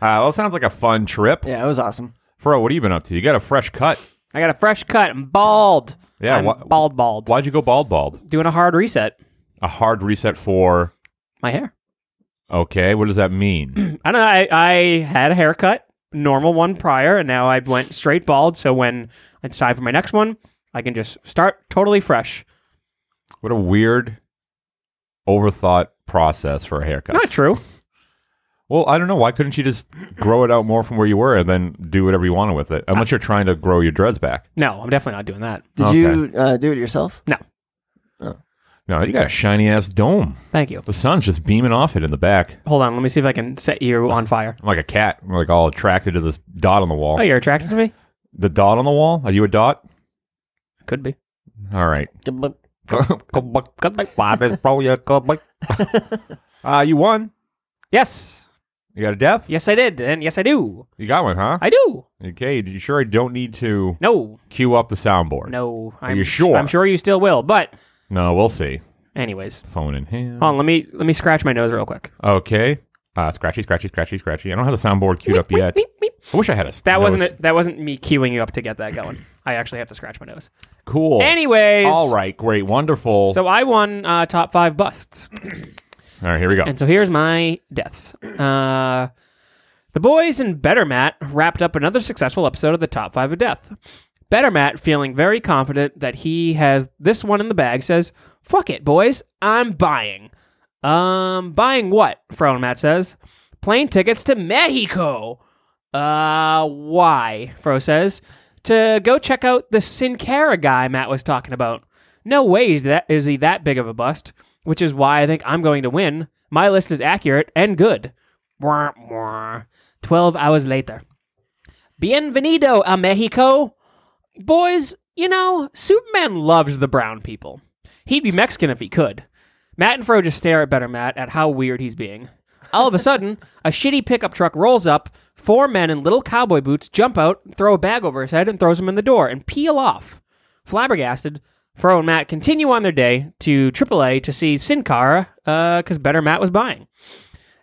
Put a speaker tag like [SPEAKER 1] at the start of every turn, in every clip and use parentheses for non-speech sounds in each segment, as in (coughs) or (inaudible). [SPEAKER 1] well, it sounds like a fun trip.
[SPEAKER 2] Yeah, it was awesome.
[SPEAKER 1] Fro, what have you been up to? You got a fresh cut.
[SPEAKER 3] I got a fresh cut. I'm bald.
[SPEAKER 1] Yeah,
[SPEAKER 3] I'm
[SPEAKER 1] wha-
[SPEAKER 3] bald, bald.
[SPEAKER 1] Why'd you go bald? Bald.
[SPEAKER 3] Doing a hard reset.
[SPEAKER 1] A hard reset for.
[SPEAKER 3] My hair.
[SPEAKER 1] Okay. What does that
[SPEAKER 2] (clears throat)
[SPEAKER 1] mean?
[SPEAKER 3] I don't know. I, I had a haircut, normal one prior, and now I went straight bald. So when I decide for my next one, I can just start totally fresh.
[SPEAKER 1] What a weird, overthought process for a haircut.
[SPEAKER 3] Not true.
[SPEAKER 1] Well, I don't know. Why couldn't you just grow it out more from where you were and then do whatever you wanted with it? Unless you're trying to grow your dreads back.
[SPEAKER 3] No, I'm definitely not doing that.
[SPEAKER 2] Did
[SPEAKER 1] Okay.
[SPEAKER 2] you uh, do it yourself?
[SPEAKER 3] No,
[SPEAKER 1] No, you got a shiny ass dome.
[SPEAKER 3] thank you.
[SPEAKER 1] The sun's just beaming off it in the back.
[SPEAKER 3] Hold on, let me see if I can set you on fire.
[SPEAKER 1] I'm like a cat. I'm like all attracted to this dot on the wall.
[SPEAKER 3] Oh, you're attracted to me?
[SPEAKER 1] The dot on the wall? Are you a dot?
[SPEAKER 3] Could be.
[SPEAKER 1] All right. (laughs)
[SPEAKER 2] Did
[SPEAKER 1] uh, you won.
[SPEAKER 3] Yes.
[SPEAKER 1] You got a death?
[SPEAKER 3] Yes, I did. And yes, I do.
[SPEAKER 1] You got one, huh?
[SPEAKER 3] I do.
[SPEAKER 1] Okay. You sure I don't need to
[SPEAKER 3] No.
[SPEAKER 1] cue up the soundboard?
[SPEAKER 3] No.
[SPEAKER 1] Are
[SPEAKER 3] I'm,
[SPEAKER 1] you sure?
[SPEAKER 3] I'm sure you still will. But,
[SPEAKER 1] No, we'll see.
[SPEAKER 3] anyways,
[SPEAKER 1] Phone in hand.
[SPEAKER 3] hold on. Let me let me scratch my nose real quick.
[SPEAKER 1] Okay. Uh, scratchy, scratchy, scratchy, scratchy. I don't have the soundboard queued up yet.
[SPEAKER 3] Meep, meep.
[SPEAKER 1] I wish I had a.
[SPEAKER 3] That
[SPEAKER 1] nose.
[SPEAKER 3] wasn't it. That wasn't me queuing you up to get
[SPEAKER 1] (clears throat)
[SPEAKER 3] that going. I actually have to scratch my nose.
[SPEAKER 1] Cool.
[SPEAKER 3] Anyways,
[SPEAKER 1] Oh. All right. Great. Wonderful.
[SPEAKER 3] So I won uh, top five busts.
[SPEAKER 1] All right. Here we go.
[SPEAKER 3] And so here's my deaths. Uh, the boys in Better Matt wrapped up another successful episode of the Top 5 of Death. Better Matt, feeling very confident that he has this one in the bag, says, Fuck it, boys, I'm buying. Um, buying what? Frone Matt says. Plane tickets to Mexico. Uh, why? Fro says. To go check out the Sin Cara guy Matt was talking about. No way is, that, is he that big of a bust, which is why I think I'm going to win. My list is accurate and good. Wah, wah. 12 hours later. Bienvenido a Mexico. Boys, you know, Superman loves the brown people. He'd be Mexican if he could. Matt and Fro just stare at Better Matt at how weird he's being. All of a sudden, a shitty pickup truck rolls up, four men in little cowboy boots jump out, throw a bag over his head, and throws him in the door and peel off. Flabbergasted, Fro and Matt continue on their day to AAA to see Sin Cara, because Better Matt was buying.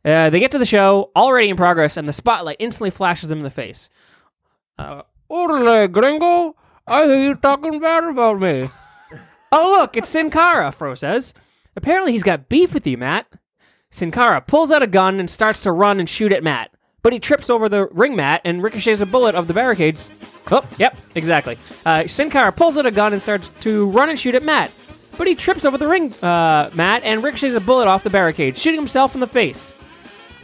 [SPEAKER 3] Uh, they get to the show, already in progress, and the spotlight instantly flashes them in the face. Uh, Orale, gringo, I hear you talking bad about me. oh, look, it's Sin Cara, Fro says. Apparently, he's got beef with you, Matt. Sin Cara pulls out a gun and starts to run and shoot at Matt, but he trips over the ring mat and ricochets a bullet of the barricades. Oh, yep, exactly. Uh, Sin Cara pulls out a gun and starts to run and shoot at Matt, but he trips over the ring uh, mat and ricochets a bullet off the barricade, shooting himself in the face.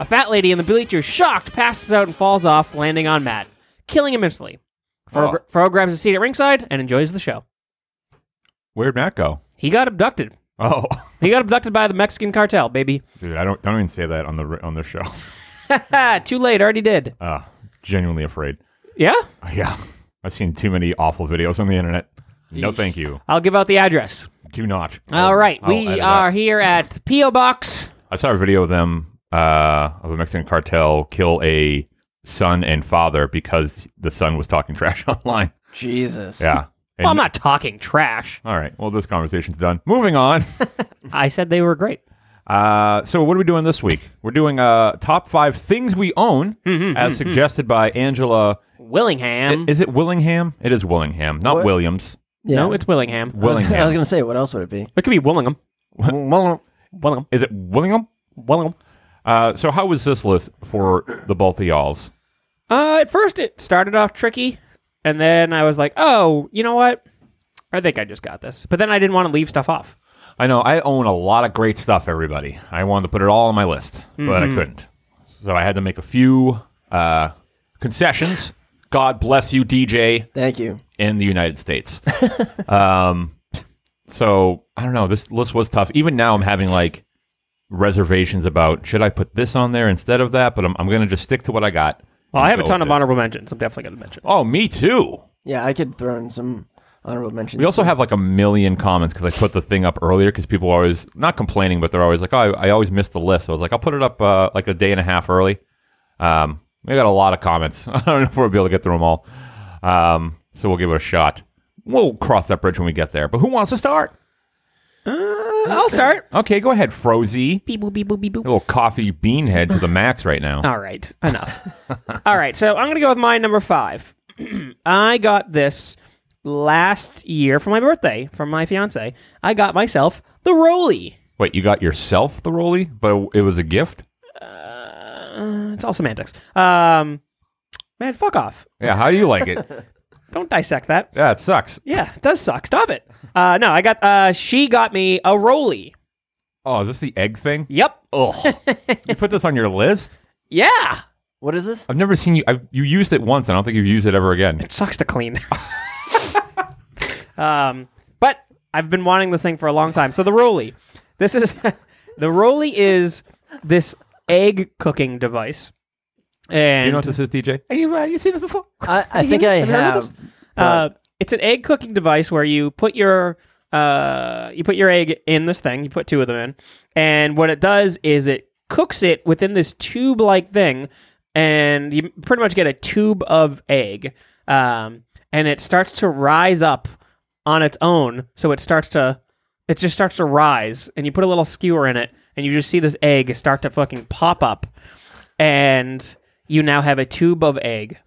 [SPEAKER 3] A fat lady in the bleachers, shocked, passes out and falls off, landing on Matt, killing him instantly. Fro,
[SPEAKER 1] Oh.
[SPEAKER 3] Fro grabs a seat at ringside and enjoys the show.
[SPEAKER 1] Where'd Matt go? (laughs)
[SPEAKER 3] He got abducted.
[SPEAKER 1] Oh,
[SPEAKER 3] He got abducted by the Mexican cartel, baby. (laughs)
[SPEAKER 1] dude, I don't. I don't even say that on the on the show. (laughs)
[SPEAKER 3] Ah, too late, already did.
[SPEAKER 1] Uh, genuinely afraid. (laughs)
[SPEAKER 3] Yeah?
[SPEAKER 1] Yeah, I've seen too many awful videos on the internet. No, thank you.
[SPEAKER 3] I'll give out the address.
[SPEAKER 1] Do not. Oh,
[SPEAKER 3] All right,
[SPEAKER 1] I'll edit
[SPEAKER 3] we
[SPEAKER 1] that.
[SPEAKER 3] are here at P.O. Box.
[SPEAKER 1] I saw a video of them uh, of a Mexican cartel kill a son and father because the son was talking (laughs) trash online.
[SPEAKER 2] Jesus.
[SPEAKER 1] Yeah. And-
[SPEAKER 3] Well, I'm not talking trash.
[SPEAKER 1] All right. Well, this conversation's done. Moving on.
[SPEAKER 3] I said they were great.
[SPEAKER 1] Uh, so, what are we doing this week? We're doing uh, top five things we own, as suggested by Angela.
[SPEAKER 3] Willingham.
[SPEAKER 1] Is it Willingham? It is Willingham, not
[SPEAKER 2] What?
[SPEAKER 1] Williams.
[SPEAKER 2] Yeah.
[SPEAKER 3] no, it's Willingham.
[SPEAKER 2] I was, I was
[SPEAKER 1] Willingham.
[SPEAKER 2] gonna say, what else would it be?
[SPEAKER 3] It could be Willingham.
[SPEAKER 2] well,
[SPEAKER 3] Willingham.
[SPEAKER 1] Is it Willingham?
[SPEAKER 3] Willingham.
[SPEAKER 1] Uh, so, how was this list for the both of y'all's?
[SPEAKER 3] Uh, at first, it started off tricky, and then I was like, oh, you know what? I think I just got this. But then I didn't want to leave stuff off.
[SPEAKER 1] I know I own a lot of great stuff, everybody. I wanted to put it all on my list, but I couldn't. So I had to make a few uh, concessions. God bless you, DJ,
[SPEAKER 2] thank you.
[SPEAKER 1] in the United States. (laughs) um, so I don't know. This list was tough. Even now, I'm having like reservations about should I put this on there instead of that, but I'm, I'm going to just stick to what I got.
[SPEAKER 3] Well,
[SPEAKER 1] and
[SPEAKER 3] I have a
[SPEAKER 1] go
[SPEAKER 3] ton
[SPEAKER 1] with
[SPEAKER 3] of
[SPEAKER 1] this.
[SPEAKER 3] honorable mentions. I'm definitely going to mention.
[SPEAKER 1] Oh, me too.
[SPEAKER 2] Yeah, I could throw in some honorable mentions.
[SPEAKER 1] We also have like a million comments because I put the thing up earlier because people are always not complaining, but they're always like, "Oh, I, I always miss the list." So I was like, "I'll put it up uh, like a day and a half early." Um, we got a lot of comments. (laughs) I don't know if we'll be able to get through them all, um, so we'll give it a shot. We'll cross that bridge when we get there. But who wants to start?
[SPEAKER 3] I'll start.
[SPEAKER 1] Okay, go ahead, Frozy.
[SPEAKER 3] Beep boop, beep boop, beep boop.
[SPEAKER 1] A little coffee beanhead
[SPEAKER 3] (laughs)
[SPEAKER 1] to the max right now.
[SPEAKER 3] All right, enough. (laughs) All right, so I'm going to go with my number five. (clears throat) I got this last year for my birthday from my fiance. I got myself the Roly.
[SPEAKER 1] Wait, you got yourself the Roly, but it was a gift.
[SPEAKER 3] Uh, it's all semantics. Um, man, fuck off. (laughs)
[SPEAKER 1] Yeah, how do you like it?
[SPEAKER 3] Don't dissect that.
[SPEAKER 1] Yeah, it sucks.
[SPEAKER 3] Yeah, it does suck. Stop it. Uh, no, I got. Uh, she got me a roly.
[SPEAKER 1] Oh, is this the egg thing?
[SPEAKER 3] Yep.
[SPEAKER 1] Ugh. you put this on your list?
[SPEAKER 3] Yeah.
[SPEAKER 2] What is
[SPEAKER 1] (laughs)
[SPEAKER 2] this?
[SPEAKER 1] I've never seen you. I've, you used it once. and I don't think you've used it ever again.
[SPEAKER 3] It sucks to clean. (laughs) um, but I've been wanting this thing for a long time. So the roly. This is (laughs) the roly is this egg cooking device. And
[SPEAKER 1] You know what this is, DJ?
[SPEAKER 3] you, uh, you seen
[SPEAKER 1] (laughs)
[SPEAKER 3] this before?
[SPEAKER 2] I, I think I
[SPEAKER 3] Have you heard of
[SPEAKER 2] have.
[SPEAKER 3] this? Uh, it's an egg cooking device where you put your uh, you put your egg in this thing. You put two of them in, and what it does is it cooks it within this tube-like thing, and you pretty much get a tube of egg, um, and it starts to rise up on its own. So it starts to it just starts to rise, and you put a little skewer in it, and you just see this egg start to fucking pop up, and you now have a tube of egg.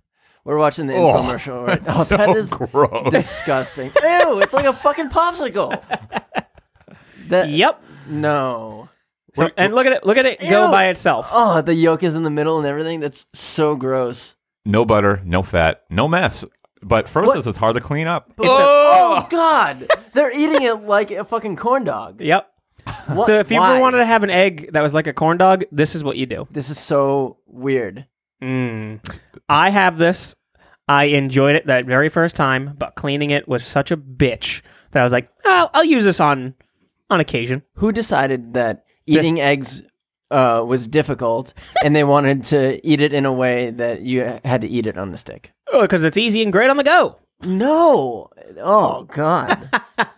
[SPEAKER 2] We're watching the infomercial. Right?
[SPEAKER 3] Oh,
[SPEAKER 2] now.
[SPEAKER 1] Oh,
[SPEAKER 2] (laughs)
[SPEAKER 1] so
[SPEAKER 2] that is
[SPEAKER 1] gross. (laughs)
[SPEAKER 2] disgusting. Ew! It's like a fucking popsicle. That,
[SPEAKER 3] Yep.
[SPEAKER 2] No.
[SPEAKER 3] So, and look at it. Look at it go
[SPEAKER 2] Ew.
[SPEAKER 3] by itself.
[SPEAKER 2] Oh, the yolk is in the middle and everything. That's so gross.
[SPEAKER 1] No butter, no fat, no mess. But first, it's hard to clean up.
[SPEAKER 2] Oh, God! They're eating it like a fucking corn dog.
[SPEAKER 3] Yep.
[SPEAKER 2] What-
[SPEAKER 3] So if you
[SPEAKER 2] why?
[SPEAKER 3] ever wanted to have an egg that was like a corn dog, this is what you do.
[SPEAKER 2] this is so weird.
[SPEAKER 3] Mm. I have this. I enjoyed it that very first time, but cleaning it was such a bitch that I was like, oh, I'll use this on on occasion.
[SPEAKER 2] Who decided that eating eggs uh, was difficult, and they wanted to eat it in a way that you had to eat it on a stick?
[SPEAKER 3] Because Oh, it's easy and great on the go.
[SPEAKER 2] No. Oh God.
[SPEAKER 1] (laughs)
[SPEAKER 2] (laughs)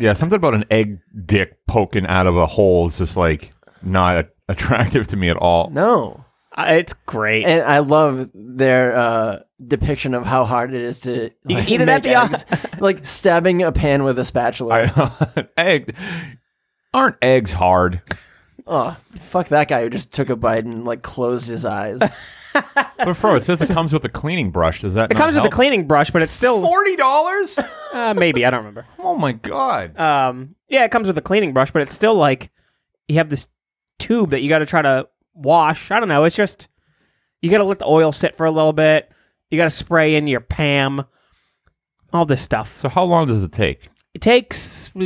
[SPEAKER 1] Yeah, something about an egg dick poking out of a hole is just like not a- attractive to me at all.
[SPEAKER 2] no.
[SPEAKER 3] Uh, It's great.
[SPEAKER 2] And I love their uh, depiction of how hard it is to
[SPEAKER 3] You
[SPEAKER 2] like,
[SPEAKER 3] eat it at
[SPEAKER 2] make
[SPEAKER 3] the-
[SPEAKER 2] eggs. (laughs) like stabbing a pan with a spatula.
[SPEAKER 1] I, (laughs) egg aren't eggs hard?
[SPEAKER 2] Oh, fuck that guy who just took a bite and like closed his eyes.
[SPEAKER 1] But first, it says it comes with a cleaning brush. Does that
[SPEAKER 3] it comes with a cleaning brush, but it's still
[SPEAKER 1] Forty dollars?
[SPEAKER 3] uh, maybe I don't remember.
[SPEAKER 1] (laughs) Oh my god!
[SPEAKER 3] Um, yeah, it comes with a cleaning brush, but it's still like you have this tube that you got to try to wash. I don't know. It's just you got to let the oil sit for a little bit. You got to spray in your Pam, all this stuff.
[SPEAKER 1] So how long does it take?
[SPEAKER 3] It takes. (laughs)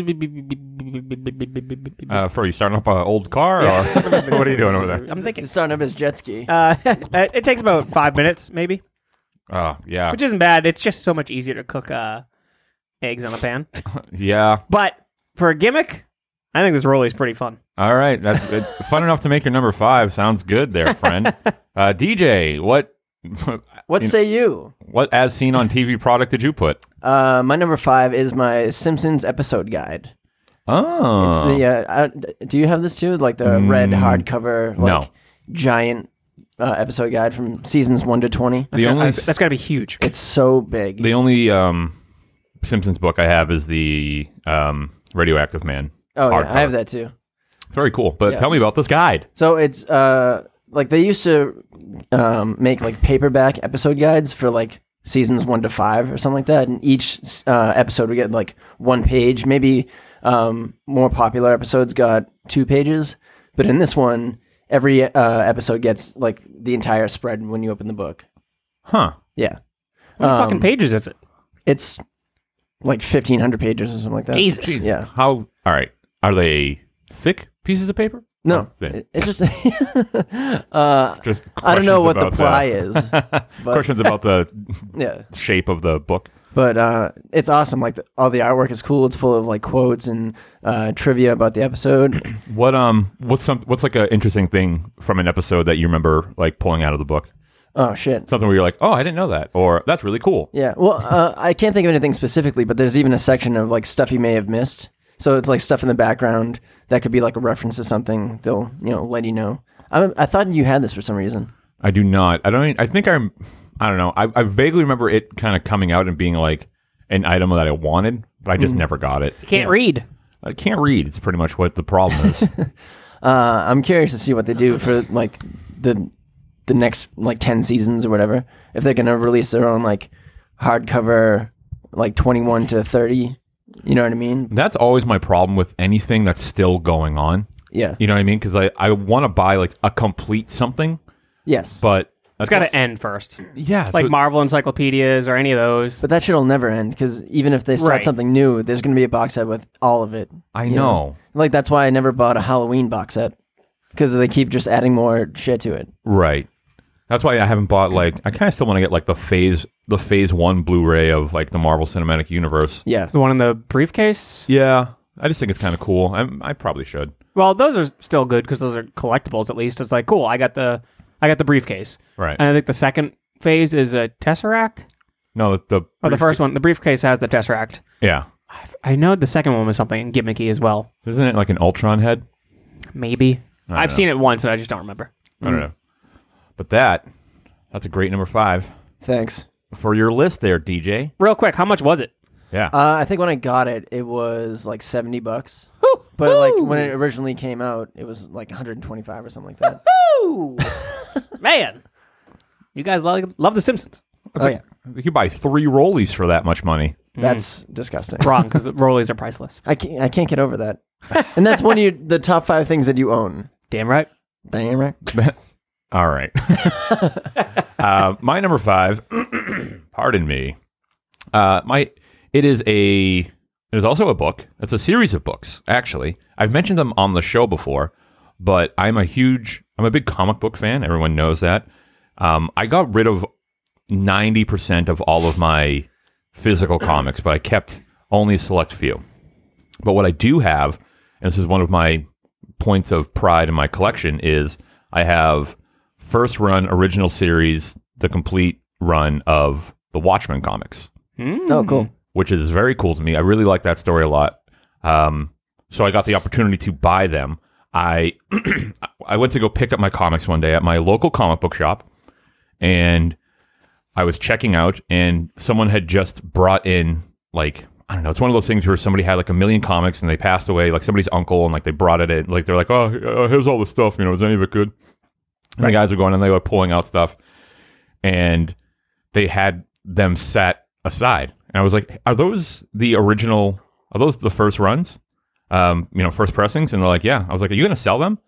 [SPEAKER 1] Uh, for you starting up an old car, or (laughs) what are you doing over there?
[SPEAKER 3] I'm thinking.
[SPEAKER 2] He's starting up his jet ski.
[SPEAKER 3] Uh, (laughs) it takes about five minutes, maybe,
[SPEAKER 1] Oh yeah,
[SPEAKER 3] which isn't bad. It's just so much easier to cook uh, eggs on
[SPEAKER 1] (laughs)
[SPEAKER 3] a pan.
[SPEAKER 1] yeah.
[SPEAKER 3] But for a gimmick, I think this roly is pretty fun.
[SPEAKER 1] All right, that's it, fun enough to make your number five. Sounds good, there, friend.
[SPEAKER 3] (laughs)
[SPEAKER 1] Uh, DJ, what (laughs)
[SPEAKER 2] what say you?
[SPEAKER 1] what as seen on TV product did you put?
[SPEAKER 2] Uh, my number five is my Simpsons episode guide.
[SPEAKER 1] Oh, Mm.
[SPEAKER 2] It's the uh, I, do you have this too? Like the red hardcover, like
[SPEAKER 1] No.
[SPEAKER 2] giant uh, episode guide from seasons one to twenty.
[SPEAKER 1] the only
[SPEAKER 3] That's that's gotta be huge.
[SPEAKER 2] It's so big.
[SPEAKER 1] The only um, Simpsons book I have is the um, Radioactive Man.
[SPEAKER 2] oh yeah,
[SPEAKER 1] hardcover.
[SPEAKER 2] I have that too.
[SPEAKER 1] It's very cool. But
[SPEAKER 2] Yeah.
[SPEAKER 1] tell me about this guide.
[SPEAKER 2] So it's uh like they used to um, make like paperback episode guides for like seasons one to five or something like that, and each uh, episode would get like one page. Maybe um, more popular episodes got two pages, but in this one, every uh, episode gets like the entire spread when you open the book.
[SPEAKER 1] Huh.
[SPEAKER 2] Yeah,
[SPEAKER 3] How many
[SPEAKER 1] um,
[SPEAKER 3] fucking pages is it?
[SPEAKER 2] it's like fifteen hundred pages or something like that.
[SPEAKER 3] Jesus.
[SPEAKER 2] Yeah.
[SPEAKER 1] How? All right. Are they thick pieces of paper? Or
[SPEAKER 2] No,
[SPEAKER 1] thin?
[SPEAKER 2] it, it's just (laughs) uh,
[SPEAKER 1] Just
[SPEAKER 2] I don't know what the
[SPEAKER 1] questions
[SPEAKER 2] ply
[SPEAKER 1] about
[SPEAKER 2] is.
[SPEAKER 1] (laughs) the- questions about the
[SPEAKER 2] Yeah.
[SPEAKER 1] shape of the book.
[SPEAKER 2] but uh, it's awesome. Like the, all the artwork is cool. It's full of like quotes and uh, trivia about the episode. (clears throat)
[SPEAKER 1] What um? What's some? What's like an interesting thing from an episode that you remember like pulling out of the book?
[SPEAKER 2] oh shit.
[SPEAKER 1] Something where you're like, oh, I didn't know that, or that's really cool.
[SPEAKER 2] Yeah. Well, uh, I can't think of anything specifically, but there's even a section of like stuff you may have missed. So it's like stuff in the background that could be like a reference to something. They'll you know let you know. I, I thought you had this for some reason.
[SPEAKER 1] I do not. I don't. I think I'm. I don't know. I, I vaguely remember it kind of coming out and being like an item that I wanted, but I just
[SPEAKER 2] Mm.
[SPEAKER 1] never got it.
[SPEAKER 3] Can't read.
[SPEAKER 1] I can't read. It's pretty much what the problem is.
[SPEAKER 2] Uh, I'm curious to see what they do for like the the next like ten seasons or whatever. If they're gonna release their own like hardcover like 21 to 30. You know what I mean?
[SPEAKER 1] that's always my problem with anything that's still going on.
[SPEAKER 2] Yeah.
[SPEAKER 1] You know what I mean? Because I, I want to buy like a complete something,
[SPEAKER 2] Yes.
[SPEAKER 1] but
[SPEAKER 3] It's got to end first.
[SPEAKER 1] yeah, so
[SPEAKER 3] Like
[SPEAKER 1] it-
[SPEAKER 3] Marvel encyclopedias or any of those.
[SPEAKER 2] But that shit'll never end because even if they start
[SPEAKER 3] Right.
[SPEAKER 2] something new, there's going to be a box set with all of it.
[SPEAKER 1] I
[SPEAKER 2] you
[SPEAKER 1] know.
[SPEAKER 2] Like that's why I never bought a Halloween box set because they keep just adding more shit to it.
[SPEAKER 1] Right. That's why I haven't bought like I kind of still want to get like the phase the phase one Blu-ray of like the Marvel Cinematic Universe.
[SPEAKER 2] Yeah.
[SPEAKER 3] The one in the briefcase.
[SPEAKER 1] Yeah, I just think it's kind of cool. I, I probably should.
[SPEAKER 3] Well, those are still good because those are collectibles. At least it's like cool. I got the I got the briefcase.
[SPEAKER 1] Right.
[SPEAKER 3] And I think the second phase is a tesseract.
[SPEAKER 1] No, the, the
[SPEAKER 3] Or the first one, the briefcase has the tesseract.
[SPEAKER 1] yeah,
[SPEAKER 3] I know the second one was something gimmicky as well.
[SPEAKER 1] isn't it like an Ultron head?
[SPEAKER 3] Maybe
[SPEAKER 1] I don't
[SPEAKER 3] I've
[SPEAKER 1] know.
[SPEAKER 3] seen it once and I just don't remember.
[SPEAKER 1] I don't know. But that that's a great number five
[SPEAKER 2] Thanks.
[SPEAKER 1] for your list there, DJ.
[SPEAKER 3] Real quick, how much was it?
[SPEAKER 1] Yeah.
[SPEAKER 2] Uh, I think when I got it, it was like seventy bucks. But like when it originally came out, it was like 125 or something like (laughs) that.
[SPEAKER 3] Ooh, (laughs) man, you guys love, love The Simpsons.
[SPEAKER 2] oh yeah,
[SPEAKER 1] you could buy three rollies for that much money.
[SPEAKER 2] that's disgusting.
[SPEAKER 3] Wrong, because Rollies are priceless.
[SPEAKER 2] I can't, I can't get over that. and that's one of you, the top five things that you own.
[SPEAKER 3] Damn right.
[SPEAKER 2] Damn right.
[SPEAKER 1] All right. (laughs) uh, my number five, (clears throat) pardon me. Uh, my it is a there's also a book. It's a series of books, actually. I've mentioned them on the show before, but I'm a huge I'm a big comic book fan. Everyone knows that. Um, I got rid of ninety percent of all of my physical comics, but I kept only a select few. But what I do have, and this is one of my points of pride in my collection, is I have first run original series, the complete run of the Watchmen comics,
[SPEAKER 2] (laughs) Oh, cool.
[SPEAKER 1] which is very cool to me. I really like that story a lot. Um, so I got the opportunity to buy them. I (clears throat) I went to go pick up my comics one day at my local comic book shop, and I was checking out, and someone had just brought in like I don't know. It's one of those things where somebody had like a million comics and they passed away, like somebody's uncle, and like they brought it in. Like they're like, oh, uh, here's all the stuff. You know, is any of it good? And the guys were going and they were pulling out stuff, and they had them set aside. And I was like, are those the original? Are those the first runs? Um, you know, first pressings? And they're like, yeah. I was like, are you going to sell them?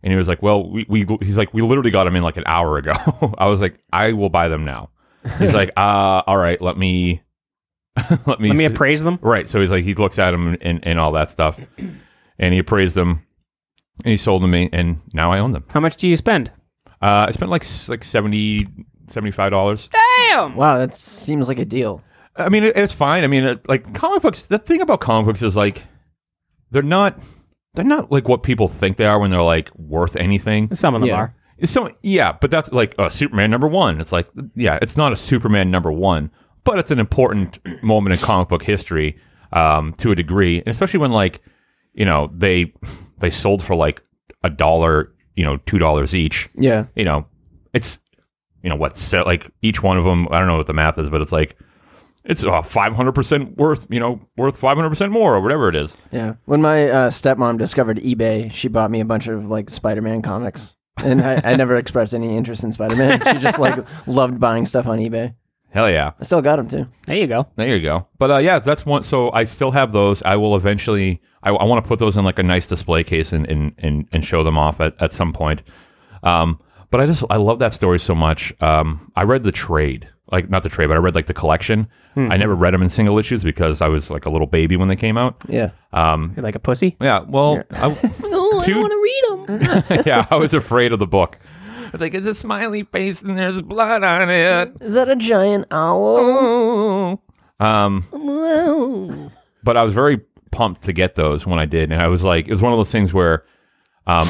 [SPEAKER 1] And he was like, "Well, we, we he's like, we literally got him in like an hour ago." (laughs) I was like, "I will buy them now." He's
[SPEAKER 3] (laughs)
[SPEAKER 1] like, "Uh, all right, let me, (laughs) let me,
[SPEAKER 3] Let me
[SPEAKER 1] s-
[SPEAKER 3] appraise them.
[SPEAKER 1] right." So he's like, he looks at him and, and all that stuff, and he appraised them, and he sold them to me, and now I own them.
[SPEAKER 3] How much do you spend?
[SPEAKER 1] Uh, I spent like s- like 70 75 dollars.
[SPEAKER 3] Damn.
[SPEAKER 2] Wow, that seems like a deal.
[SPEAKER 1] I mean, it, it's fine. I mean, it, like comic books. The thing about comic books is like, they're not, they're not like what people think they are when they're like worth anything.
[SPEAKER 3] Some of them
[SPEAKER 2] Yeah.
[SPEAKER 3] are.
[SPEAKER 1] So yeah, but that's like uh, Superman number one. It's like yeah, it's not a Superman number one, but it's an important moment in comic book history um, to a degree, and especially when like you know they they sold for like a dollar, you know, two dollars each.
[SPEAKER 2] Yeah.
[SPEAKER 1] You know, it's you know what set like each one of them. I don't know what the math is, but it's like it's uh, five hundred percent worth. You know, worth five hundred percent more or whatever it is.
[SPEAKER 2] Yeah. When my uh, stepmom discovered eBay, she bought me a bunch of like Spider Man comics. And I, I (laughs) never expressed any interest in Spider Man. She just (laughs) like loved buying stuff on eBay.
[SPEAKER 1] Hell yeah.
[SPEAKER 2] I still got them too.
[SPEAKER 3] There you go.
[SPEAKER 1] There you go. But uh, yeah, that's one. So I still have those. I will eventually. I, I want to put those in like a nice display case and and and, and show them off at, at some point. Um, but I just I love that story so much. Um, I read the trade, like not the trade, but I read like the collection. I never read them in single issues because I was like a little baby when they came out.
[SPEAKER 2] Yeah. Mm.
[SPEAKER 3] You're like a pussy.
[SPEAKER 1] Yeah. Well, I, (laughs)
[SPEAKER 4] want to read them.
[SPEAKER 1] yeah, I was afraid of the book. It's like it's a smiley face and there's blood on it.
[SPEAKER 2] Is that a giant owl?
[SPEAKER 1] Um, but I was very pumped to get those when I did, and I was like, it was one of those things where, um,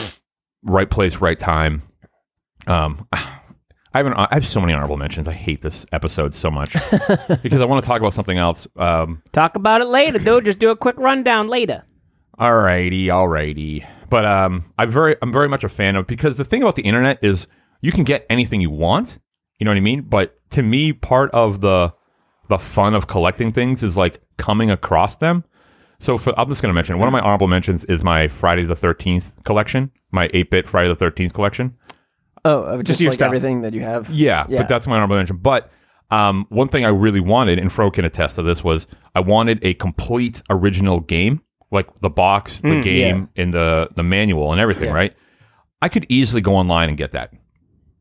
[SPEAKER 1] right place, right time. Um, (sighs) I have an, I have so many honorable mentions. I hate this episode so (laughs) much because I want to talk about something else. Um,
[SPEAKER 3] Talk about it later, dude. Just do a quick rundown later.
[SPEAKER 1] Alrighty, alrighty. But um, I'm very, I'm very much a fan of because the thing about the internet is you can get anything you want. You know what I mean? But to me, part of the the fun of collecting things is like coming across them. So for, I'm just going to mention one of my honorable mentions is my Friday the 13th collection, my 8-bit Friday the 13th collection.
[SPEAKER 2] Oh, uh, just,
[SPEAKER 3] your
[SPEAKER 2] like
[SPEAKER 3] stuff.
[SPEAKER 2] everything that you have.
[SPEAKER 1] Yeah,
[SPEAKER 2] Yeah.
[SPEAKER 1] but that's my honorable mention. But um, one thing I really wanted, and Fro can attest to this, was I wanted a complete original game, like the box, the game, and the the manual, and everything. Right? I could easily go online and get that.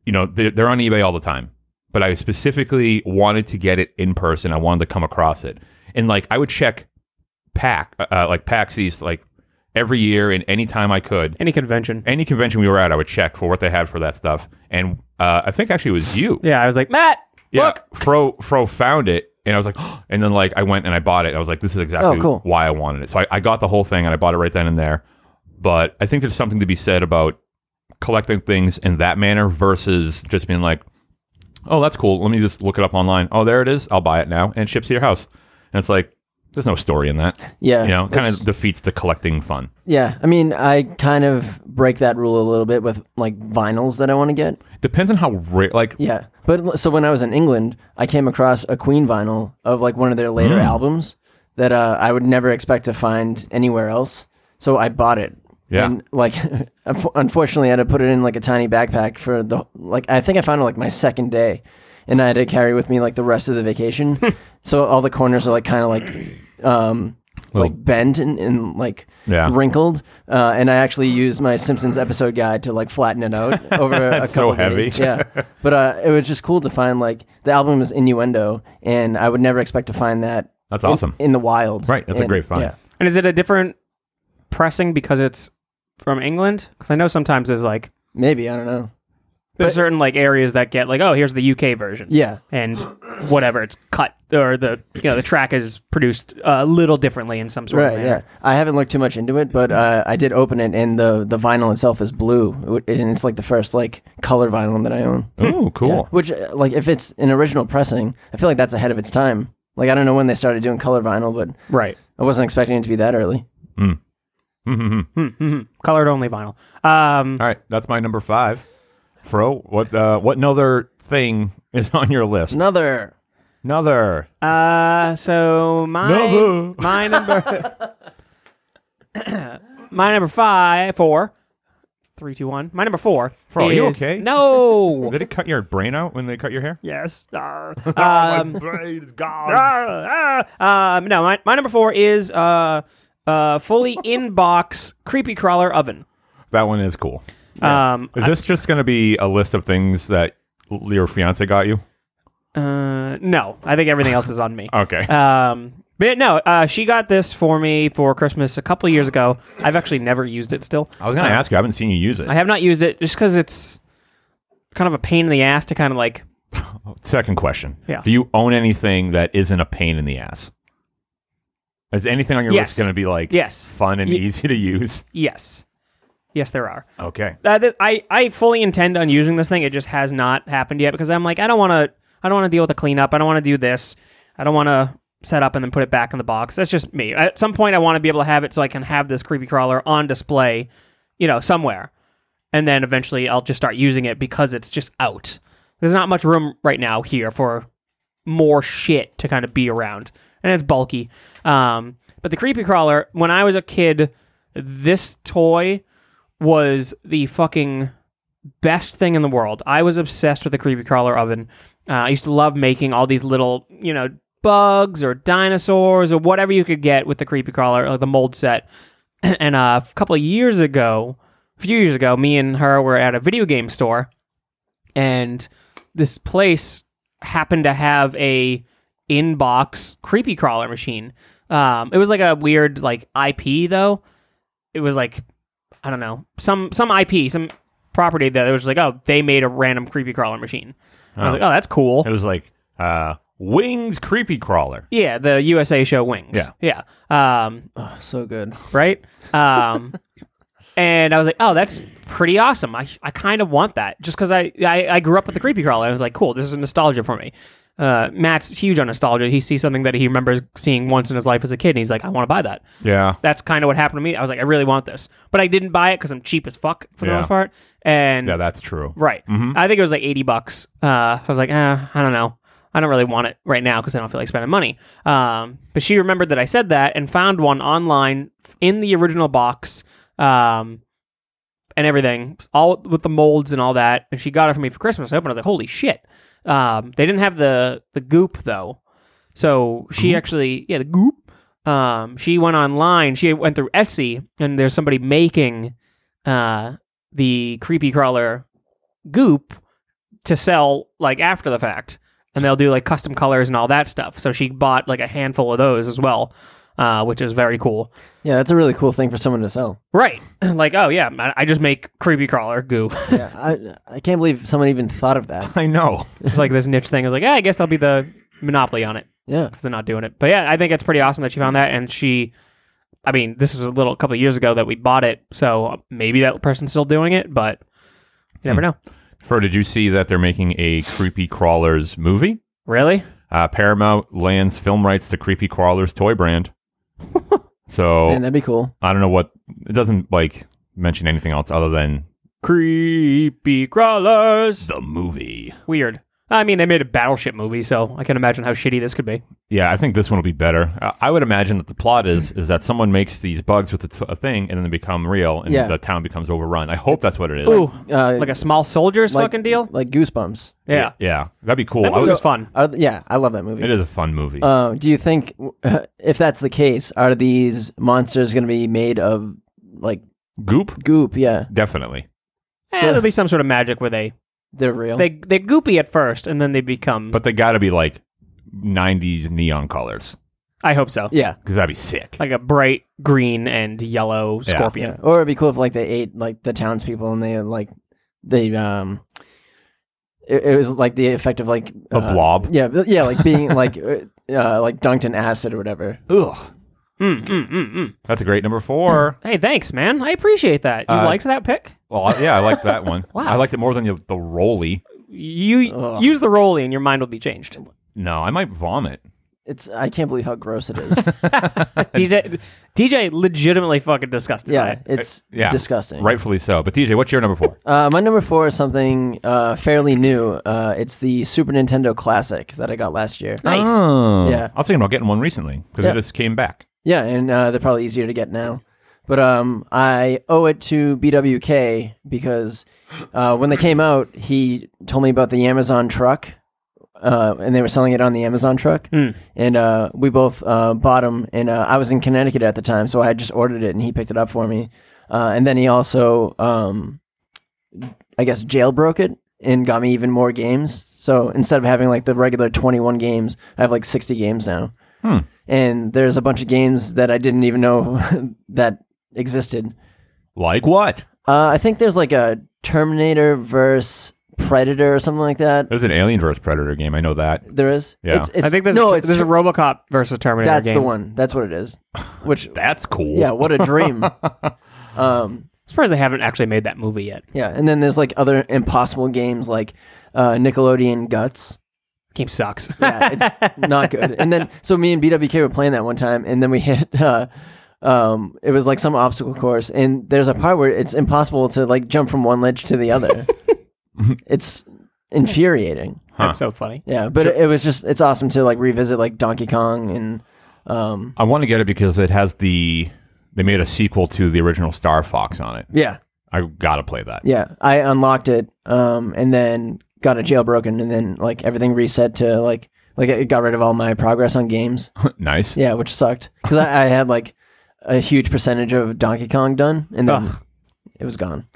[SPEAKER 1] you know, they're, they're on eBay all the time. But I specifically wanted to get it in person. I wanted to come across it, and like I would check pack, uh, like PAX East, like every year and any time I could.
[SPEAKER 3] Any convention.
[SPEAKER 1] Any convention we were at, I would check for what they had for that stuff. And uh, I think actually it was you.
[SPEAKER 3] Yeah, I was like, Matt,
[SPEAKER 1] Yeah,
[SPEAKER 3] look.
[SPEAKER 1] Fro Fro found it, and I was like, (gasps) and then like I went and I bought it. And I was like, this is exactly
[SPEAKER 2] Oh, cool.
[SPEAKER 1] why I wanted it. So I, I got the whole thing and I bought it right then and there. But I think there's something to be said about collecting things in that manner versus just being like, oh, that's cool. Let me just look it up online. Oh, there it is. I'll buy it now, and it ships to your house. And it's like, there's no story in that.
[SPEAKER 2] Yeah,
[SPEAKER 1] You know, kind
[SPEAKER 2] that's-
[SPEAKER 1] of defeats the collecting fun.
[SPEAKER 2] Yeah, I mean, I kind of break that rule a little bit with like vinyls that I want to get.
[SPEAKER 1] Depends on how rare. Like,
[SPEAKER 2] Yeah, but l- so when I was in England, I came across a Queen vinyl of like one of their
[SPEAKER 1] Mm.
[SPEAKER 2] later albums that uh, I would never expect to find anywhere else. So I bought it.
[SPEAKER 1] Yeah.
[SPEAKER 2] And like, (laughs) unf- unfortunately, I had to put it in like a tiny backpack for the like. I think I found it like my second day, and I had to carry with me like the rest of the
[SPEAKER 1] (laughs)
[SPEAKER 2] vacation. so all the corners are like kind of like, um,
[SPEAKER 1] Little-
[SPEAKER 2] like bent and, and like
[SPEAKER 1] Yeah.
[SPEAKER 2] wrinkled. Uh, and I actually used my Simpsons episode guide to like flatten
[SPEAKER 1] (laughs)
[SPEAKER 2] it out over a couple
[SPEAKER 1] so heavy.
[SPEAKER 2] days. Yeah, but uh, it was just cool to find like the album is innuendo, and I would never expect to find that.
[SPEAKER 1] That's
[SPEAKER 2] in- (laughs)
[SPEAKER 1] awesome.
[SPEAKER 2] in, the wild.
[SPEAKER 1] Right, that's a
[SPEAKER 2] And-
[SPEAKER 1] great find.
[SPEAKER 2] Yeah,
[SPEAKER 3] And is it a different pressing because it's from England? Because I know sometimes there's like
[SPEAKER 2] maybe I don't know.
[SPEAKER 3] there's certain like areas that get like, oh, here's the UK version.
[SPEAKER 2] Yeah,
[SPEAKER 3] And whatever, it's cut or the you know the track is produced a little differently in some sort of
[SPEAKER 2] right.
[SPEAKER 3] manner.
[SPEAKER 2] Yeah, I haven't looked too much into it, but uh, I did open it, and the the vinyl itself is blue, It- and it's like the first like color vinyl that I own.
[SPEAKER 1] Ooh, cool.
[SPEAKER 2] Yeah. Which uh, like if it's an original pressing, I feel like that's ahead of its time. Like I don't know when they started doing color vinyl, but
[SPEAKER 3] Right.
[SPEAKER 2] I wasn't expecting it to be that early.
[SPEAKER 3] hmm Colored only vinyl. Um,
[SPEAKER 1] All right, that's my number five. Fro, what uh, what another thing (laughs) is on your list?
[SPEAKER 2] Another.
[SPEAKER 1] Another.
[SPEAKER 3] Uh, so my
[SPEAKER 1] Another.
[SPEAKER 3] my number (coughs) my number five four three two one my number four.
[SPEAKER 1] Fro, are you
[SPEAKER 3] is-
[SPEAKER 1] okay? (laughs)
[SPEAKER 3] No.
[SPEAKER 1] Did it cut your brain out when they cut your hair? (laughs)
[SPEAKER 3] yes. Arr.
[SPEAKER 1] Oh, my
[SPEAKER 3] Um,
[SPEAKER 1] brain is gone.
[SPEAKER 3] arr, arr. (laughs) um, no, my, my number four is uh, uh, fully inbox creepy crawler oven.
[SPEAKER 1] That one is cool.
[SPEAKER 3] Um,
[SPEAKER 1] Is this just going to be a list of things that l- your fiance got you?
[SPEAKER 3] uh, no, I think everything else is on
[SPEAKER 1] (laughs)
[SPEAKER 3] me.
[SPEAKER 1] Okay.
[SPEAKER 3] Um, but no, uh, she got this for me for Christmas a couple years ago. I've actually never used it still.
[SPEAKER 1] I was going to ask you. I haven't seen you use it.
[SPEAKER 3] uh, I have not used it just because it's kind of a pain in the ass to kind of like.
[SPEAKER 1] Second question.
[SPEAKER 3] Yeah.
[SPEAKER 1] Do you own anything that isn't a pain in the ass? Is anything on your
[SPEAKER 3] Yes.
[SPEAKER 1] list going to be like
[SPEAKER 3] Yes.
[SPEAKER 1] fun and
[SPEAKER 3] Ye-
[SPEAKER 1] easy to use?
[SPEAKER 3] Yes, yes, there are.
[SPEAKER 1] Okay.
[SPEAKER 3] Uh, th- I I fully intend on using this thing. It just has not happened yet because I'm like I don't want to. I don't want to deal with the cleanup. I don't want to do this. I don't want to set up and then put it back in the box. That's just me. At some point, I want to be able to have it so I can have this creepy crawler on display, you know, somewhere, and then eventually I'll just start using it because it's just out. There's not much room right now here for more shit to kind of be around, and it's bulky. Um, but the creepy crawler, when I was a kid, this toy was the fucking best thing in the world. I was obsessed with the creepy crawler oven. Uh, I used to love making all these little, you know, bugs or dinosaurs or whatever you could get with the creepy crawler or the mold set. (clears throat) and uh, a couple of years ago, a few years ago, me and her were at a video game store, and this place happened to have a inbox creepy crawler machine. Um, it was like a weird like IP though. It was like I don't know some some IP some property that it was like oh they made a random creepy crawler machine. I was
[SPEAKER 1] Oh.
[SPEAKER 3] like oh that's cool.
[SPEAKER 1] It was like uh, Wings Creepy Crawler.
[SPEAKER 3] Yeah, the USA show Wings. Yeah, yeah. Um,
[SPEAKER 2] Oh, so good.
[SPEAKER 3] right? Um, and I was like, oh, that's pretty awesome. I, I kind of want that just because I, I, I grew up with the creepy crawler. I was like, cool, this is nostalgia for me. Uh, Matt's huge on nostalgia. He sees something that he remembers seeing once in his life as a kid, and he's like, I want to buy that.
[SPEAKER 1] Yeah.
[SPEAKER 3] That's kind of what happened to me. I was like, I really want this, but I didn't buy it because I'm cheap as fuck for the
[SPEAKER 1] Yeah.
[SPEAKER 3] most part. And
[SPEAKER 1] Yeah, that's true.
[SPEAKER 3] Right. I think it was like 80 bucks. Uh, so I was like, eh, I don't know. I don't really want it right now because I don't feel like spending money. Um, but she remembered that I said that and found one online in the original box um, and everything, all with the molds and all that. And she got it for me for Christmas. I opened it. I was like, holy shit. Um, they didn't have the, the goop, though. So she actually, yeah, the goop. Um, she went online. She went through Etsy, and there's somebody making uh, the creepy crawler goop to sell like after the fact, and they'll do like custom colors and all that stuff. So she bought like a handful of those as well, uh, which is very cool.
[SPEAKER 2] Yeah, that's a really cool thing for someone to sell.
[SPEAKER 3] Right? (clears throat) Like, oh yeah, I- I just make creepy crawler goo. (laughs)
[SPEAKER 2] Yeah, (laughs) I I can't believe someone even thought of that.
[SPEAKER 1] I know.
[SPEAKER 3] it's like this niche thing. I was like, yeah, I guess that'll be the monopoly on it
[SPEAKER 2] Yeah,
[SPEAKER 3] because they're not doing it. But yeah, I think it's pretty awesome that she found that and she. I mean, this is a little couple of years ago that we bought it, so uh, maybe that person's still doing it, but you never know.
[SPEAKER 1] Fro, did you see that they're making a Creepy Crawlers movie?
[SPEAKER 3] Really?
[SPEAKER 1] Uh, Paramount lands film rights to Creepy Crawlers toy
[SPEAKER 2] (laughs)
[SPEAKER 1] brand. so
[SPEAKER 2] man, that'd be cool.
[SPEAKER 1] I don't know what it doesn't like mention anything else other than
[SPEAKER 3] Creepy crawlers.
[SPEAKER 1] the movie.
[SPEAKER 3] Weird. I mean, they made a battleship movie, so I can imagine how shitty this could be.
[SPEAKER 1] Yeah, I think this one will be better. I I would imagine that the plot is is that someone makes these bugs with a, t- a thing and then they become real and
[SPEAKER 2] Yeah.
[SPEAKER 1] the town becomes overrun. I hope that's what it is.
[SPEAKER 3] Ooh,
[SPEAKER 2] Uh,
[SPEAKER 3] like a small soldiers
[SPEAKER 2] like-
[SPEAKER 3] fucking deal.
[SPEAKER 2] like Goosebumps.
[SPEAKER 3] yeah,
[SPEAKER 1] Yeah, that'd be cool.
[SPEAKER 3] that
[SPEAKER 1] I
[SPEAKER 3] movie
[SPEAKER 1] would-
[SPEAKER 3] was fun.
[SPEAKER 2] Are, yeah, I love that movie.
[SPEAKER 1] it is a fun movie.
[SPEAKER 2] Uh, do you think, (laughs) if that's the case, are these monsters going to be made of like
[SPEAKER 1] Goop,
[SPEAKER 2] goop? Yeah,
[SPEAKER 1] definitely.
[SPEAKER 3] Eh,
[SPEAKER 2] so-
[SPEAKER 3] there'll be some sort of magic where they
[SPEAKER 2] they're real.
[SPEAKER 3] they they goopy at first, and then they become.
[SPEAKER 1] But they got to be like '90s neon colors
[SPEAKER 3] I hope so.
[SPEAKER 2] yeah,
[SPEAKER 1] because that'd be sick.
[SPEAKER 3] Like a bright green and yellow
[SPEAKER 1] Yeah.
[SPEAKER 2] yeah.
[SPEAKER 3] scorpion.
[SPEAKER 2] Or it'd be cool if like they ate like the townspeople and they like they um. It, it was like the effect of like
[SPEAKER 1] A
[SPEAKER 2] uh,
[SPEAKER 1] blob?
[SPEAKER 2] Yeah, but- yeah,
[SPEAKER 1] (laughs)
[SPEAKER 2] like being like uh, uh, like dunked in acid or whatever.
[SPEAKER 1] Ugh,
[SPEAKER 3] Mm, mm, mm, mm.
[SPEAKER 1] that's a great number four.
[SPEAKER 3] Hey, thanks, man. I appreciate that. You
[SPEAKER 1] Uh,
[SPEAKER 3] liked that pick.
[SPEAKER 1] well, I- yeah, I like that
[SPEAKER 2] (laughs)
[SPEAKER 1] one. I liked it more than the, the Roly.
[SPEAKER 3] You use the rolly, and your mind will be
[SPEAKER 2] (laughs)
[SPEAKER 3] changed.
[SPEAKER 1] No, I might vomit.
[SPEAKER 2] It's I can't believe how gross
[SPEAKER 1] (laughs)
[SPEAKER 2] it is.
[SPEAKER 3] DJ DJ legitimately fucking disgusted. by
[SPEAKER 2] yeah,
[SPEAKER 3] it.
[SPEAKER 2] it's
[SPEAKER 1] Yeah,
[SPEAKER 2] disgusting.
[SPEAKER 1] Rightfully so. But DJ, what's your number
[SPEAKER 2] (laughs)
[SPEAKER 1] four?
[SPEAKER 2] Uh, my number four is something uh, fairly new. Uh, it's the Super Nintendo Classic that I got last year.
[SPEAKER 3] nice.
[SPEAKER 1] Oh.
[SPEAKER 2] Yeah.
[SPEAKER 1] I was thinking about getting one recently because
[SPEAKER 2] Yeah.
[SPEAKER 1] it just came back.
[SPEAKER 2] Yeah, and uh, they're probably easier to get now. But um, I owe it to BWK because uh, when they came out, he told me about the Amazon truck, uh, and they were selling it on the Amazon truck.
[SPEAKER 3] Mm.
[SPEAKER 2] And uh, we both uh, bought them, and uh, I was in Connecticut at the time, so I had just ordered it, and he picked it up for me. Uh, and then he also, um, I guess, jailbroke it and got me even more games. So instead of having like the regular 21 games, I have like 60 games now
[SPEAKER 3] Hmm.
[SPEAKER 2] and there's a bunch of games that I didn't even know (laughs) that existed.
[SPEAKER 1] Like what?
[SPEAKER 2] Uh, I think there's like a Terminator verse Predator or something like that.
[SPEAKER 1] There's an Alien vs Predator game. I know that.
[SPEAKER 2] There is.
[SPEAKER 1] Yeah.
[SPEAKER 2] It's, it's,
[SPEAKER 3] I think there's a,
[SPEAKER 2] no. it's
[SPEAKER 3] there's a
[SPEAKER 2] Ter-
[SPEAKER 3] RoboCop versus Terminator
[SPEAKER 2] that's
[SPEAKER 3] game.
[SPEAKER 2] the one. That's what
[SPEAKER 3] (laughs)
[SPEAKER 2] it is. Which
[SPEAKER 1] That's cool.
[SPEAKER 2] yeah, what a dream. um,
[SPEAKER 3] As far as they haven't actually made that movie yet,
[SPEAKER 2] yeah, and then there's like other impossible games like uh, Nickelodeon Guts.
[SPEAKER 3] game sucks. (laughs)
[SPEAKER 2] yeah, it's not good. And then so me and BWK were playing that one time, and then we hit. (laughs) Uh, um, it was like some obstacle course, and there's a part where it's impossible to like jump from one ledge to the other. it's infuriating.
[SPEAKER 3] That's so funny.
[SPEAKER 2] Yeah, but it, it was just it's awesome to like revisit like Donkey Kong and um
[SPEAKER 1] I want to get it because it has the. They made a sequel to the original Star Fox on it.
[SPEAKER 2] yeah
[SPEAKER 1] I gotta play that.
[SPEAKER 2] yeah I unlocked it um and then got it jailbroken and then like everything reset to like like it got rid of all my progress
[SPEAKER 3] (laughs)
[SPEAKER 2] on games.
[SPEAKER 1] (laughs) nice.
[SPEAKER 2] Yeah, which sucked because I, I had like a huge percentage of Donkey Kong done, and then it was gone.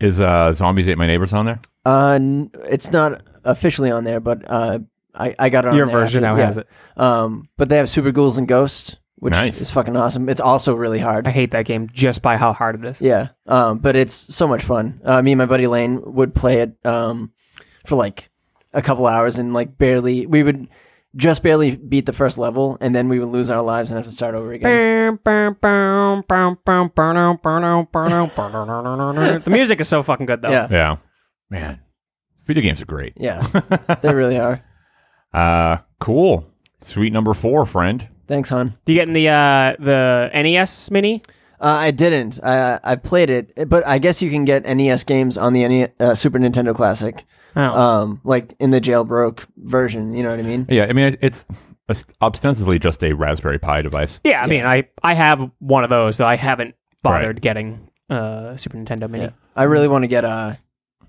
[SPEAKER 1] Is uh, Zombies Ate My Neighbors on there?
[SPEAKER 2] Uh, n- it's not officially on there, but uh, I, I got it. On
[SPEAKER 3] Your
[SPEAKER 2] there
[SPEAKER 3] version
[SPEAKER 2] after-
[SPEAKER 3] now
[SPEAKER 2] yeah.
[SPEAKER 3] has it.
[SPEAKER 2] Um, but they have Super Ghouls and Ghosts, which
[SPEAKER 1] Nice.
[SPEAKER 2] is fucking awesome. It's also really
[SPEAKER 3] I
[SPEAKER 2] hard.
[SPEAKER 3] hate that game just by how hard it is.
[SPEAKER 2] Yeah, um, but it's so much fun. Uh, me and my buddy Lane would play it um, for like a couple hours and like barely we would just barely beat the first level, and then we would lose our lives and have to start over again.
[SPEAKER 3] the music is so fucking good though.
[SPEAKER 2] Yeah.
[SPEAKER 1] Yeah. Man, video games are great.
[SPEAKER 2] Yeah, they really are.
[SPEAKER 1] Uh, cool. Sweet number four, friend.
[SPEAKER 2] Thanks, hon.
[SPEAKER 3] Do you get in the uh, the NES mini?
[SPEAKER 2] Uh, I didn't. I I played it, but I guess you can get NES games on the NE- uh, Super Nintendo Classic,
[SPEAKER 3] Oh.
[SPEAKER 2] um, like in the jailbroke version. You know what I mean?
[SPEAKER 1] Yeah, I mean, it's ostensibly just a Raspberry Pi device.
[SPEAKER 3] yeah, I mean, I I have one of those, so I haven't bothered getting uh, Super Nintendo mini.
[SPEAKER 2] I really want to get a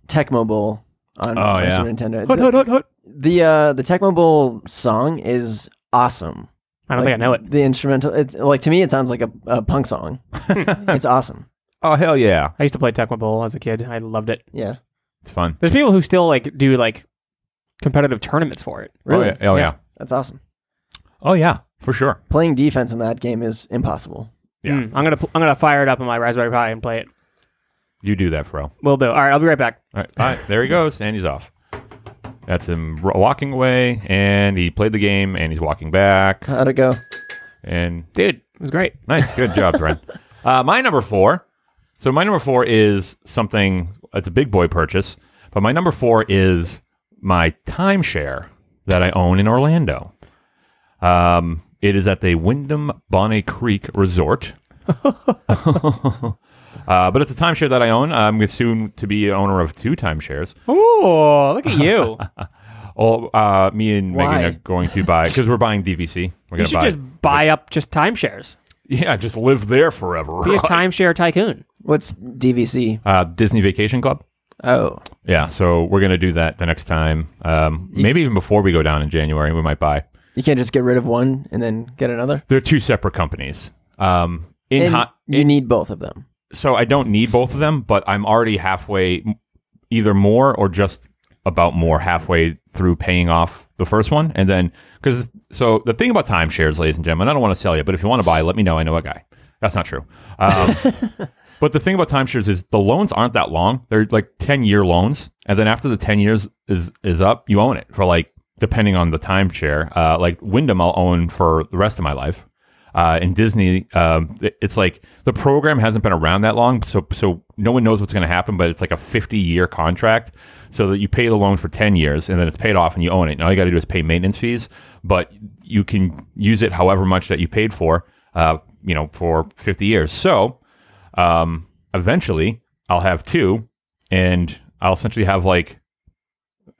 [SPEAKER 2] Tecmo Bowl on
[SPEAKER 1] Oh,
[SPEAKER 2] my
[SPEAKER 1] yeah.
[SPEAKER 2] Super Nintendo.
[SPEAKER 3] Hut,
[SPEAKER 2] The
[SPEAKER 3] hut, hut, hut.
[SPEAKER 2] the, uh, the Tecmo Bowl song is awesome.
[SPEAKER 3] I don't
[SPEAKER 2] Like,
[SPEAKER 3] think I know it.
[SPEAKER 2] The instrumental, it's like to me, it sounds like a, a punk
[SPEAKER 3] (laughs)
[SPEAKER 2] song. (laughs) it's awesome.
[SPEAKER 1] Oh, hell yeah.
[SPEAKER 3] I used to play Tecmo Bowl as a kid. I loved it.
[SPEAKER 2] Yeah,
[SPEAKER 1] It's fun. Oh,
[SPEAKER 3] There's people who still like do like competitive tournaments for it.
[SPEAKER 2] Really?
[SPEAKER 1] Oh yeah. Oh yeah.
[SPEAKER 2] That's awesome.
[SPEAKER 1] Oh, yeah. For sure.
[SPEAKER 2] Playing defense in that game is impossible.
[SPEAKER 1] Yeah.
[SPEAKER 3] Mm, I'm gonna pl- I'm gonna fire it up on my Raspberry Pi and play it.
[SPEAKER 1] You do that, Pharrell.
[SPEAKER 3] Will do. All right, I'll be right back.
[SPEAKER 1] All right, all right, there he goes, and he's off. That's him ro- walking away, and he played the game, and he's walking back,
[SPEAKER 2] How'd it go?
[SPEAKER 1] and
[SPEAKER 3] Dude, it was great.
[SPEAKER 1] nice, good job,
[SPEAKER 3] (laughs)
[SPEAKER 1] Brent. Uh, my number four. So my number four is something. It's a big boy purchase, but my number four is my timeshare that I own in Orlando. Um, it is at the Wyndham Bonnet Creek
[SPEAKER 3] (laughs)
[SPEAKER 1] Resort. (laughs) Uh, but it's a timeshare that I own. I'm soon to be owner of two timeshares.
[SPEAKER 3] Ooh, look at you.
[SPEAKER 1] Oh, uh, me and
[SPEAKER 2] Why?
[SPEAKER 1] Megan are going to buy because we're buying DVC. We're
[SPEAKER 3] you
[SPEAKER 1] gonna
[SPEAKER 3] should
[SPEAKER 1] buy,
[SPEAKER 3] just buy up just timeshares.
[SPEAKER 1] (laughs) yeah, just live there forever.
[SPEAKER 3] Be a timeshare tycoon.
[SPEAKER 2] What's DVC?
[SPEAKER 1] (laughs) uh, Disney Vacation Club.
[SPEAKER 2] Oh,
[SPEAKER 1] Yeah, so we're gonna do that the next time. Um, maybe even before we go down in January, we might buy.
[SPEAKER 2] you can't just get rid of one and then get another.
[SPEAKER 1] They're two separate companies. Um, in
[SPEAKER 2] And
[SPEAKER 1] hot,
[SPEAKER 2] you need both of them.
[SPEAKER 1] so I don't need both of them, but I'm already halfway, m- either more or just about more halfway through paying off the first one, and then because so the thing about timeshares, ladies and gentlemen, I don't want to sell you, but if you want to buy, let me know. I know a guy. That's not true. Um, but the thing about timeshares is the loans aren't that long; they're like ten year loans, and then after the ten years is is up, you own it for like depending on the timeshare. Uh, like Wyndham, I'll own for the rest of my life uh, and Disney, um, it- it's like the program hasn't been around that long, so so no one knows what's going to happen. But it's like a fifty year contract, so that you pay the loan for ten years, and then it's paid off, and you own it. And all you got to do is pay maintenance fees, but you can use it however much that you paid for, uh, you know, for fifty years. So um, eventually, I'll have two, and I'll essentially have like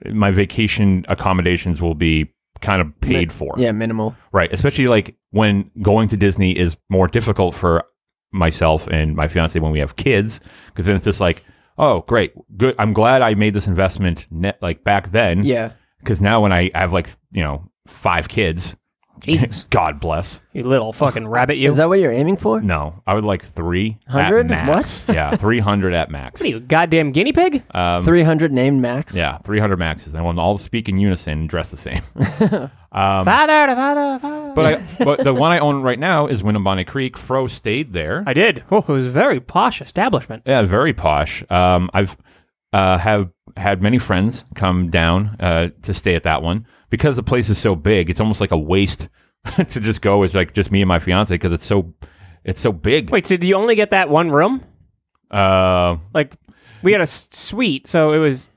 [SPEAKER 1] my vacation accommodations will be kind of paid for.
[SPEAKER 2] Yeah, minimal.
[SPEAKER 1] Right. Especially like when going to Disney is more difficult for myself and my fiance when we have kids, because then it's just like, oh, great. Good. I'm glad I made this investment net, like back
[SPEAKER 3] Hmm.
[SPEAKER 1] then.
[SPEAKER 2] Yeah.
[SPEAKER 1] Because now when I have like, you know, five kids,
[SPEAKER 3] Jesus,
[SPEAKER 1] (laughs) God bless.
[SPEAKER 3] you little fucking rabbit! You.
[SPEAKER 2] Is that what you're aiming for?
[SPEAKER 1] No, I would like three At
[SPEAKER 2] 100?
[SPEAKER 1] max. What? Yeah. 300 at max.
[SPEAKER 3] (laughs) what are you, goddamn guinea pig?
[SPEAKER 1] Um,
[SPEAKER 2] 300 named max.
[SPEAKER 1] yeah. 300 maxes. I want them all to speak in unison and dress the same. (laughs)
[SPEAKER 3] father, to father, father.
[SPEAKER 1] But I, but the one I own right now is Winnebago Creek. Fro stayed there.
[SPEAKER 3] I did. Oh, it was a very posh establishment.
[SPEAKER 1] Yeah, very posh. Um, I've uh, have had many friends come down uh, to stay at that one because the place is so big. It's almost like a waste (laughs) to just go with like just me and my fiance because it's so it's so big.
[SPEAKER 3] Wait, so do you only get that one room?
[SPEAKER 1] Uh,
[SPEAKER 3] Like, we had a s- suite, so it was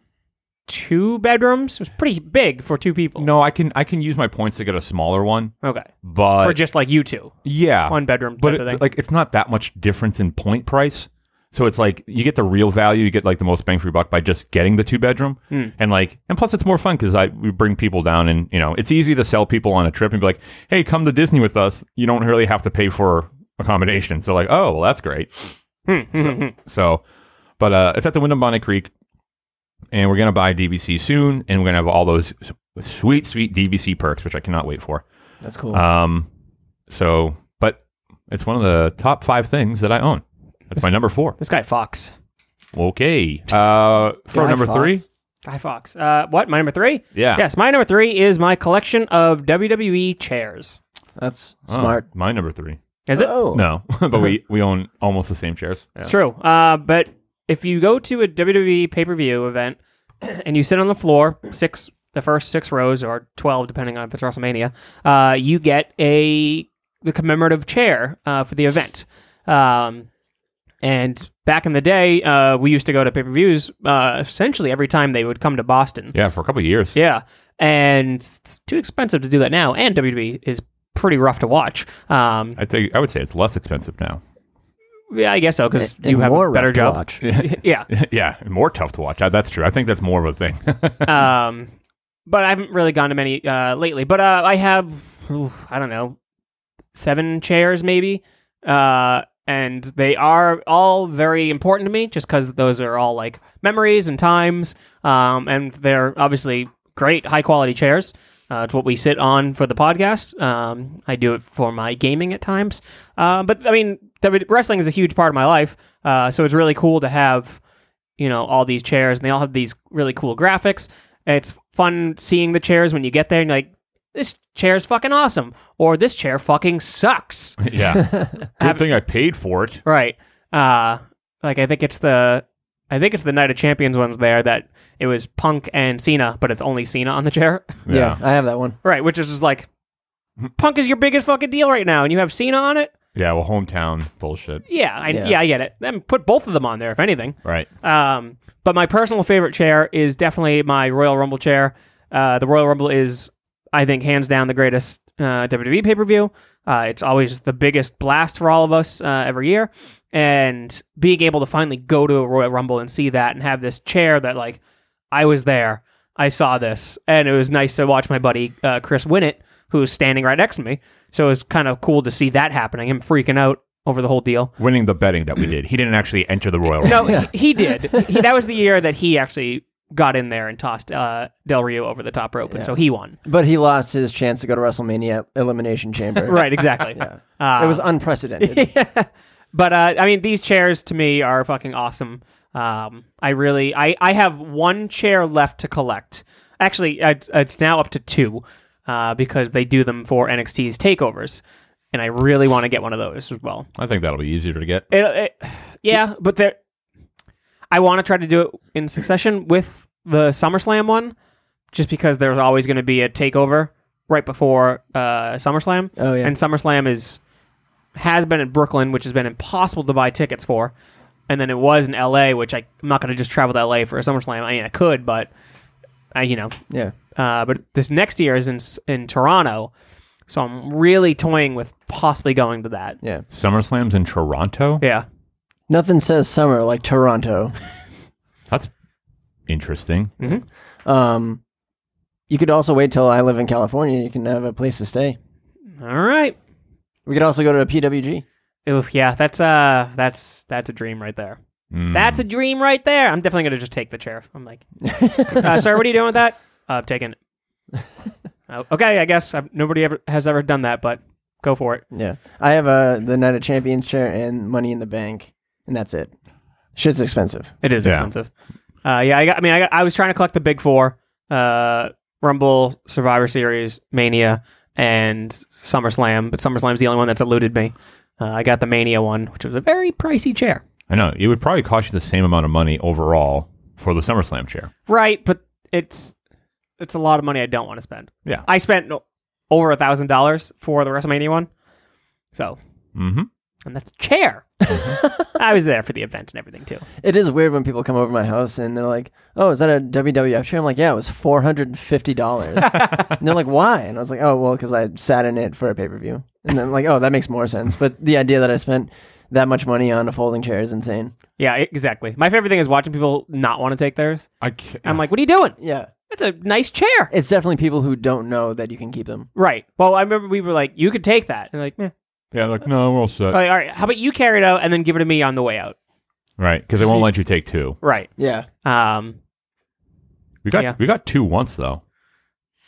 [SPEAKER 3] two bedrooms. It was pretty big for two people.
[SPEAKER 1] no, I can I can use my points to get a smaller one,
[SPEAKER 3] Okay.
[SPEAKER 1] but
[SPEAKER 3] for just like you two,
[SPEAKER 1] yeah,
[SPEAKER 3] one bedroom type
[SPEAKER 1] but
[SPEAKER 3] of
[SPEAKER 1] it-
[SPEAKER 3] thing.
[SPEAKER 1] like it's not that much difference in point price. So it's like you get the real value, you get like the most bang for your buck by just getting the two bedroom,
[SPEAKER 3] Hmm.
[SPEAKER 1] and like, and plus it's more fun because I we bring people down, and you know it's easy to sell people on a trip and be like, hey, come to Disney with us. You don't really have to pay for accommodation. So like, oh, well, that's great.
[SPEAKER 3] Hmm.
[SPEAKER 1] So, but uh, it's at the Wyndham Bonnet Creek, and we're gonna buy DVC soon, and we're gonna have all those s- sweet, sweet DVC perks, which I cannot wait for.
[SPEAKER 2] That's cool.
[SPEAKER 1] Um, so, but it's one of the top five things that I own. That's my number four.
[SPEAKER 3] this guy Fox.
[SPEAKER 1] Okay. Uh, for
[SPEAKER 2] Guy
[SPEAKER 1] number
[SPEAKER 2] Fawkes.
[SPEAKER 1] three,
[SPEAKER 3] Guy Fox. Uh, what? My number three?
[SPEAKER 1] Yeah.
[SPEAKER 3] Yes, my number three is my collection of WWE chairs.
[SPEAKER 2] That's
[SPEAKER 1] Oh,
[SPEAKER 2] smart.
[SPEAKER 1] my number three.
[SPEAKER 3] Is it?
[SPEAKER 2] Oh.
[SPEAKER 1] No, (laughs) but
[SPEAKER 3] (laughs)
[SPEAKER 1] we we own almost the same chairs.
[SPEAKER 3] It's true. Uh, but if you go to a WWE pay per view event (clears throat) and you sit on the floor, six the first six rows or twelve, depending on if it's WrestleMania, uh, you get a the commemorative chair uh, for the event. Um, and back in the day, uh, we used to go to pay per views uh, essentially every time they would come to Boston.
[SPEAKER 1] Yeah, for a couple of years.
[SPEAKER 3] Yeah, and it's too expensive to do that now. And WWE is pretty rough to watch. Um,
[SPEAKER 1] I think I would say it's less expensive now. (laughs)
[SPEAKER 3] yeah, I guess so because
[SPEAKER 2] And
[SPEAKER 3] you have
[SPEAKER 2] more
[SPEAKER 3] a better
[SPEAKER 2] rough to
[SPEAKER 3] job.
[SPEAKER 2] watch.
[SPEAKER 3] (laughs) yeah.
[SPEAKER 1] yeah, more tough to watch. Uh, That's true. I think that's more of a thing. (laughs)
[SPEAKER 3] Um, but I haven't really gone to many uh, lately. But uh, I have, ooh, I don't know, seven chairs maybe, uh, and they are all very important to me, just because those are all like memories and times, um, and they're obviously great, high quality chairs. Uh, it's what we sit on for the podcast. Um, I do it for my gaming at times, uh, but I mean, W- wrestling is a huge part of my life, uh, so it's really cool to have you know, all these chairs, and they all have these really cool graphics. And it's fun seeing the chairs when you get there, and you're like, this chair's fucking awesome, or this chair fucking sucks. (laughs)
[SPEAKER 1] yeah. Good thing I paid for it.
[SPEAKER 3] Right. Uh like I think it's the I think it's the Night of Champions ones there that it was Punk and Cena, but it's only Cena on the chair. (laughs)
[SPEAKER 2] Yeah. I have that one.
[SPEAKER 3] Right, which is just like Punk is your biggest fucking deal right now and you have Cena on it?
[SPEAKER 1] Yeah, well, hometown bullshit.
[SPEAKER 3] Yeah, I yeah,
[SPEAKER 2] Yeah.
[SPEAKER 3] I get it. Then put both of them on there if anything.
[SPEAKER 1] Right.
[SPEAKER 3] Um but my personal favorite chair is definitely my Royal Rumble chair. Uh the Royal Rumble is I think hands down the greatest uh, WWE pay per view. Uh, it's always the biggest blast for all of us uh, every year, and being able to finally go to a Royal Rumble and see that, and have this chair that like I was there, I saw this, and it was nice to watch my buddy uh, Chris win it, who was standing right next to me. So it was kind of cool to see that happening. Him freaking out over the whole deal.
[SPEAKER 1] Winning the betting that we did. He didn't actually enter the Royal Rumble.
[SPEAKER 3] No, he, he did. He, that was the year that he actually got in there and tossed uh, Del Rio over the top rope, and so he won.
[SPEAKER 2] But he lost his chance to go to WrestleMania Elimination Chamber.
[SPEAKER 3] (laughs) Right, exactly. Uh,
[SPEAKER 2] It was unprecedented.
[SPEAKER 3] But uh, I mean, these chairs to me are fucking awesome. Um, I really, I, I have one chair left to collect. Actually, it's, it's now up to two uh, because they do them for NXT's takeovers, and I really want to get one of those as well.
[SPEAKER 1] I think that'll be easier to get.
[SPEAKER 3] It, it, yeah, but they're. I want to try to do it in succession with the SummerSlam one, just because there's always going to be a takeover right before uh, SummerSlam.
[SPEAKER 2] Oh, yeah.
[SPEAKER 3] and SummerSlam is has been in Brooklyn, which has been impossible to buy tickets for, and then it was in L.A., which I, I'm not going to just travel to L.A. for a SummerSlam. I mean, I could, but I, you know,
[SPEAKER 2] yeah.
[SPEAKER 3] uh, but this next year is in s- in Toronto, so I'm really toying with possibly going to that.
[SPEAKER 2] Yeah.
[SPEAKER 1] SummerSlam's in Toronto?
[SPEAKER 3] Yeah.
[SPEAKER 2] Nothing says summer like Toronto.
[SPEAKER 1] That's interesting.
[SPEAKER 2] Um, you could also wait till I live in California. You can have a place to stay.
[SPEAKER 3] All right.
[SPEAKER 2] We could also go to a PWG.
[SPEAKER 3] Oof, yeah, that's uh that's that's a dream right there.
[SPEAKER 1] Mm.
[SPEAKER 3] That's a dream right there. I'm definitely gonna just take the chair. I'm like, uh, sir, what are you doing with that? Uh, I'm taking it. Oh, okay, I guess i nobody ever has ever done that, but go for it.
[SPEAKER 2] Yeah. I have a the Night of Champions chair and Money in the Bank, and that's it. Shit's expensive.
[SPEAKER 3] It is
[SPEAKER 1] Yeah.
[SPEAKER 3] expensive. Uh, yeah, I got. I mean, I, got, I was trying to collect the big four: uh, Rumble, Survivor Series, Mania, and SummerSlam. But SummerSlam's the only one that's eluded me. Uh, I got the Mania one, which was a very pricey chair.
[SPEAKER 1] I know. It would probably cost you the same amount of money overall for the SummerSlam chair.
[SPEAKER 3] Right, but it's it's a lot of money I don't want to spend.
[SPEAKER 1] Yeah.
[SPEAKER 3] I spent o- over a thousand dollars for the WrestleMania one, so
[SPEAKER 1] Mm-hmm.
[SPEAKER 3] and that's a chair. (laughs) I was there for the event and everything too.
[SPEAKER 2] It is weird when people come over my house and they're like, "Oh, is that a WWF chair?" I'm like, "Yeah, it was four hundred and fifty dollars." and they're like, "Why?" And I was like, "Oh, well, because I sat in it for a pay per view." And then like, "Oh, that makes more sense." But the idea that I spent that much money on a folding chair is insane.
[SPEAKER 3] Yeah, e- exactly. My favorite thing is watching people not want to take theirs.
[SPEAKER 1] I can't.
[SPEAKER 3] I'm like, what are you doing?
[SPEAKER 2] Yeah,
[SPEAKER 3] That's a nice chair.
[SPEAKER 2] it's definitely people who don't know that you can keep them.
[SPEAKER 3] Right. Well, I remember we were like, you could take that, and like, meh.
[SPEAKER 1] yeah, like, no, we're all set.
[SPEAKER 3] Like, all right, how about you carry it out and then give it to me on the way out?
[SPEAKER 1] Right, because they won't let you take two.
[SPEAKER 3] Right.
[SPEAKER 2] Yeah,
[SPEAKER 3] Um.
[SPEAKER 1] We got
[SPEAKER 3] Yeah.
[SPEAKER 1] we got two once though.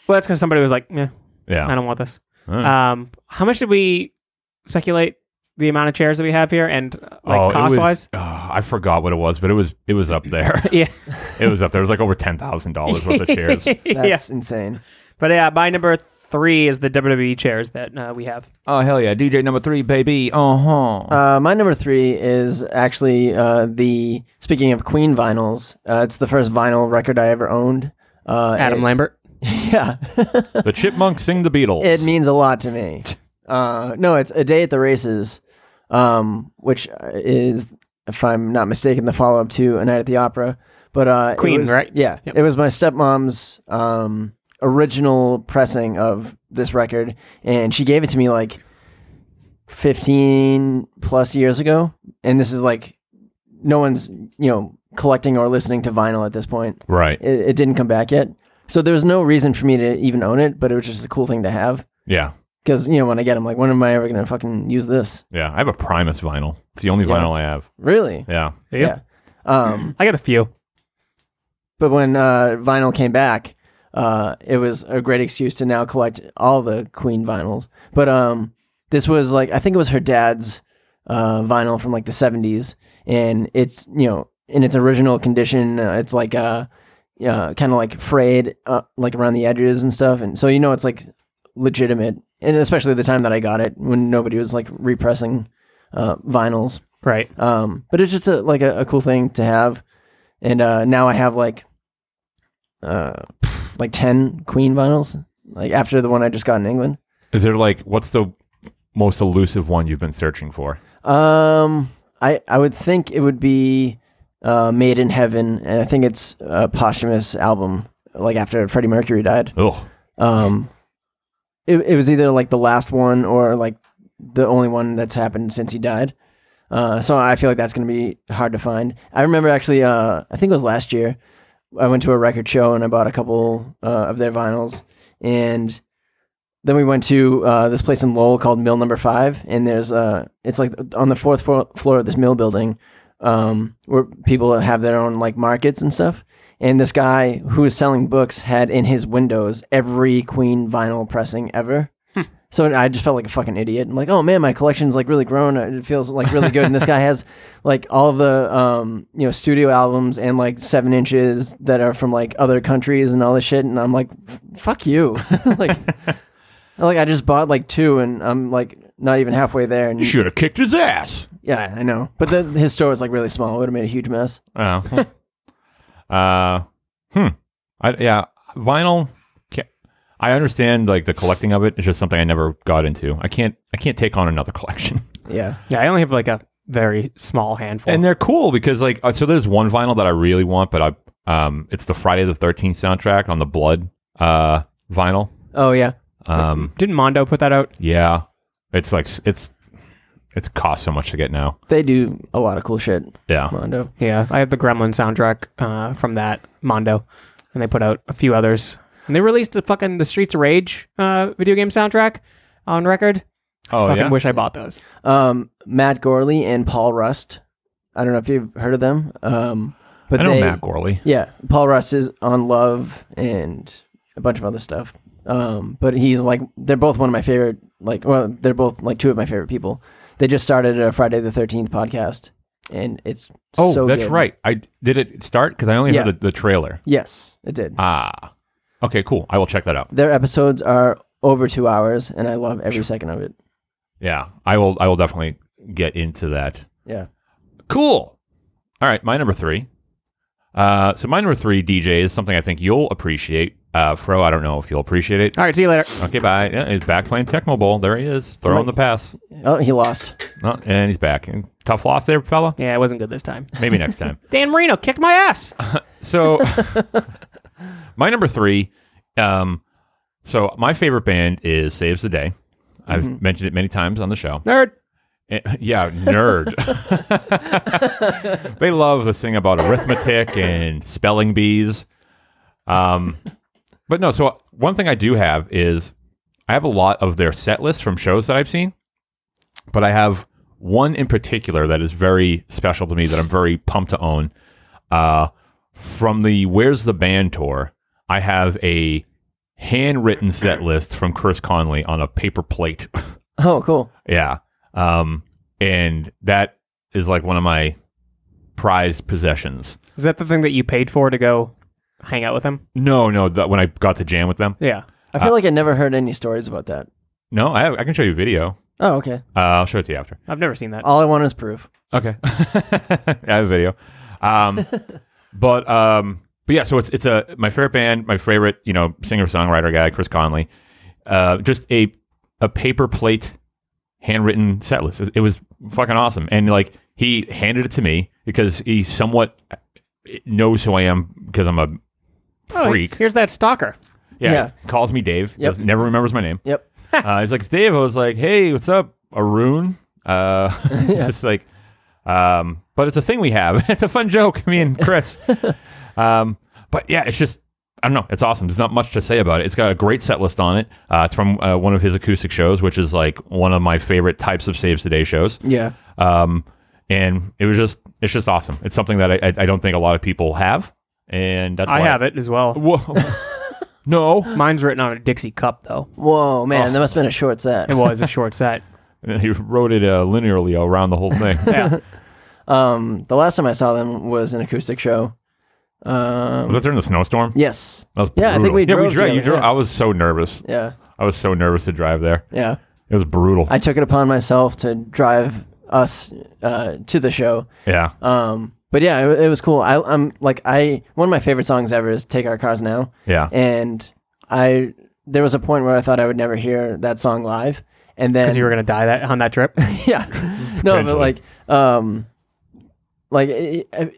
[SPEAKER 3] Well, that's because somebody was like, meh,
[SPEAKER 1] Yeah,
[SPEAKER 3] I don't want this.
[SPEAKER 1] Uh,
[SPEAKER 3] Um, how much did we speculate the amount of chairs that we have here and uh, like
[SPEAKER 1] oh, it
[SPEAKER 3] cost
[SPEAKER 1] was-
[SPEAKER 3] wise?
[SPEAKER 1] oh, (sighs) I forgot what it was, but it was it was up
[SPEAKER 3] (laughs)
[SPEAKER 1] there.
[SPEAKER 3] Yeah,
[SPEAKER 1] it was up there. It was like over ten thousand dollars worth of
[SPEAKER 3] (laughs)
[SPEAKER 1] chairs.
[SPEAKER 3] yeah.
[SPEAKER 2] (laughs) that's insane.
[SPEAKER 3] But yeah, my number three is the WWE chairs that uh, we have.
[SPEAKER 1] Oh hell yeah, DJ number three, baby. Uh huh.
[SPEAKER 2] Uh, my number three is actually uh, the speaking of Queen vinyls. Uh, it's the first vinyl record I ever owned. Uh,
[SPEAKER 3] Adam
[SPEAKER 2] it's-
[SPEAKER 3] Lambert.
[SPEAKER 2] (laughs) Yeah,
[SPEAKER 1] the Chipmunks sing the Beatles.
[SPEAKER 2] it means a lot to me. Uh, no, it's a day at the races, um, which is, if I'm not mistaken, the follow up to a night at the opera. But uh, it
[SPEAKER 3] Queen,
[SPEAKER 2] was-
[SPEAKER 3] right?
[SPEAKER 2] Yeah,
[SPEAKER 3] Yep.
[SPEAKER 2] it was my stepmom's um, original pressing of this record, and she gave it to me like 15 plus years ago, and this is like no one's you know collecting or listening to vinyl at this point
[SPEAKER 1] right.
[SPEAKER 2] it, it didn't come back yet. So there was no reason for me to even own it, but it was just a cool thing to have.
[SPEAKER 1] yeah,
[SPEAKER 2] Because, you know, when I get them, like, when am I ever going to fucking use this?
[SPEAKER 1] yeah. I have a Primus vinyl. It's the only
[SPEAKER 2] Yeah.
[SPEAKER 1] vinyl I have.
[SPEAKER 2] Really?
[SPEAKER 1] Yeah.
[SPEAKER 2] Yeah. Um,
[SPEAKER 3] I got a few.
[SPEAKER 2] but when uh, vinyl came back, uh, it was a great excuse to now collect all the Queen vinyls. But um, this was like, I think it was her dad's uh, vinyl from like the 70s. And it's, you know, in its original condition. Uh, it's like uh, uh kind of like frayed, uh, like around the edges and stuff, and so you know it's like legitimate. And especially the time that I got it, when nobody was like repressing uh, vinyls.
[SPEAKER 3] Right.
[SPEAKER 2] Um, but it's just a, like a, a cool thing to have. And uh, now I have like uh, like ten Queen vinyls, like after the one I just got in England.
[SPEAKER 1] Is there like what's the most elusive one you've been searching for?
[SPEAKER 2] Um, I I would think it would be uh, Made in Heaven, and I think it's a posthumous album, like after Freddie Mercury died.
[SPEAKER 1] Oh,
[SPEAKER 2] Um, it it was either like the last one or like the only one that's happened since he died. Uh, so I feel like that's gonna be hard to find. I remember actually, uh, I think it was last year, I went to a record show and I bought a couple uh, of their vinyls, and then we went to uh, this place in Lowell called Mill Number Five, and there's uh, it's like on the fourth fo- floor of this mill building, um, where people have their own like markets and stuff. And this guy who was selling books had in his windows every Queen vinyl pressing ever. So I just felt like a fucking idiot. I'm like, oh man, my collection's like really grown. It feels like really good. And this guy has like all the um, you know studio albums and like seven inches that are from like other countries and all this shit. And I'm like, "F- fuck you. (laughs) like, like I just bought like two, and I'm like not even halfway there. And
[SPEAKER 1] should have kicked his ass.
[SPEAKER 2] yeah, I know. But the, his store was like really small. It would have made a huge mess.
[SPEAKER 3] (laughs)
[SPEAKER 1] Oh. uh, hmm. I, yeah, vinyl. Can't, I understand like the collecting of it. It's just something I never got into. I can't. I can't take on another (laughs) collection.
[SPEAKER 2] Yeah.
[SPEAKER 3] Yeah, I only have like a very small handful.
[SPEAKER 1] And they're cool because like uh, so. There's one vinyl that I really want, but I um, it's the Friday the Thirteenth soundtrack on the Blood uh vinyl.
[SPEAKER 2] Oh yeah.
[SPEAKER 1] Um,
[SPEAKER 3] Didn't Mondo put that out?
[SPEAKER 1] yeah, it's like s- it's it's cost so much to get now.
[SPEAKER 2] They do a lot of cool shit,
[SPEAKER 1] Yeah,
[SPEAKER 2] Mondo.
[SPEAKER 3] Yeah, I have the Gremlin soundtrack uh, from that Mondo, and they put out a few others. And they released the fucking the Streets of Rage uh, video game soundtrack on record.
[SPEAKER 1] Oh,
[SPEAKER 3] fucking
[SPEAKER 1] yeah?
[SPEAKER 3] wish I bought those.
[SPEAKER 2] Um, Matt Gorley and Paul Rust. I don't know if you've heard of them. Um, but
[SPEAKER 1] I know
[SPEAKER 2] they,
[SPEAKER 1] Matt Gorley.
[SPEAKER 2] Yeah, Paul Rust is on Love and a bunch of other stuff. Um, but he's like, they're both one of my favorite. Like, well, they're both like two of my favorite people. They just started a Friday the Thirteenth podcast, and it's
[SPEAKER 1] Oh,
[SPEAKER 2] so
[SPEAKER 1] that's
[SPEAKER 2] good.
[SPEAKER 1] right. I did it start because I only
[SPEAKER 2] Yeah.
[SPEAKER 1] heard the, the trailer.
[SPEAKER 2] Yes, it did.
[SPEAKER 1] Ah, okay, cool. I will check that out.
[SPEAKER 2] Their episodes are over two hours, and I love every second of it.
[SPEAKER 1] Yeah, I will. I will definitely get into that.
[SPEAKER 2] Yeah.
[SPEAKER 1] Cool. All right, my number three. Uh, so my number three DJ is something I think you'll appreciate. Uh, Fro, I don't know if you'll appreciate it.
[SPEAKER 3] All right, see you later.
[SPEAKER 1] Okay, bye. Yeah, he's back playing Tecmo Bowl. There he is, throwing the pass,
[SPEAKER 2] Oh, he lost.
[SPEAKER 1] Oh, and he's back. And tough loss there, fella.
[SPEAKER 3] Yeah, it wasn't good this time.
[SPEAKER 1] Maybe next time.
[SPEAKER 3] Dan Marino kicked
[SPEAKER 1] (laughs)
[SPEAKER 3] my ass.
[SPEAKER 1] So my number three, um, so my favorite band is Saves the Day. I've mentioned it many times on the show.
[SPEAKER 3] Nerd.
[SPEAKER 1] Eh, yeah, nerd. (laughs) they love this thing about arithmetic and spelling bees. Um, but no, so one thing I do have is I have a lot of their set lists from shows that I've seen, but I have one in particular that is very special to me that I'm very pumped to own. Uh, from the Where's the Band tour, I have a handwritten set list from Chris Conley on a paper plate. (laughs)
[SPEAKER 2] Oh, cool.
[SPEAKER 1] Yeah. Um, and that is like one of my prized possessions.
[SPEAKER 3] Is that the thing that you paid for to go hang out with him?
[SPEAKER 1] No, no, that when I got to jam with them.
[SPEAKER 3] Yeah.
[SPEAKER 2] I feel like I never heard any stories about that.
[SPEAKER 1] No, I, have, I can show you a video.
[SPEAKER 2] Oh, okay.
[SPEAKER 1] Uh, I'll show it to you after.
[SPEAKER 3] I've never seen that.
[SPEAKER 2] All I want is proof.
[SPEAKER 1] Okay. (laughs) I have a video.
[SPEAKER 2] (laughs)
[SPEAKER 1] Um, but um, but yeah, so it's it's a my favorite band, my favorite you know singer songwriter guy, Chris Conley. Uh, just a a paper plate handwritten set list. It, it was fucking awesome, and like he handed it to me because he somewhat knows who I am because I'm a
[SPEAKER 3] Oh,
[SPEAKER 1] freak.
[SPEAKER 3] Here's that stalker.
[SPEAKER 1] yeah,
[SPEAKER 2] yeah.
[SPEAKER 1] calls me Dave.
[SPEAKER 2] Yep.
[SPEAKER 1] doesn't- Never remembers my name
[SPEAKER 2] Yep.
[SPEAKER 1] uh, he's like, it's Dave. I was like, hey, what's up, Arun? Uh, (laughs) it's Just like, um, but it's a thing we have. (laughs) it's a fun joke. Me and Chris. um, but yeah, it's just. I don't know. It's awesome. There's not much to say about it. It's got a great set list on it. Uh, it's from uh, one of his acoustic shows, which is like one of my favorite types of Saves Today shows.
[SPEAKER 2] Yeah.
[SPEAKER 1] Um, and it was just, it's just awesome. It's something that I, I, I don't think a lot of people have. And that's
[SPEAKER 3] I
[SPEAKER 1] why
[SPEAKER 3] have it as well.
[SPEAKER 1] Whoa. (laughs) no. (laughs)
[SPEAKER 3] Mine's written on a Dixie cup, though.
[SPEAKER 2] Whoa, man, that must have been a short set.
[SPEAKER 3] It was a short set.
[SPEAKER 5] (laughs)
[SPEAKER 1] And he wrote it uh, linearly around the whole thing.
[SPEAKER 3] (laughs) Yeah.
[SPEAKER 2] Um, the last time I saw them was an acoustic show. Um,
[SPEAKER 1] Was that during the snowstorm?
[SPEAKER 2] yes.
[SPEAKER 1] That was
[SPEAKER 2] Yeah, I think
[SPEAKER 1] brutal.
[SPEAKER 2] we
[SPEAKER 1] yeah,
[SPEAKER 2] drove
[SPEAKER 1] we drove. You
[SPEAKER 2] together,
[SPEAKER 1] drove.
[SPEAKER 2] yeah.
[SPEAKER 1] I was so nervous.
[SPEAKER 2] Yeah.
[SPEAKER 1] I was so nervous to drive there.
[SPEAKER 2] Yeah.
[SPEAKER 1] It was brutal.
[SPEAKER 2] I took it upon myself to drive us uh, to the show.
[SPEAKER 1] yeah.
[SPEAKER 2] Um, but yeah, it, it was cool. I, I'm like I one of my favorite songs ever is "Take Our Cars Now."
[SPEAKER 1] Yeah.
[SPEAKER 2] and I there was a point where I thought I would never hear that song live, and then
[SPEAKER 5] because you were gonna die that on that trip.
[SPEAKER 2] (laughs) yeah, no, but
[SPEAKER 1] Potentially.
[SPEAKER 2] like um, like it, it- it-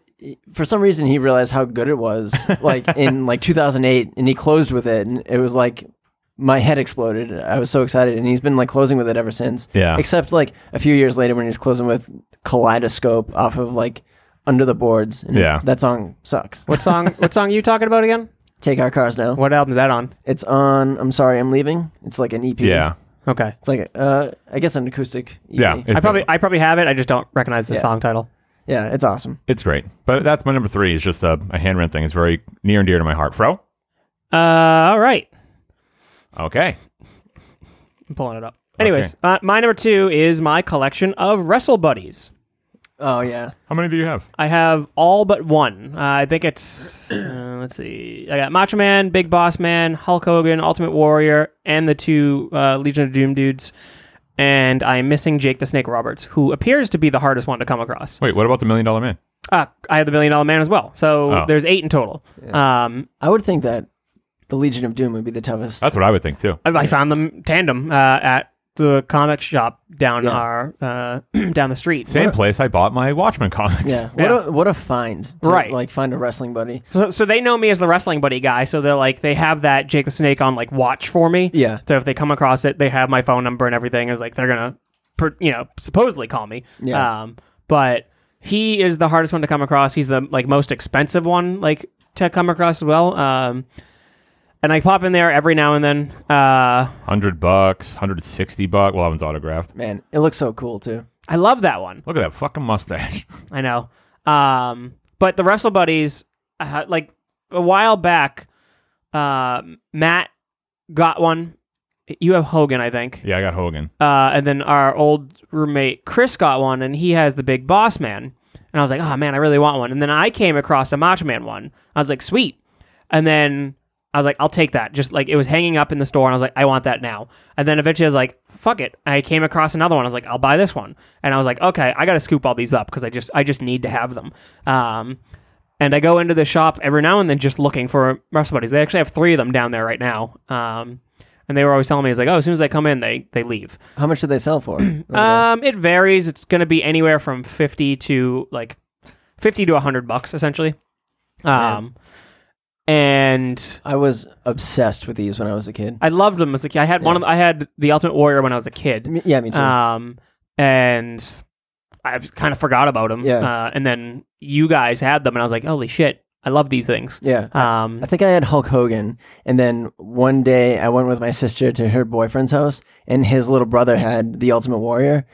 [SPEAKER 2] for some reason he realized how good it was
[SPEAKER 1] (laughs)
[SPEAKER 2] like in like 2008, and he closed with it, and it was like my head exploded. I was so excited, and he's been like closing with it ever since.
[SPEAKER 1] Yeah.
[SPEAKER 2] except like a few years later when he was closing with Kaleidoscope off of like Under the Boards. And
[SPEAKER 1] Yeah.
[SPEAKER 2] that song sucks.
[SPEAKER 5] What song? What song are you talking about again?
[SPEAKER 2] Take our cars now.
[SPEAKER 5] What album is that on?
[SPEAKER 2] It's on. I'm sorry, I'm leaving. It's like an EP.
[SPEAKER 1] yeah.
[SPEAKER 5] Okay,
[SPEAKER 2] It's like uh, I guess an acoustic. E EP.
[SPEAKER 1] Yeah. It's,
[SPEAKER 5] I probably I probably have it. I just don't recognize the
[SPEAKER 2] Yeah.
[SPEAKER 5] song title.
[SPEAKER 2] yeah, it's awesome.
[SPEAKER 1] it's great. But that's my number three. Is just a, a handwritten thing. It's very near and dear to my heart. Fro.
[SPEAKER 3] Uh, all right.
[SPEAKER 1] Okay.
[SPEAKER 3] I'm pulling it up. Anyways, uh, my number two is my collection of Wrestle Buddies.
[SPEAKER 2] Oh yeah,
[SPEAKER 1] How many do you have?
[SPEAKER 3] I have all but one. Uh, I think it's uh, let's see. I got Macho Man, Big Boss Man, Hulk Hogan, Ultimate Warrior, and the two uh, Legion of Doom dudes. And I am missing Jake the Snake Roberts, who appears to be the hardest one to come across.
[SPEAKER 1] Wait. What about the million dollar man?
[SPEAKER 3] Uh, I have the Million Dollar Man as well, so
[SPEAKER 1] Oh.
[SPEAKER 3] there's eight in total. Um,
[SPEAKER 2] I would think that the Legion of Doom would be the toughest.
[SPEAKER 1] That's what I would think too.
[SPEAKER 3] I, I found them tandem uh, at the comic shop down
[SPEAKER 2] Yeah.
[SPEAKER 3] our uh, (clears throat) down the street.
[SPEAKER 1] Same place I bought my Watchmen comics.
[SPEAKER 2] yeah. What
[SPEAKER 3] Yeah.
[SPEAKER 2] a what a find. to,
[SPEAKER 3] Right.
[SPEAKER 2] Like find a wrestling buddy.
[SPEAKER 3] So, so they know me as the wrestling buddy guy. So they're like, they have that Jake the Snake on like watch for me.
[SPEAKER 2] Yeah.
[SPEAKER 3] So if they come across it, they have my phone number and everything. Is like they're gonna, per, you know, supposedly call me.
[SPEAKER 2] Yeah.
[SPEAKER 3] Um, but he is the hardest one to come across. He's the like most expensive one like to come across as well. Um, and I pop in there every now and then. Uh,
[SPEAKER 1] Hundred bucks. Hundred sixty bucks. Well, that one's autographed.
[SPEAKER 2] Man, it looks so cool too.
[SPEAKER 3] I love that one.
[SPEAKER 1] Look at that fucking mustache. (laughs)
[SPEAKER 3] I know. Um, but the Wrestle Buddies, uh, like a while back, uh, Matt got one. You have Hogan, I think.
[SPEAKER 1] yeah, I got Hogan.
[SPEAKER 3] Uh, and then our old roommate Chris got one, and he has the Big Boss Man. And I was like, oh man, I really want one. And then I came across a Macho Man one. I was like, sweet. And then I was like, I'll take that. Just like it was hanging up in the store, and I was like, I want that now. And then eventually I was like, fuck it. I came across another one. I was like, I'll buy this one. And I was like, okay, I gotta scoop all these up because I just I just need to have them. Um, and I go into the shop every now and then just looking for wrestle buddies. They actually have three of them down there right now. Um, and they were always telling me, it's like, oh, as soon as I come in, they they leave.
[SPEAKER 2] How much do they
[SPEAKER 3] (clears throat)
[SPEAKER 2] sell for?
[SPEAKER 3] Um, it varies. It's going to be anywhere from fifty to like fifty to hundred bucks, essentially. Um, and
[SPEAKER 2] I was obsessed with these when I was a kid.
[SPEAKER 3] I loved them as a kid. I had one. Of, I had the Ultimate Warrior when I was a kid.
[SPEAKER 2] Me- yeah, me too.
[SPEAKER 3] Um, and I've kind of forgot about them.
[SPEAKER 2] Yeah.
[SPEAKER 3] Uh, and then you guys had them, and I was like, holy shit, I love these things.
[SPEAKER 2] yeah.
[SPEAKER 3] Um,
[SPEAKER 2] I think I had Hulk Hogan, and then one day I went with my sister to her boyfriend's house, and his little brother had the Ultimate Warrior,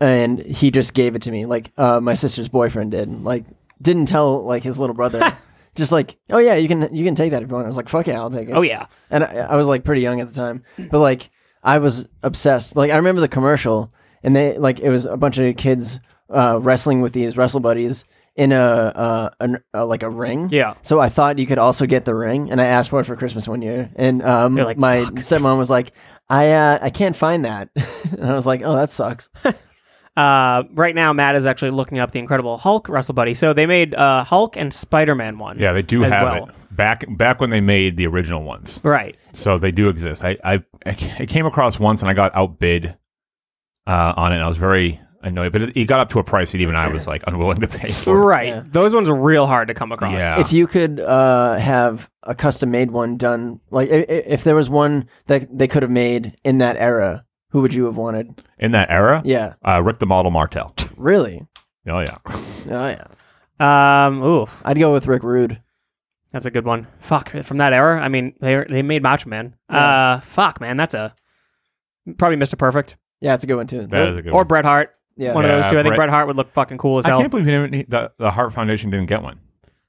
[SPEAKER 2] and he just gave it to me. Like uh, my sister's boyfriend did, like didn't tell like his little
[SPEAKER 3] (laughs)
[SPEAKER 2] brother, just like, oh yeah, you can you can take that if you want. I was like, fuck yeah, I'll take it.
[SPEAKER 3] oh yeah.
[SPEAKER 2] and I, I was like pretty young at the time, but like I was obsessed. Like I remember the commercial, and they like it was a bunch of kids uh, wrestling with these wrestle buddies in a, uh, an, uh like a ring.
[SPEAKER 3] Yeah.
[SPEAKER 2] So I thought you could also get the ring, and I asked for it for Christmas one year, and um,
[SPEAKER 3] You're like,
[SPEAKER 2] my stepmom was like, "I uh, I can't find that," (laughs) and I was like, "Oh,
[SPEAKER 3] (laughs)
[SPEAKER 2] that sucks."
[SPEAKER 3] Uh, right now, Matt is actually looking up the Incredible Hulk wrestle buddy. So they made uh, Hulk and Spider Man one.
[SPEAKER 1] Yeah, they do
[SPEAKER 3] as
[SPEAKER 1] have
[SPEAKER 3] well.
[SPEAKER 1] it back back when they made the original ones.
[SPEAKER 3] Right.
[SPEAKER 1] So they do exist. I I, I came across once and I got outbid uh, on it. and I was very annoyed, but it, it got up to a price that even I was like unwilling to pay for.
[SPEAKER 3] Right. Those ones are real hard to come across.
[SPEAKER 1] Yeah.
[SPEAKER 2] if you could uh, have a custom made one done, like i- i- if there was one that they could have made in that era, who would you have wanted?
[SPEAKER 1] In that era,
[SPEAKER 2] Yeah,
[SPEAKER 1] uh, Rick the Model Martel.
[SPEAKER 2] really.
[SPEAKER 1] (laughs) Oh yeah,
[SPEAKER 2] Oh yeah,
[SPEAKER 3] Um. Ooh,
[SPEAKER 2] I'd go with Rick Rude.
[SPEAKER 3] that's a good one. Fuck. From that era, I mean, they they made Macho Man. Uh. Fuck, man. That's a probably Mr. Perfect
[SPEAKER 2] Yeah, it's a good one too.
[SPEAKER 1] that is a good
[SPEAKER 3] or
[SPEAKER 1] one.
[SPEAKER 3] Bret Hart.
[SPEAKER 2] yeah,
[SPEAKER 3] One of
[SPEAKER 1] Yeah,
[SPEAKER 3] those two. I think
[SPEAKER 1] Bret-
[SPEAKER 3] Bret Hart would look fucking cool as
[SPEAKER 1] I
[SPEAKER 3] hell.
[SPEAKER 1] can't believe he didn't, he- the, the Heart Foundation didn't get one.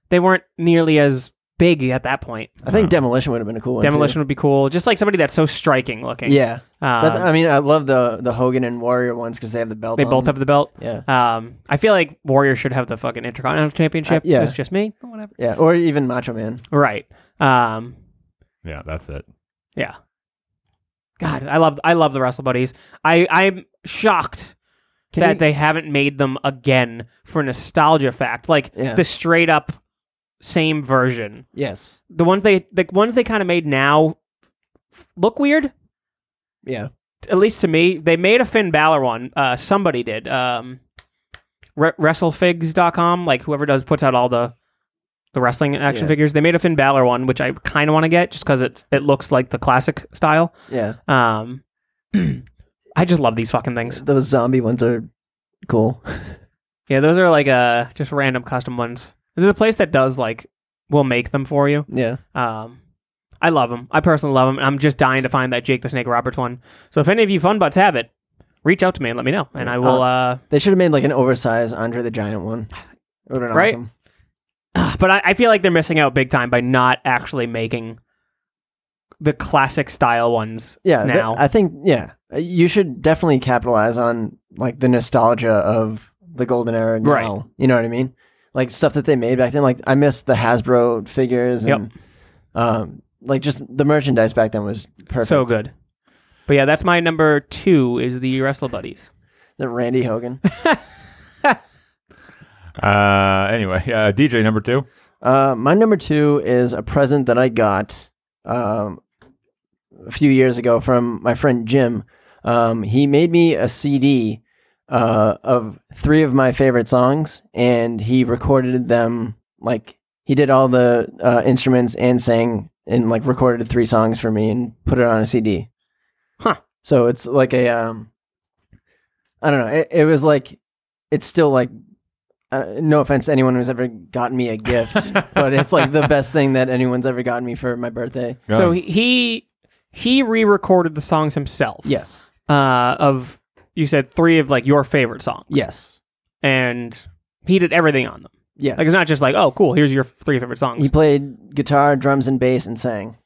[SPEAKER 3] they weren't nearly as big at that point.
[SPEAKER 2] I think demolition would have been a cool one. too.
[SPEAKER 3] Demolition would be cool. Just like somebody that's so striking looking.
[SPEAKER 2] Yeah, uh, But th-
[SPEAKER 3] Um,
[SPEAKER 2] I mean, I love the the Hogan and Warrior ones because they have the belt.
[SPEAKER 3] They
[SPEAKER 2] on
[SPEAKER 3] both
[SPEAKER 2] them.
[SPEAKER 3] have the belt.
[SPEAKER 2] Yeah.
[SPEAKER 3] Um, I feel like Warrior should have the fucking Intercontinental Championship.
[SPEAKER 2] Uh, yeah.
[SPEAKER 3] It's just me. but Whatever.
[SPEAKER 2] yeah, or even Macho Man.
[SPEAKER 3] Right. Um,
[SPEAKER 1] Yeah, that's it.
[SPEAKER 3] yeah. God, I love I love the Wrestle Buddies. I I'm shocked
[SPEAKER 2] Can
[SPEAKER 3] that
[SPEAKER 2] you-
[SPEAKER 3] they haven't made them again for nostalgia fact. Like
[SPEAKER 2] Yeah.
[SPEAKER 3] the straight up same version.
[SPEAKER 2] Yes.
[SPEAKER 3] The ones they the ones they kind of made now f- look weird.
[SPEAKER 2] Yeah.
[SPEAKER 3] at least to me, they made a Finn Balor one. Uh, somebody did. Um, re- WrestleFigs.com, like whoever does puts out all the the wrestling action
[SPEAKER 2] Yeah.
[SPEAKER 3] figures. They made a Finn Balor one, which I kind of want to get just because it's it looks like the classic style.
[SPEAKER 2] Yeah.
[SPEAKER 3] Um, (clears throat) I just love these fucking things.
[SPEAKER 2] Those zombie ones are cool.
[SPEAKER 3] Yeah, those are like uh just random custom ones. There's a place that does like will make them for you.
[SPEAKER 2] Yeah.
[SPEAKER 3] Um, I love them. I personally love them. I'm just dying to find that Jake the Snake Roberts one. So if any of you fun butts have it, reach out to me and let me know, and I will. Uh,
[SPEAKER 2] They should have made like an oversized Andre the Giant one. It would have been
[SPEAKER 3] Right?
[SPEAKER 2] awesome.
[SPEAKER 3] uh, but I, I feel like they're missing out big time by not actually making the classic style ones.
[SPEAKER 2] Yeah. th-
[SPEAKER 3] now
[SPEAKER 2] I think yeah, Uh, you should definitely capitalize on like the nostalgia of the golden era now.
[SPEAKER 3] Right.
[SPEAKER 2] You know what I mean? Like stuff that they made back then. Like I miss the Hasbro figures and um like just the merchandise back then was perfect.
[SPEAKER 3] so good. But yeah, that's my number two is the Wrestle Buddies.
[SPEAKER 2] The Randy Hogan.
[SPEAKER 1] Uh, anyway, (laughs) uh, DJ number two.
[SPEAKER 2] Uh, my number two is a present that I got um, a few years ago from my friend Jim. Um, he made me a CD uh, of three of my favorite songs, and he recorded them like he did all the uh, instruments and sang and like recorded three songs for me and put it on a CD.
[SPEAKER 3] Huh.
[SPEAKER 2] So it's like a um, I don't know. It, it was like it's still like uh, no offense to anyone who's ever gotten me
[SPEAKER 1] (laughs)
[SPEAKER 2] a gift, but it's like the best thing that anyone's ever gotten me for my birthday.
[SPEAKER 3] So
[SPEAKER 1] Go.
[SPEAKER 3] he he re-recorded the songs himself.
[SPEAKER 2] Yes.
[SPEAKER 3] Uh, of you said three of like your favorite songs.
[SPEAKER 2] Yes.
[SPEAKER 3] and he did everything on them.
[SPEAKER 2] Yes.
[SPEAKER 3] Like it's not just like, oh, cool, here's your three favorite songs.
[SPEAKER 2] he played guitar, drums, and bass and sang.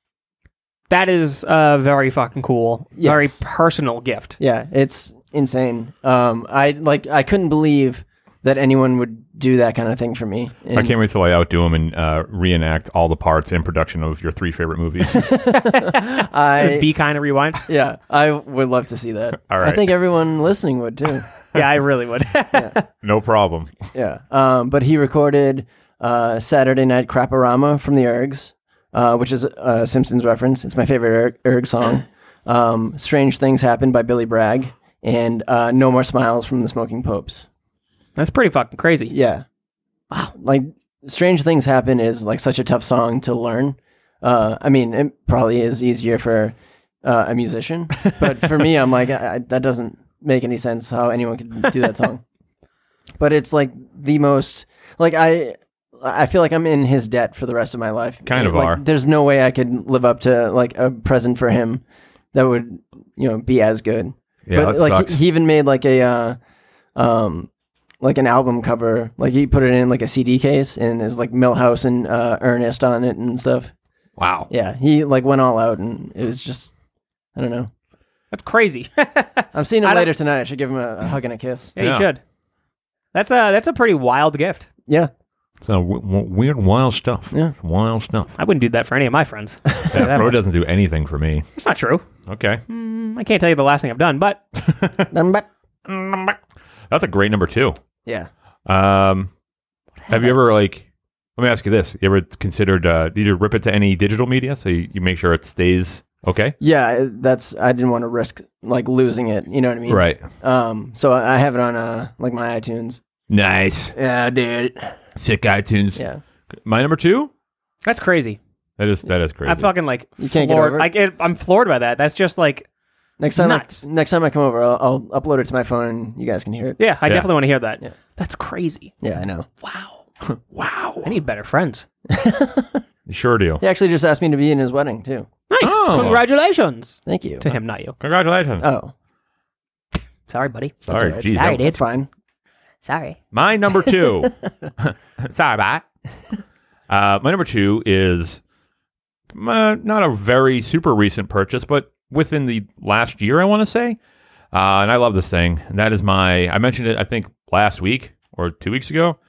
[SPEAKER 3] that is uh, very fucking cool, very
[SPEAKER 2] Yes.
[SPEAKER 3] personal gift.
[SPEAKER 2] (laughs)
[SPEAKER 3] (laughs)
[SPEAKER 2] Yeah, it's insane. Um, I like I couldn't believe that anyone would do that kind of thing for me. And
[SPEAKER 1] I can't wait till I outdo him and uh, reenact all the parts in production of your three favorite
[SPEAKER 2] (laughs)
[SPEAKER 1] movies. (laughs)
[SPEAKER 2] I-
[SPEAKER 3] Be kind of
[SPEAKER 2] (laughs)
[SPEAKER 3] rewind.
[SPEAKER 2] yeah, I would love to see that.
[SPEAKER 1] All
[SPEAKER 2] I
[SPEAKER 1] right.
[SPEAKER 2] think everyone listening would too.
[SPEAKER 3] yeah, I really would. (laughs)
[SPEAKER 1] no problem.
[SPEAKER 2] Yeah. Um, but he recorded uh, Saturday Night Craporama from the Ergs, uh, which is a Simpsons reference. It's my favorite er- Erg song. Um, Strange Things Happen by Billy Bragg and uh, No More Smiles from the Smoking Popes.
[SPEAKER 3] That's pretty fucking crazy.
[SPEAKER 2] Yeah. Wow. Like Strange Things Happen is like such a tough song to learn. Uh, I mean, it probably is easier for uh, a musician, but for me, I'm like, I, I, that doesn't make any sense how anyone could do that song. But it's like the most like I. I feel like I'm in his debt for the rest of my life.
[SPEAKER 1] Kind of
[SPEAKER 2] Like,
[SPEAKER 1] are.
[SPEAKER 2] There's no way I could live up to like a present for him that would, you know, be as good
[SPEAKER 1] Yeah,
[SPEAKER 2] but
[SPEAKER 1] that
[SPEAKER 2] like
[SPEAKER 1] sucks.
[SPEAKER 2] He, he even made like a uh, um like an album cover. Like he put it in like a CD case and there's like Millhouse and uh, Ernest on it and stuff.
[SPEAKER 1] wow.
[SPEAKER 2] Yeah, he like went all out and it was just I don't know.
[SPEAKER 3] That's crazy. (laughs) yeah,
[SPEAKER 2] I'm seeing him
[SPEAKER 3] don't-
[SPEAKER 2] later tonight. I should give him a, a hug and a kiss.
[SPEAKER 3] you
[SPEAKER 1] Yeah.
[SPEAKER 3] should. That's a that's a pretty wild gift.
[SPEAKER 2] (laughs) Yeah.
[SPEAKER 1] So w- w- weird, wild stuff.
[SPEAKER 2] Yeah.
[SPEAKER 1] Wild stuff.
[SPEAKER 3] I wouldn't do that for any of my friends.
[SPEAKER 1] (laughs) That pro doesn't do anything for me.
[SPEAKER 3] That's
[SPEAKER 1] (laughs)
[SPEAKER 3] not true.
[SPEAKER 1] Okay.
[SPEAKER 3] Mm, I can't tell you the last thing I've done, but
[SPEAKER 2] Um, but-
[SPEAKER 1] That's a great number two.
[SPEAKER 2] Yeah.
[SPEAKER 1] Um, have you ever like? Let me ask you this: You ever considered? Uh, did you rip it to any digital media so you, you make sure it stays okay?
[SPEAKER 2] Yeah, that's I didn't want to risk like losing it, you know what I mean?
[SPEAKER 1] Right.
[SPEAKER 2] Um so I I have it on uh like my iTunes.
[SPEAKER 1] Nice.
[SPEAKER 2] Yeah, dude.
[SPEAKER 1] Sick iTunes.
[SPEAKER 2] Yeah.
[SPEAKER 1] My number two.
[SPEAKER 3] that's crazy.
[SPEAKER 1] That is that is crazy.
[SPEAKER 3] I'm fucking like
[SPEAKER 2] You can't get
[SPEAKER 3] floored.
[SPEAKER 2] over it?
[SPEAKER 3] I get, I'm floored by that. That's just like
[SPEAKER 2] Next time
[SPEAKER 3] Nuts.
[SPEAKER 2] I, next time I come over, I'll, I'll upload it to my phone and you guys can hear it.
[SPEAKER 3] yeah. I
[SPEAKER 1] Yeah.
[SPEAKER 3] definitely want to hear that. That's crazy.
[SPEAKER 2] Yeah, I know.
[SPEAKER 3] Wow. wow. I need better friends.
[SPEAKER 1] sure do.
[SPEAKER 2] He actually just asked me to be in his wedding too.
[SPEAKER 3] Nice.
[SPEAKER 1] Oh.
[SPEAKER 3] Congratulations
[SPEAKER 2] Thank you.
[SPEAKER 3] to him, not you.
[SPEAKER 1] Congratulations.
[SPEAKER 2] Oh,
[SPEAKER 3] Sorry, buddy.
[SPEAKER 1] Sorry, geez,
[SPEAKER 3] Sorry,
[SPEAKER 1] that-
[SPEAKER 3] dude.
[SPEAKER 2] it's fine.
[SPEAKER 3] Sorry.
[SPEAKER 1] My number two. Sorry, bye. Uh, my number two is uh, not a very super recent purchase, but within the last year, I want to say. Uh, and I love this thing. And that is my, I mentioned it, I think, last week or two weeks ago.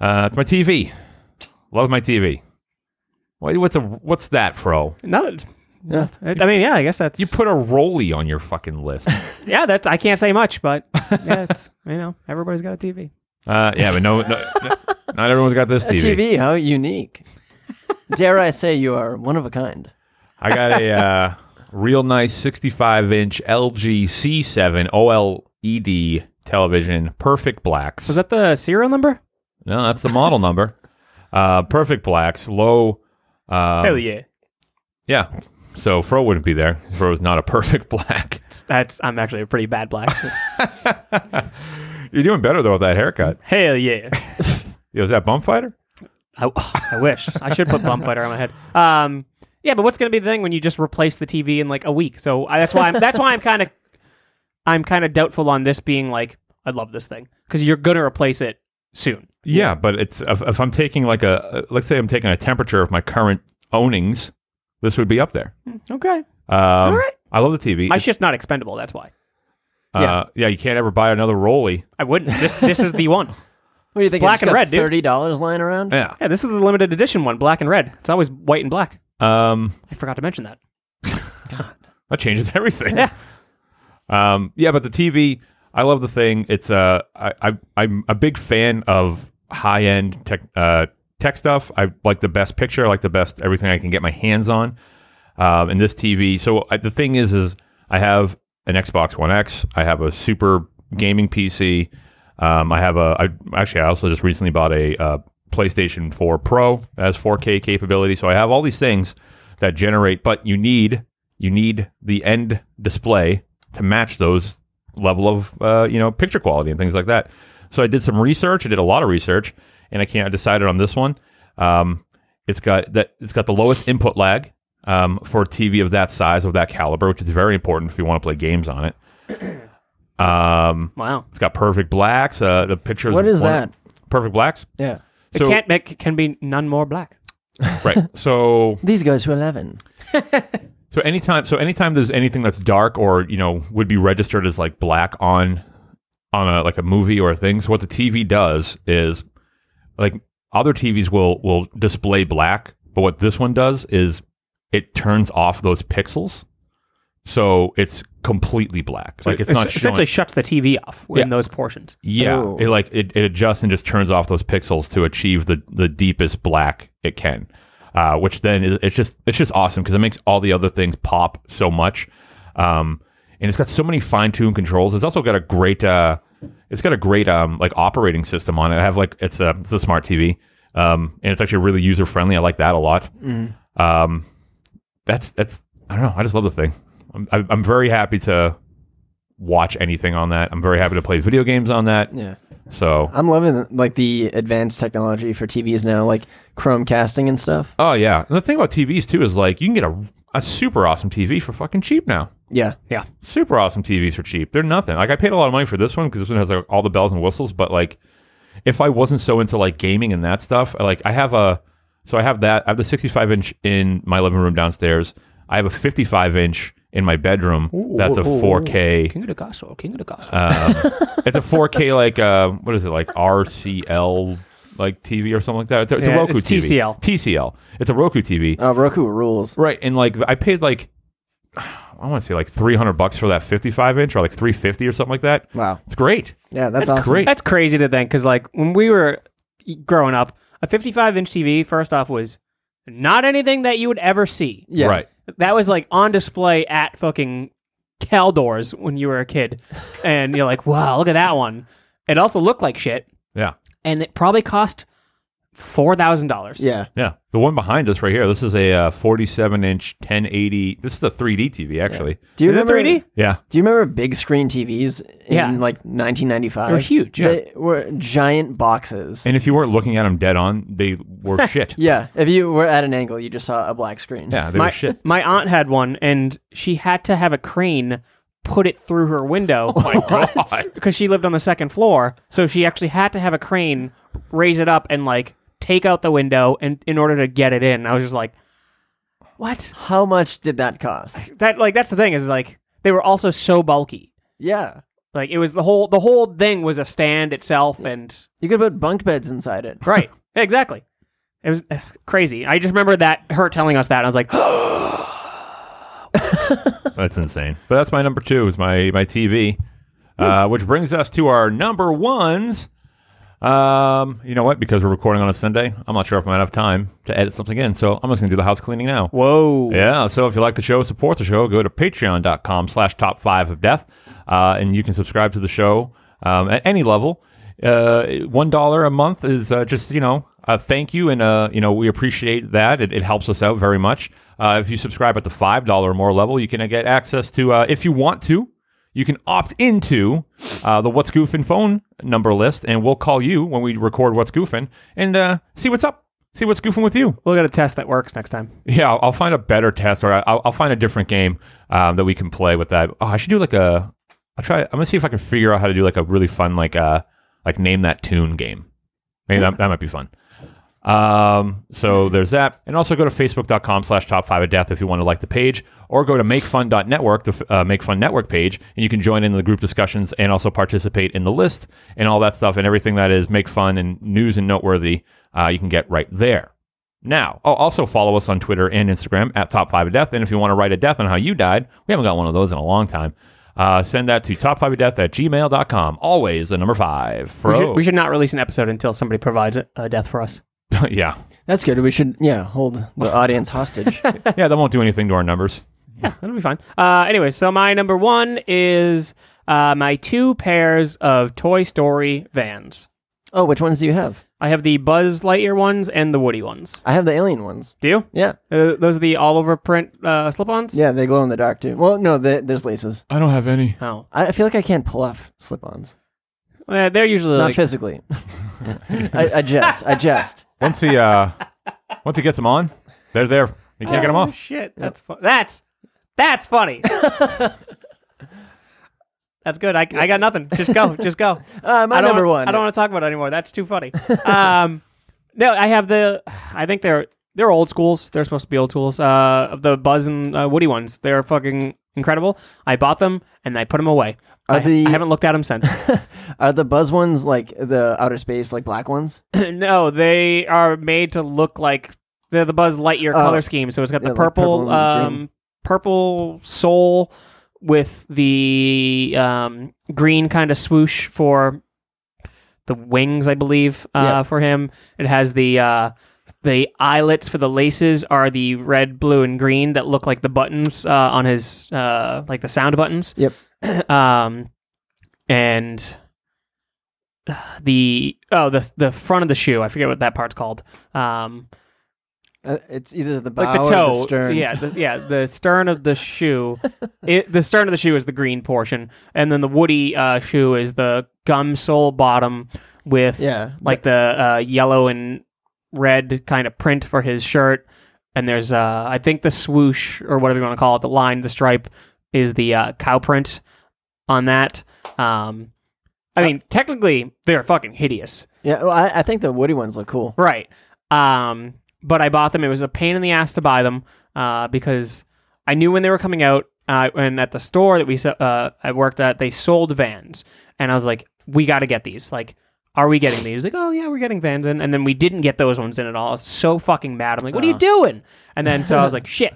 [SPEAKER 1] Uh, it's my TV. Love my TV. Wait, What's a what's that, Fro?
[SPEAKER 3] No. I I mean, yeah, I guess that's
[SPEAKER 1] You put a rolly on your fucking list.
[SPEAKER 3] yeah. That's I can't say much,
[SPEAKER 1] (laughs)
[SPEAKER 3] but yeah, it's you know everybody's got a TV.
[SPEAKER 1] Uh, yeah, but no, no, no- not everyone's got this
[SPEAKER 2] A TV, how (laughs) unique. Dare I say you are one of a kind.
[SPEAKER 1] I got a uh, real nice 65 inch LG C7 OLED E television, perfect blacks.
[SPEAKER 3] Was that the serial number?
[SPEAKER 1] no, that's the model number. Uh, perfect blacks, low. Um,
[SPEAKER 3] Hell yeah.
[SPEAKER 1] yeah. So Fro wouldn't be there. Fro's not a perfect black.
[SPEAKER 3] That's I'm actually a pretty
[SPEAKER 1] (laughs)
[SPEAKER 3] bad black.
[SPEAKER 1] You're doing better though with that haircut.
[SPEAKER 3] Hell yeah.
[SPEAKER 1] Yo, Is that bump fighter?
[SPEAKER 3] I, (laughs) I wish I should put bum fighter on my head. Um, yeah, but what's going to be the thing when you just replace the TV in like a week? So I, that's why I'm, that's why I'm kind of I'm kind of doubtful on this being like I love this thing because you're going to replace it soon.
[SPEAKER 1] Yeah, but it's if, if I'm taking like a let's say I'm taking a temperature of my current ownings, this would be up there.
[SPEAKER 3] Okay,
[SPEAKER 1] Um, I love the TV.
[SPEAKER 3] my shit's not expendable. That's why
[SPEAKER 1] Uh, yeah. you can't ever buy another Rolly.
[SPEAKER 3] I wouldn't. This this is the one.
[SPEAKER 2] What do you think?
[SPEAKER 3] Black
[SPEAKER 2] I just
[SPEAKER 3] and
[SPEAKER 2] got
[SPEAKER 3] red, dude.
[SPEAKER 2] Thirty dollars lying around.
[SPEAKER 1] Yeah.
[SPEAKER 3] (laughs) Yeah, this is the limited edition one, black and red. It's always white and black.
[SPEAKER 1] Um,
[SPEAKER 3] I forgot to mention that.
[SPEAKER 1] that changes (laughs) everything. Yeah. Um, yeah, but the TV, I love the thing. It's uh, I, I I'm a big fan of high end tech uh, tech stuff. I like the best picture. I like the best everything I can get my hands on. Um, and this TV. So I, the thing is, is I have an Xbox One X. I have a super gaming PC. Um, I have a. I actually I also just recently bought a uh, PlayStation 4 Pro that has 4K capability. So I have all these things that generate, but you need you need the end display to match those level of uh, you know picture quality and things like that. So I did some research. I did a lot of research, and I can't. I decided on this one. Um, it's got that. It's got the lowest input lag um, for a TV of that size of that caliber, which is very important if you want to play games on it. Um,
[SPEAKER 3] Wow,
[SPEAKER 1] it's got perfect blacks. Uh, the pictures.
[SPEAKER 2] What is
[SPEAKER 1] one-
[SPEAKER 2] that?
[SPEAKER 1] Perfect blacks.
[SPEAKER 2] Yeah.
[SPEAKER 1] So-
[SPEAKER 3] it can't make can be none more black.
[SPEAKER 2] (laughs)
[SPEAKER 1] Right. So
[SPEAKER 2] These go to eleven.
[SPEAKER 1] So anytime, so anytime there's anything that's dark or you know would be registered as like black on on a like a movie or a thing. So what the TV does is like other TVs will will display black, but what this one does is it turns off those pixels, so it's completely black. like it's
[SPEAKER 3] Es-
[SPEAKER 1] not
[SPEAKER 3] essentially
[SPEAKER 1] showing,
[SPEAKER 3] shuts the TV off
[SPEAKER 1] Yeah.
[SPEAKER 3] in those portions.
[SPEAKER 1] yeah.
[SPEAKER 2] Oh.
[SPEAKER 1] It like it, it adjusts and just turns off those pixels to achieve the the deepest black it can. Uh, which then is, it's just it's just awesome because it makes all the other things pop so much, um, and it's got so many fine tuned controls. It's also got a great uh, it's got a great um, like operating system on it. I have like it's a it's a smart TV, um, and it's actually really user friendly. I like that a lot. Um, that's that's I don't know. I just love the thing. I'm I'm I'm very happy to watch anything on that. I'm very happy to play video games on that.
[SPEAKER 2] Yeah.
[SPEAKER 1] So,
[SPEAKER 2] I'm loving like the advanced technology for TVs now, like Chromecasting and stuff.
[SPEAKER 1] oh yeah. And the thing about TVs too is like you can get a, a super awesome TV for fucking cheap now.
[SPEAKER 2] Yeah.
[SPEAKER 3] Yeah,
[SPEAKER 1] Super awesome TVs for cheap. They're nothing. Like I paid a lot of money for this one because this one has like, all the bells and whistles. But like, if I wasn't so into like gaming and that stuff, like I have a, so I have that. I have the 65 inch in my living room downstairs. I have a 55 inch in my bedroom. That's a 4K.
[SPEAKER 6] King of the Castle, King of the Castle.
[SPEAKER 1] Um, it's a 4K like uh, what is it like RCL like TV or something like that. It's a, it's a
[SPEAKER 3] Yeah,
[SPEAKER 1] Roku
[SPEAKER 3] it's
[SPEAKER 1] TV.
[SPEAKER 3] TCL.
[SPEAKER 1] TCL. It's a Roku TV.
[SPEAKER 2] Uh, Roku rules.
[SPEAKER 1] Right, and like I paid like I want to say like 300 bucks for that 55 inch or like 350 or something like that.
[SPEAKER 2] Wow.
[SPEAKER 1] It's great.
[SPEAKER 2] Yeah, that's,
[SPEAKER 1] It's
[SPEAKER 2] awesome.
[SPEAKER 1] great.
[SPEAKER 3] That's crazy to think because, like, when we were growing up, a 55 inch TV, first off, was not anything that you would ever see.
[SPEAKER 2] Yeah.
[SPEAKER 1] Right.
[SPEAKER 3] That was like on display at fucking Caldors when you were a kid. And you're like, wow, look at that one. It also looked like shit.
[SPEAKER 1] Yeah.
[SPEAKER 3] And it probably cost $4,000.
[SPEAKER 2] Yeah.
[SPEAKER 1] Yeah. The one behind us right here. This is a uh, 47 inch 1080. This is a 3D TV actually.
[SPEAKER 2] Do you
[SPEAKER 3] Is it
[SPEAKER 2] remember
[SPEAKER 3] 3D?
[SPEAKER 1] Yeah.
[SPEAKER 2] Do you remember big screen TVs in
[SPEAKER 3] Yeah.
[SPEAKER 2] like 1995?
[SPEAKER 3] They were huge.
[SPEAKER 2] They were giant boxes.
[SPEAKER 1] And if you weren't looking at them dead on, they were shit.
[SPEAKER 2] yeah, if you were at an angle, you just saw a black screen.
[SPEAKER 1] Yeah, they
[SPEAKER 3] My,
[SPEAKER 1] were shit.
[SPEAKER 3] my aunt had one and she had to have a crane put it through her window.
[SPEAKER 1] Oh
[SPEAKER 3] (laughs)
[SPEAKER 1] God.
[SPEAKER 3] because she lived on the second floor, so she actually had to have a crane raise it up and like take out the window and in order to get it in. I was just like, what?
[SPEAKER 2] How much did that cost?
[SPEAKER 3] That like that's the thing is like they were also so bulky.
[SPEAKER 2] Yeah.
[SPEAKER 3] Like it was the whole the whole thing was a stand itself
[SPEAKER 1] (laughs)
[SPEAKER 3] and
[SPEAKER 2] You could put bunk beds inside it.
[SPEAKER 3] right Yeah, exactly. It was ugh, crazy. I just remember that her telling us that. And I was like, (gasps)
[SPEAKER 1] That's insane. But that's my number two is my my TV, uh, which brings us to our number ones. Um, you know what? Because we're recording on a Sunday, I'm not sure if I'm gonna have time to edit something in, so I'm just gonna do the house cleaning now.
[SPEAKER 3] whoa.
[SPEAKER 1] Yeah. So if you like the show, support the show. Go to patreon.com slash top five of death. Uh, and you can subscribe to the show um, at any level. Uh, $1 a month is uh, just, you know, a thank you. And, uh, you know, we appreciate that. It, it helps us out very much. Uh, if you subscribe at the $5 or more level, you can uh, get access to, uh, if you want to, you can opt into uh, the What's Goofing phone number list, and we'll call you when we record What's Goofing and uh, see what's up. See what's goofing with you.
[SPEAKER 3] We'll get a test that works next time.
[SPEAKER 1] Yeah, I'll- I'll find a better test, or I- I'll, I'll find a different game um, that we can play with that. Oh, I should do like a. I'll try. I'm gonna see if I can figure out how to do like a really fun like uh like name that tune game. Maybe that, that might be fun. Um, so there's that, and also go to facebook.com slash top five of death if you want to like the page, or go to makefun.network, the f- uh, Make Fun Network page, and you can join in the group discussions and also participate in the list and all that stuff and everything that is make fun and news and noteworthy. Uh, you can get right there. Now, oh, also follow us on Twitter and Instagram at Top Five of Death. And if you want to write a death on how you died, we haven't got one of those in a long time. Uh, send that to top five of death at gmail.com. Always the number five.
[SPEAKER 3] We
[SPEAKER 1] Fro. (laughs)
[SPEAKER 3] should, we should not release an episode until somebody provides a, a death for us.
[SPEAKER 1] yeah.
[SPEAKER 2] That's good. We should, yeah, hold the
[SPEAKER 3] (laughs)
[SPEAKER 2] audience hostage.
[SPEAKER 1] Yeah, that won't do anything to our numbers.
[SPEAKER 3] Yeah, that'll be fine. Uh, anyway, so my number one is uh, my two pairs of Toy Story vans.
[SPEAKER 2] oh, which ones do you have?
[SPEAKER 3] I have the Buzz Lightyear ones and the Woody ones.
[SPEAKER 2] I have the alien ones.
[SPEAKER 3] Do you?
[SPEAKER 2] Yeah.
[SPEAKER 3] Uh, those are the all over print uh, slip ons?
[SPEAKER 2] Yeah, they glow in the dark too. Well, no, they, there's laces.
[SPEAKER 1] I don't have any.
[SPEAKER 3] Oh.
[SPEAKER 2] I I feel like I can't pull off slip ons.
[SPEAKER 3] Uh, they're usually
[SPEAKER 2] Not
[SPEAKER 3] like,
[SPEAKER 2] physically. (laughs) I, I jest. I jest.
[SPEAKER 1] Once he
[SPEAKER 2] (laughs)
[SPEAKER 1] uh, once he gets them on, they're there. You can't get them
[SPEAKER 3] Oh,
[SPEAKER 1] off.
[SPEAKER 3] Shit, that's fu- that's that's
[SPEAKER 2] (laughs)
[SPEAKER 3] funny. that's good. I, I got nothing. Just go. Just
[SPEAKER 2] (laughs)
[SPEAKER 3] go.
[SPEAKER 2] Uh, my
[SPEAKER 3] I don't
[SPEAKER 2] number
[SPEAKER 3] wanna-
[SPEAKER 2] one.
[SPEAKER 3] I don't want to talk about it anymore. That's too funny. Um, (laughs) no, I have the. I think they're they're old schools. They're supposed to be old schools. Uh, of the Buzz and uh, Woody ones, they're fucking incredible. I bought them and I put them away.
[SPEAKER 2] Are
[SPEAKER 3] I,
[SPEAKER 2] the-
[SPEAKER 3] I haven't looked at them since. (laughs)
[SPEAKER 2] Are the buzz ones like the outer space, like black ones?
[SPEAKER 3] no, they are made to look like they're the Buzz Lightyear
[SPEAKER 2] Oh.
[SPEAKER 3] color scheme. So it's got
[SPEAKER 2] Yeah,
[SPEAKER 3] the
[SPEAKER 2] like
[SPEAKER 3] purple,
[SPEAKER 2] purple and green.
[SPEAKER 3] um, purple soul with the um, green kind of swoosh for the wings, I believe, uh,
[SPEAKER 2] Yeah.
[SPEAKER 3] for him. It has the uh, the eyelets for the laces are the red, blue, and green that look like the buttons uh, on his uh, like the sound buttons.
[SPEAKER 2] Yep.
[SPEAKER 3] (clears throat) um, and uh, the oh the the front of the shoe. I forget what that part's called. Um,
[SPEAKER 2] Uh, it's either the bow
[SPEAKER 3] like the
[SPEAKER 2] or
[SPEAKER 3] toe.
[SPEAKER 2] the stern.
[SPEAKER 3] Yeah, the, yeah. The stern of the
[SPEAKER 2] (laughs)
[SPEAKER 3] shoe. it, the stern of the shoe is the green portion, and then the woody uh, shoe is the gum sole bottom with
[SPEAKER 2] Yeah.
[SPEAKER 3] like the uh, yellow and red kind of print for his shirt. And there's uh, I think the swoosh or whatever you want to call it, the line, the stripe is the uh, cow print on that. Um,
[SPEAKER 2] Uh,
[SPEAKER 3] I mean, technically, they're fucking hideous.
[SPEAKER 2] Yeah. Well, I, I think the woody ones look cool.
[SPEAKER 3] Right. Um, but I bought them. It was a pain in the ass to buy them uh, because I knew when they were coming out. Uh, and at the store that we s- uh, I worked at, they sold vans, and I was like, "We got to get these. Like, are we getting these?" Like, "Oh yeah, we're getting vans in." And then we didn't get those ones in at all. I was so fucking mad. I'm like, "What are you doing?" And then so I was like, "Shit."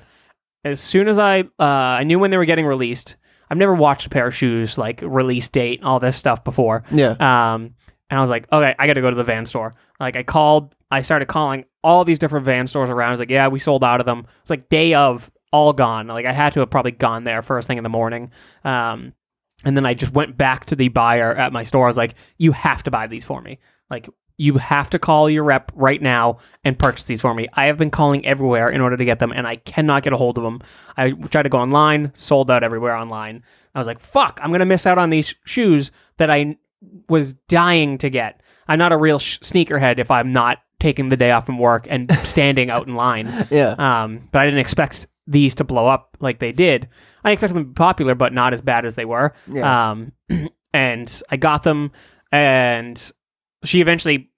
[SPEAKER 3] As soon as I uh, I knew when they were getting released. I've never watched a pair of shoes like release date, all this stuff before.
[SPEAKER 2] Yeah.
[SPEAKER 3] Um, and I was like, okay, I got to go to the van store. Like, I called, I started calling all these different van stores around. I was like, yeah, we sold out of them. It's like day of, all gone. Like, I had to have probably gone there first thing in the morning. Um, and then I just went back to the buyer at my store. I was like, you have to buy these for me. Like, you have to call your rep right now and purchase these for me. I have been calling everywhere in order to get them, and I cannot get a hold of them. I tried to go online, sold out everywhere online. I was like, fuck, I'm going to miss out on these shoes that I was dying to get. I'm not a real sh- sneakerhead if I'm not taking the day off from work and standing out in line.
[SPEAKER 2] Yeah.
[SPEAKER 3] Um, but I didn't expect these to blow up like they did. I expected them to be popular, but not as bad as they were. (clears throat)
[SPEAKER 2] Yeah.
[SPEAKER 3] Um, and I got them, and she eventually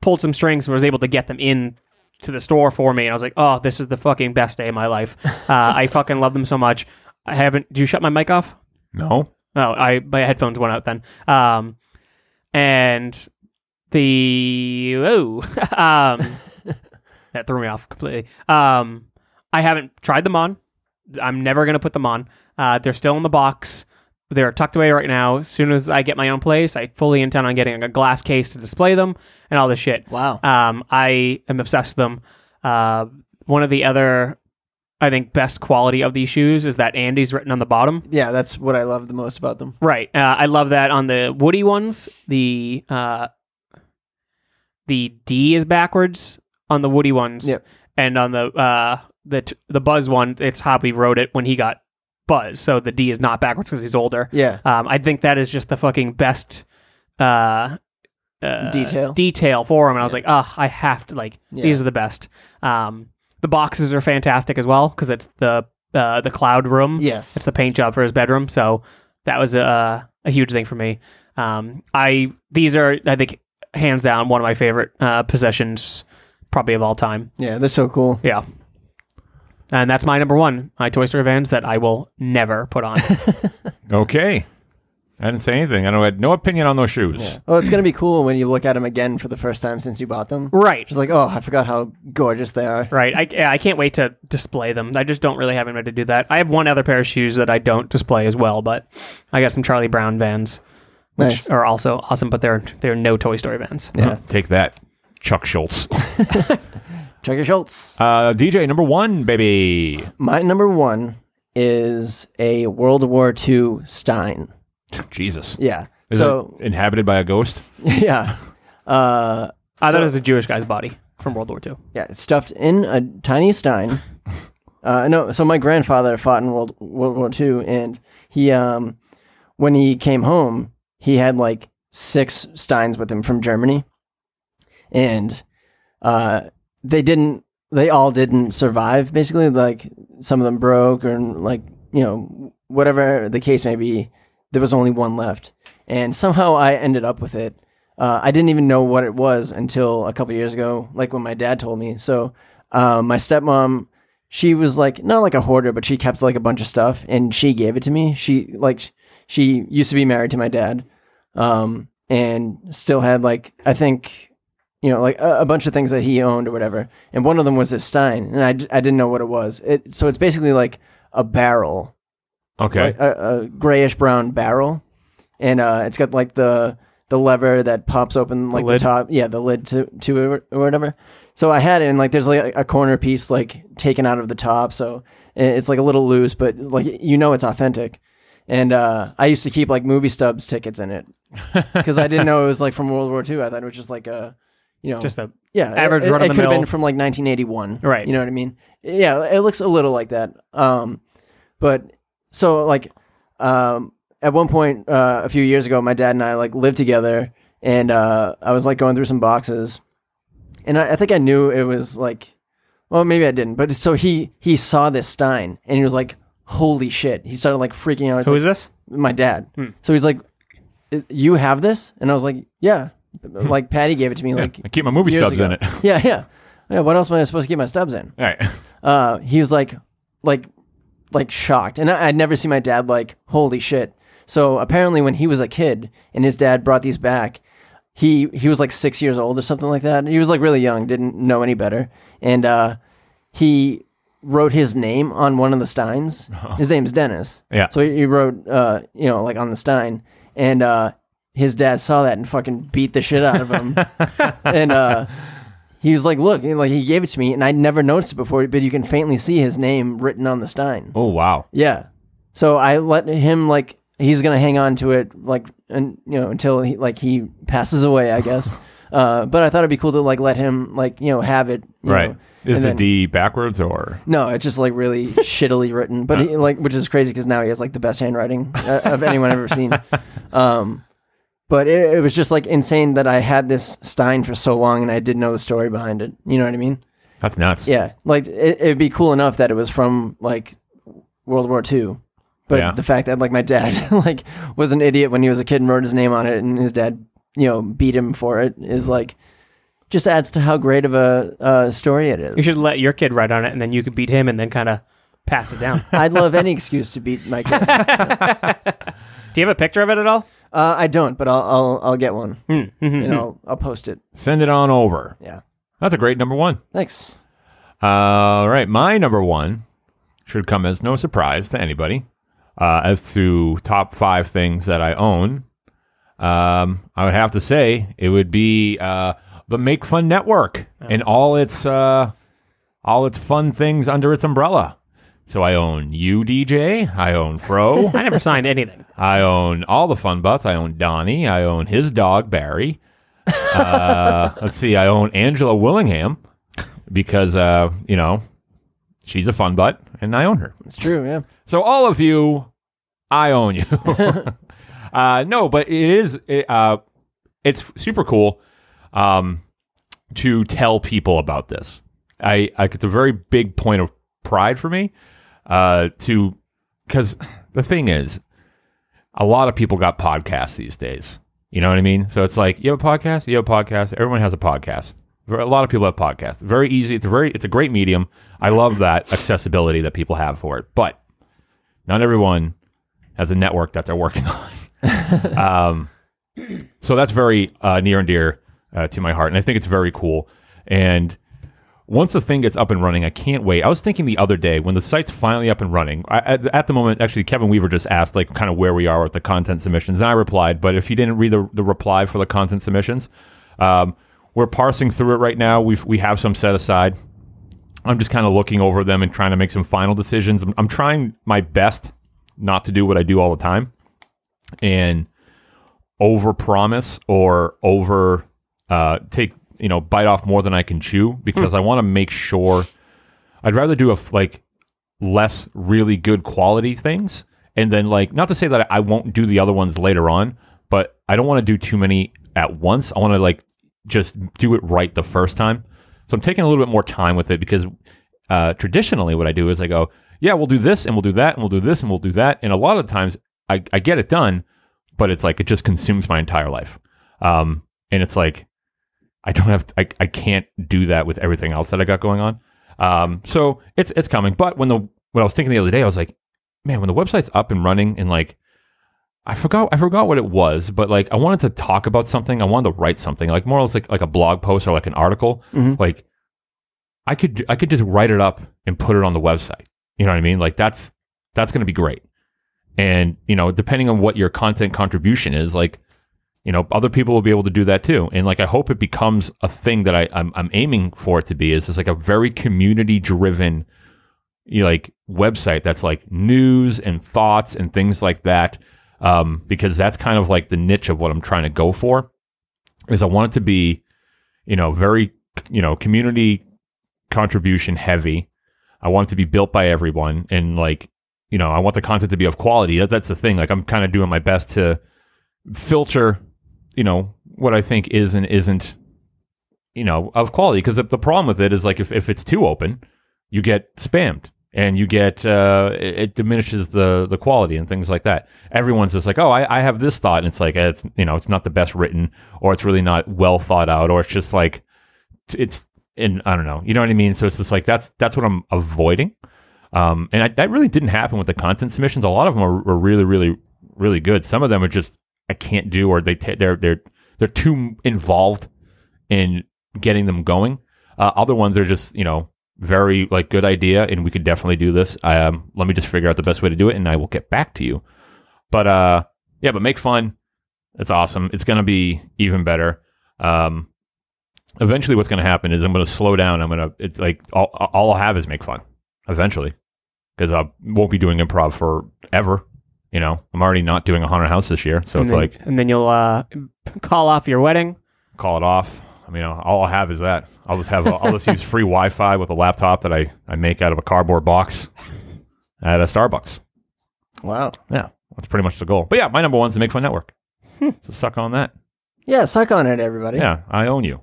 [SPEAKER 3] pulled some strings and was able to get them in to the store for me. And I was like, oh, this is the fucking best day of my life. Uh, I fucking love them so much. I haven't. Do you shut my mic off?
[SPEAKER 1] No.
[SPEAKER 3] Oh, I my headphones went out then. Um, and the oh, (laughs) um, that threw me off completely. Um, I haven't tried them on. I'm never gonna put them on. Uh, they're still in the box. They're tucked away right now. As soon as I get my own place, I fully intend on getting a glass case to display them and all this shit.
[SPEAKER 2] Wow.
[SPEAKER 3] Um, I am obsessed with them. Uh, one of the other, I think, best quality of these shoes is that Andy's written on the bottom.
[SPEAKER 2] Yeah, that's what I love the most about them.
[SPEAKER 3] Right. Uh, I love that on the Woody ones. The uh, the D is backwards on the Woody ones,
[SPEAKER 2] Yep.
[SPEAKER 3] and on the uh, the t- the Buzz one, it's Hoppy wrote it when he got Buzz, so the D is not backwards because he's older.
[SPEAKER 2] Yeah.
[SPEAKER 3] Um, I think that is just the fucking best uh, uh,
[SPEAKER 2] Detail.
[SPEAKER 3] detail for him. And I was like, oh, I have to like
[SPEAKER 2] Yeah.
[SPEAKER 3] these are the best. Um, the boxes are fantastic as well because it's the uh, the cloud room.
[SPEAKER 2] Yes.
[SPEAKER 3] It's the paint job for his bedroom. So that was a, a huge thing for me. Um, I these are I think hands down one of my favorite uh, possessions probably of all time.
[SPEAKER 2] Yeah, they're so cool.
[SPEAKER 3] Yeah. And that's my number one, my Toy Story Vans that I will never put (laughs) on.
[SPEAKER 1] Okay. I didn't say anything. I don't- I had no opinion on those shoes.
[SPEAKER 2] Well, Oh, it's gonna be cool when you look at them again for the first time since you bought them.
[SPEAKER 3] right.
[SPEAKER 2] Just like, oh, I forgot how gorgeous they are.
[SPEAKER 3] Right. I, yeah, I can't wait to display them. I just don't really have anybody to do that. I have one other pair of shoes that I don't display as well, but I got some Charlie Brown Vans, which
[SPEAKER 2] Nice.
[SPEAKER 3] are also awesome, but they're they're no Toy Story Vans.
[SPEAKER 2] Yeah.
[SPEAKER 1] Take that, Chuck Schultz.
[SPEAKER 2] Chucky Schultz.
[SPEAKER 1] Uh, DJ number one, baby.
[SPEAKER 2] My number one is a World War II Stein.
[SPEAKER 1] Jesus.
[SPEAKER 2] Yeah.
[SPEAKER 1] Is
[SPEAKER 2] so
[SPEAKER 1] it inhabited by a ghost?
[SPEAKER 2] (laughs) yeah. Uh,
[SPEAKER 3] I thought it was a Jewish guy's body from World War II.
[SPEAKER 2] Yeah, it's stuffed in a tiny stein. uh, no, so my grandfather fought in World World War II, and he, um, when he came home, he had like six steins with him from Germany, and uh, they didn't. They all didn't survive. Basically, like some of them broke, or like you know whatever the case may be, there was only one left, and somehow I ended up with it. Uh, I didn't even know what it was until a couple years ago, like when my dad told me. So, uh, my stepmom, she was like not like a hoarder, but she kept like a bunch of stuff, and she gave it to me. She like she used to be married to my dad, um, and still had like I think you know like a, a bunch of things that he owned or whatever, and one of them was this stein, and I, d- I didn't know what it was. It so it's basically like a barrel
[SPEAKER 1] Okay.
[SPEAKER 2] like a, a grayish brown barrel, and uh, it's got like the the lever that pops open like the,
[SPEAKER 3] lid?
[SPEAKER 2] top, yeah, the lid to to it or- or whatever. So I had it, and like there's like a corner piece like taken out of the top, so i- it's like a little loose, but like you know it's authentic. And uh, I used to keep like movie stubs tickets in it because I didn't know it was like from World War II. I thought it was just like a, you know,
[SPEAKER 3] Just a
[SPEAKER 2] yeah,
[SPEAKER 3] Average
[SPEAKER 2] it, it- It could
[SPEAKER 3] run-of-the-mill.
[SPEAKER 2] have been from like 1981,
[SPEAKER 3] Right.
[SPEAKER 2] You know what I mean? Yeah, it looks a little like that. Um, but so like, um, at one point uh, a few years ago, my dad and I like lived together, and uh, I was like going through some boxes, and I, I think I knew it was like, well, maybe I didn't, but so he he saw this Stein, and he was like, holy shit! He started like freaking out. He's
[SPEAKER 3] Who
[SPEAKER 2] like,
[SPEAKER 3] is Hmm. this?
[SPEAKER 2] my dad. So he's like, "I- "You have this?" And I was like,
[SPEAKER 3] (laughs)
[SPEAKER 2] "Yeah." Like Patty gave it to me. Like
[SPEAKER 1] I keep my movie
[SPEAKER 2] years
[SPEAKER 1] stubs
[SPEAKER 2] ago.
[SPEAKER 1] in it. (laughs)
[SPEAKER 2] Yeah, yeah, yeah. What else am I supposed to get my stubs in?
[SPEAKER 1] All right.
[SPEAKER 2] Uh, he was like, like, like shocked, and I, I'd never seen my dad like, holy shit. So apparently, when he was a kid, and his dad brought these back, he he was like six years old or something like that. He was like really young, didn't know any better, and uh, he wrote his name on one of the steins. His name's Dennis.
[SPEAKER 1] Yeah.
[SPEAKER 2] So he he wrote, uh, you know, like on the stein, and uh, his dad saw that and fucking beat the shit out of him, and uh, he was like, "Look," and, like he gave it to me, and I'd never noticed it before, but you can faintly see his name written on the stein.
[SPEAKER 1] Oh wow.
[SPEAKER 2] Yeah. So I let him like he's gonna hang on to it like and you know until he like he passes away,
[SPEAKER 1] (sighs)
[SPEAKER 2] I guess. uh, but I thought it'd be cool to like let him like you know have it. you
[SPEAKER 1] Right.
[SPEAKER 2] know,
[SPEAKER 1] Is
[SPEAKER 2] and
[SPEAKER 1] the
[SPEAKER 2] then-
[SPEAKER 1] D backwards or?
[SPEAKER 2] No, it's just like
[SPEAKER 1] (laughs)
[SPEAKER 2] really shittily written, but
[SPEAKER 1] Uh-huh.
[SPEAKER 2] he, like which is crazy because now he has like the best handwriting uh, of anyone I've
[SPEAKER 1] (laughs)
[SPEAKER 2] ever seen. Um, but it, it was just like insane that I had this Stein for so long and I didn't know the story behind it. You know what I mean?
[SPEAKER 1] That's nuts.
[SPEAKER 2] Yeah, like it, it'd be cool enough that it was from like World War II, but
[SPEAKER 1] Yeah.
[SPEAKER 2] the fact that like my dad (laughs) like was an idiot when he was a kid and wrote his name on it, and his dad you know beat him for it is like just adds to how great of a uh, story it
[SPEAKER 5] You
[SPEAKER 2] is.
[SPEAKER 5] should let your kid write on it, and then you could beat him, and then kind of pass it down.
[SPEAKER 2] I'd love any excuse to beat my kid. Uh,
[SPEAKER 5] Do you have a picture of it at all? Hmm, mm-hmm.
[SPEAKER 2] I don't, but I'll I'll, I'll get one. and I'll I'll post it.
[SPEAKER 1] Send it on over.
[SPEAKER 2] Yeah.
[SPEAKER 1] That's a great number one.
[SPEAKER 2] Thanks.
[SPEAKER 1] All right, my number one should come as no surprise to anybody. Uh, as to top five things that I own, um, I would have to say it would be uh, the Make Fun Network and all its uh, all its fun things under its umbrella. So I own you, DJ. I own Fro.
[SPEAKER 5] I never signed (laughs) anything.
[SPEAKER 1] I own all the fun butts. I own Donnie. I own his dog Barry. Uh, (laughs) let's see. I own Angela Willingham because uh, you know she's a fun butt, and I own her.
[SPEAKER 2] It's true. Yeah.
[SPEAKER 1] So all of you, I own you. (laughs) uh, no, but it is it, uh, it's super cool um, to tell people about this. I, I it's a very big point of pride for me uh, to because the thing is, a lot of people got podcasts these days. You know what I mean? So it's like you have a podcast, you have a podcast. Everyone has a podcast. A lot of people have podcasts. Very easy. It's a very it's a great medium. I love that accessibility that people have for it. But not everyone has a network that they're working (laughs) on. um, so that's very uh, near and dear uh, to my heart, and I think it's very cool. And once the thing gets up and running, I can't wait. I was thinking the other day when the site's finally up and running. I, at, at the moment, actually, Kevin Weaver just asked like kind of where we are with the content submissions, and I replied. But if you didn't read the, the reply for the content submissions, um, we're parsing through it right now. We've we have some set aside. I'm just kind of looking over them and trying to make some final decisions. I'm, I'm trying my best not to do what I do all the time and over promise or over uh, take, you know, bite off more than I can chew because I want to make sure I'd rather do a f- like less really good quality things. And then, like, not to say that I won't do the other ones later on, but I don't want to do too many at once. I want to, like, just do it right the first time. So I'm taking a little bit more time with it because uh, traditionally what I do is I go, yeah, we'll do this and we'll do that and we'll do this and we'll do that. And a lot of times I, I get it done, but it's like, it just consumes my entire life. Um, and it's like, I don't have, I, I can't do that with everything else that I got going on. Um, so it's, it's coming. But when the, when I was thinking the other day, I was like, man, when the website's up and running and like, I forgot, I forgot what it was, but like, I wanted to talk about something. I wanted to write something like more or less like, like a blog post or like an article. Like I could, I could just write it up and put it on the website. You know what I mean? Like that's, that's going to be great. And, you know, depending on what your content contribution is, like, you know, other people will be able to do that too. And like, I hope it becomes a thing that I, I'm, I'm aiming for it to be is just like a very community driven, you know, like website that's like news and thoughts and things like that. Um, because that's kind of like the niche of what I'm trying to go for is I want it to be, you know, very, you know, community contribution heavy. I want it to be built by everyone and like, you know, I want the content to be of quality. That, that's the thing. Like I'm kind of doing my best to filter, you know, what I think is and isn't, you know, of quality. Because the, the problem with it is like if, if it's too open, you get spammed and you get uh, it, it diminishes the the quality and things like that. Everyone's just like, oh, I, I have this thought, and it's like eh, it's you know it's not the best written, or it's really not well thought out, or it's just like t- it's in I don't know, you know what I mean. So it's just like that's that's what I'm avoiding. Um, and I, that really didn't happen with the content submissions. A lot of them are, are really, really, really good. Some of them are just I can't do, or they ta they're they're they're too involved in getting them going. Uh, other ones are just you know very like good idea, and we could definitely do this. Um, let me just figure out the best way to do it, and I will get back to you. But uh, yeah, but make fun. It's awesome. It's gonna be even better. Um, eventually, what's gonna happen is I'm gonna slow down. I'm gonna it's like all, all I'll have is make fun eventually because I won't be doing improv forever. You know, I'm already not doing a haunted house this year, so
[SPEAKER 5] and
[SPEAKER 1] it's
[SPEAKER 5] then,
[SPEAKER 1] like
[SPEAKER 5] and then you'll uh, call off your wedding.
[SPEAKER 1] call it off. I mean, all I'll have is that. I'll just have I'll just use free Wi-Fi with a laptop that I I make out of a cardboard box at a Starbucks.
[SPEAKER 2] Wow.
[SPEAKER 1] Yeah, that's pretty much the goal. But yeah, my number one's the Make Fun Network. So suck on that.
[SPEAKER 2] Yeah, suck on it, everybody.
[SPEAKER 1] Yeah, I own you.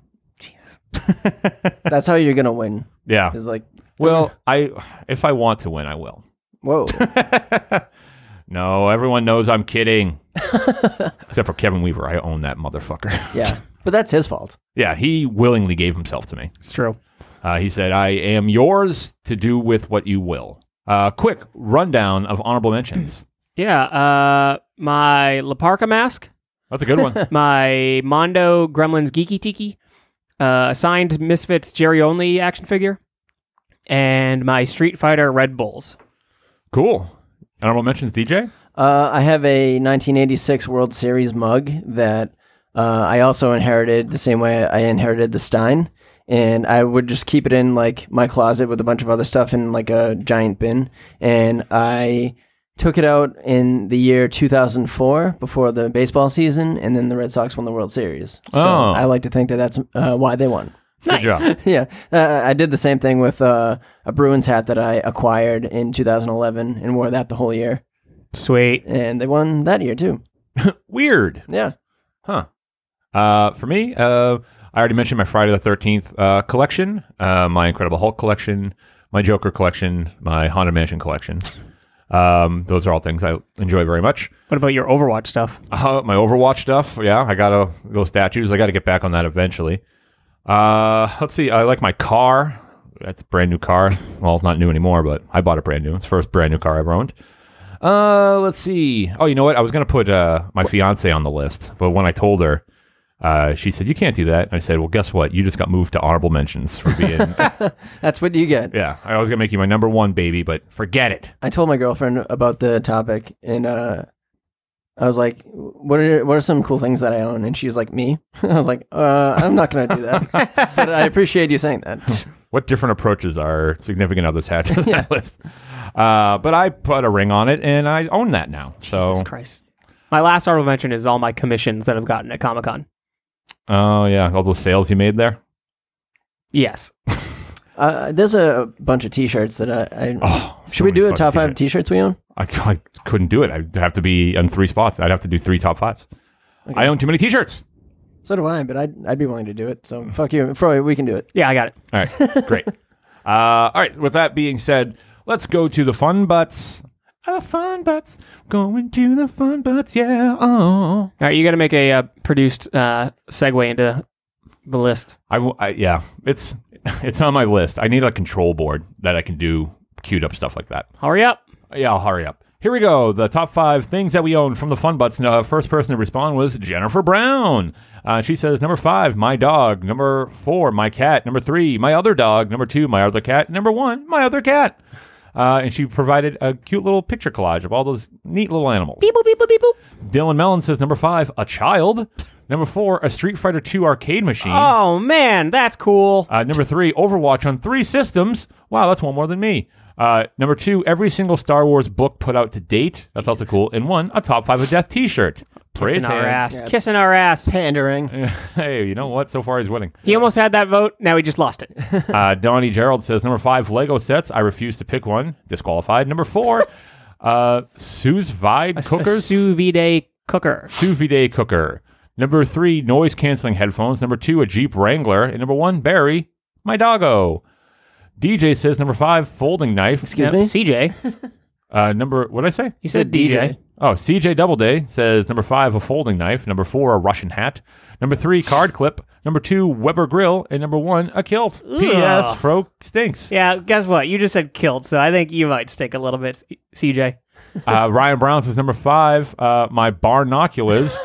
[SPEAKER 2] That's how you're gonna win.
[SPEAKER 1] Yeah.
[SPEAKER 2] Is like,
[SPEAKER 1] Well, I if I want to win, I will.
[SPEAKER 2] whoa.
[SPEAKER 1] No, everyone knows I'm kidding. Except for Kevin Weaver, I own that motherfucker. (laughs)
[SPEAKER 2] yeah. But that's his fault.
[SPEAKER 1] Yeah, he willingly gave himself to me.
[SPEAKER 5] It's true.
[SPEAKER 1] Uh, he said, I am yours to do with what you will. Uh, quick rundown of honorable mentions.
[SPEAKER 5] Yeah. Uh, my Laparca mask,
[SPEAKER 1] That's a good
[SPEAKER 3] (laughs)
[SPEAKER 1] one.
[SPEAKER 5] my Mondo Gremlins Geeky Tiki, uh, signed Misfits Jerry Only action figure, and my Street Fighter Red Bulls.
[SPEAKER 1] cool. Honorable mentions, DJ?
[SPEAKER 2] Uh, I have a 1986 World Series mug that uh, I also inherited the same way I inherited the Stein, and I would just keep it in like my closet with a bunch of other stuff in like a giant bin. And I took it out in the year 2004 before the baseball season, and then the Red Sox won the World Series. So
[SPEAKER 1] Oh.
[SPEAKER 2] I like to think that that's uh, why they won. (laughs)
[SPEAKER 1] Good job.
[SPEAKER 2] yeah, uh, I did the same thing with uh, a Bruins hat that I acquired in 2011 and wore that the whole year
[SPEAKER 5] Sweet.
[SPEAKER 2] and they won that year too.
[SPEAKER 1] Weird.
[SPEAKER 2] Yeah.
[SPEAKER 1] Huh. Uh, for me, uh, I already mentioned my Friday the 13th uh, collection, uh, my Incredible Hulk collection, my Joker collection, my Haunted Mansion collection. Um, those are all things I enjoy very much.
[SPEAKER 5] What about your Overwatch stuff?
[SPEAKER 1] Uh, my Overwatch stuff, yeah, I got to those statues. I got to get back on that eventually. Uh, let's see. I like my car. That's a brand new car. Well, it's not new anymore, but I bought a brand new. It's the first brand new car I ever owned. Uh, let's see. Oh, you know what? I was gonna put uh, my fiance on the list, but when I told her, uh, she said you can't do that. And I said, well, guess what? You just got moved to honorable mentions for being.
[SPEAKER 2] That's what you get.
[SPEAKER 1] yeah, I was gonna make you my number one baby, but forget it.
[SPEAKER 2] I told my girlfriend about the topic and uh I was like, "What are what are some cool things that I own?" And she was like, "Me." (laughs) I was like, "Uh, I'm not gonna
[SPEAKER 1] (laughs)
[SPEAKER 2] do that." but I appreciate you saying that.
[SPEAKER 1] what different approaches our significant others
[SPEAKER 5] (laughs)
[SPEAKER 1] had to that list. Uh, but I put a ring on it, and I own that now. So,
[SPEAKER 5] Jesus Christ. My last honorable mention is all my commissions that I've gotten at Comic Con.
[SPEAKER 1] oh yeah, all those sales you made there.
[SPEAKER 5] Yes.
[SPEAKER 2] Uh, there's a bunch of T-shirts that I, I
[SPEAKER 1] Oh, so
[SPEAKER 2] should we
[SPEAKER 1] many
[SPEAKER 2] do a
[SPEAKER 1] fucking
[SPEAKER 2] top five
[SPEAKER 1] t-shirts.
[SPEAKER 2] T-shirts we own?
[SPEAKER 1] I, I couldn't do it. I'd have to be in three spots. I'd have to do three top fives. I own too many T-shirts.
[SPEAKER 2] So do I, but I'd I'd be willing to do it.
[SPEAKER 1] Mm.
[SPEAKER 2] So fuck you, Froy. We can do it.
[SPEAKER 5] Yeah, I got it.
[SPEAKER 1] All
[SPEAKER 5] (laughs)
[SPEAKER 1] right, great. Uh, all right. With that being said, let's go to the fun butts. Oh, fun butts. Going to the fun butts. Yeah. Oh.
[SPEAKER 5] All right, you got to make a uh, produced uh, segue into the list.
[SPEAKER 1] I, w- I- yeah, it's (laughs) it's on my list. I need a control board that I can do queued up stuff like that.
[SPEAKER 5] Hurry up.
[SPEAKER 1] Yeah, I'll hurry up. Here we go. The top five things that we own from the Fun Butts. Now, first person to respond was Jennifer Brown. Uh, she says number five, my dog. Number four, my cat. Number three, my other dog. Number two, my other cat. Number one, my other cat. Uh, and she provided a cute little picture collage of all those neat little animals.
[SPEAKER 5] Beep, boop, beep, boop, beep, boop.
[SPEAKER 1] Dylan Mellon says number five, a child. Number four, a Street Fighter II arcade machine.
[SPEAKER 5] Oh, man, that's cool.
[SPEAKER 1] Uh, number three, Overwatch on three systems. Wow, that's one more than me. Uh, number two, every single Star Wars book put out to date. That's also cool. And one, a top five of death T-shirt. Praise
[SPEAKER 5] Kissing our
[SPEAKER 1] hands.
[SPEAKER 5] ass. Kissing our ass.
[SPEAKER 2] Pandering.
[SPEAKER 1] (laughs) Hey, you know what? So far, he's winning.
[SPEAKER 5] He almost had that vote. Now he just lost it.
[SPEAKER 1] Uh, Donnie Gerald says number five, Lego sets. I refuse to pick one. Disqualified. Number four,
[SPEAKER 5] (laughs)
[SPEAKER 1] uh, sous vide
[SPEAKER 5] A
[SPEAKER 1] (laughs) cookers.
[SPEAKER 5] sous vide cooker.
[SPEAKER 1] sous vide cooker. Number three, noise canceling headphones. Number two, a Jeep Wrangler. And number one, Barry, my doggo. DJ says number five, folding knife.
[SPEAKER 2] Excuse
[SPEAKER 1] (laughs)
[SPEAKER 2] me.
[SPEAKER 5] CJ.
[SPEAKER 1] Uh, number what did I say?
[SPEAKER 5] You said
[SPEAKER 2] DJ.
[SPEAKER 5] DJ.
[SPEAKER 1] Oh, CJ Doubleday says number five a folding knife, number four a Russian hat, number three card clip, number two Weber grill, and number one a kilt. P.S. Fro stinks.
[SPEAKER 5] Yeah, guess what? You just said killed, so I think you might stink a little bit, CJ.
[SPEAKER 1] Uh, Ryan Brown says number five uh, my barnoculars.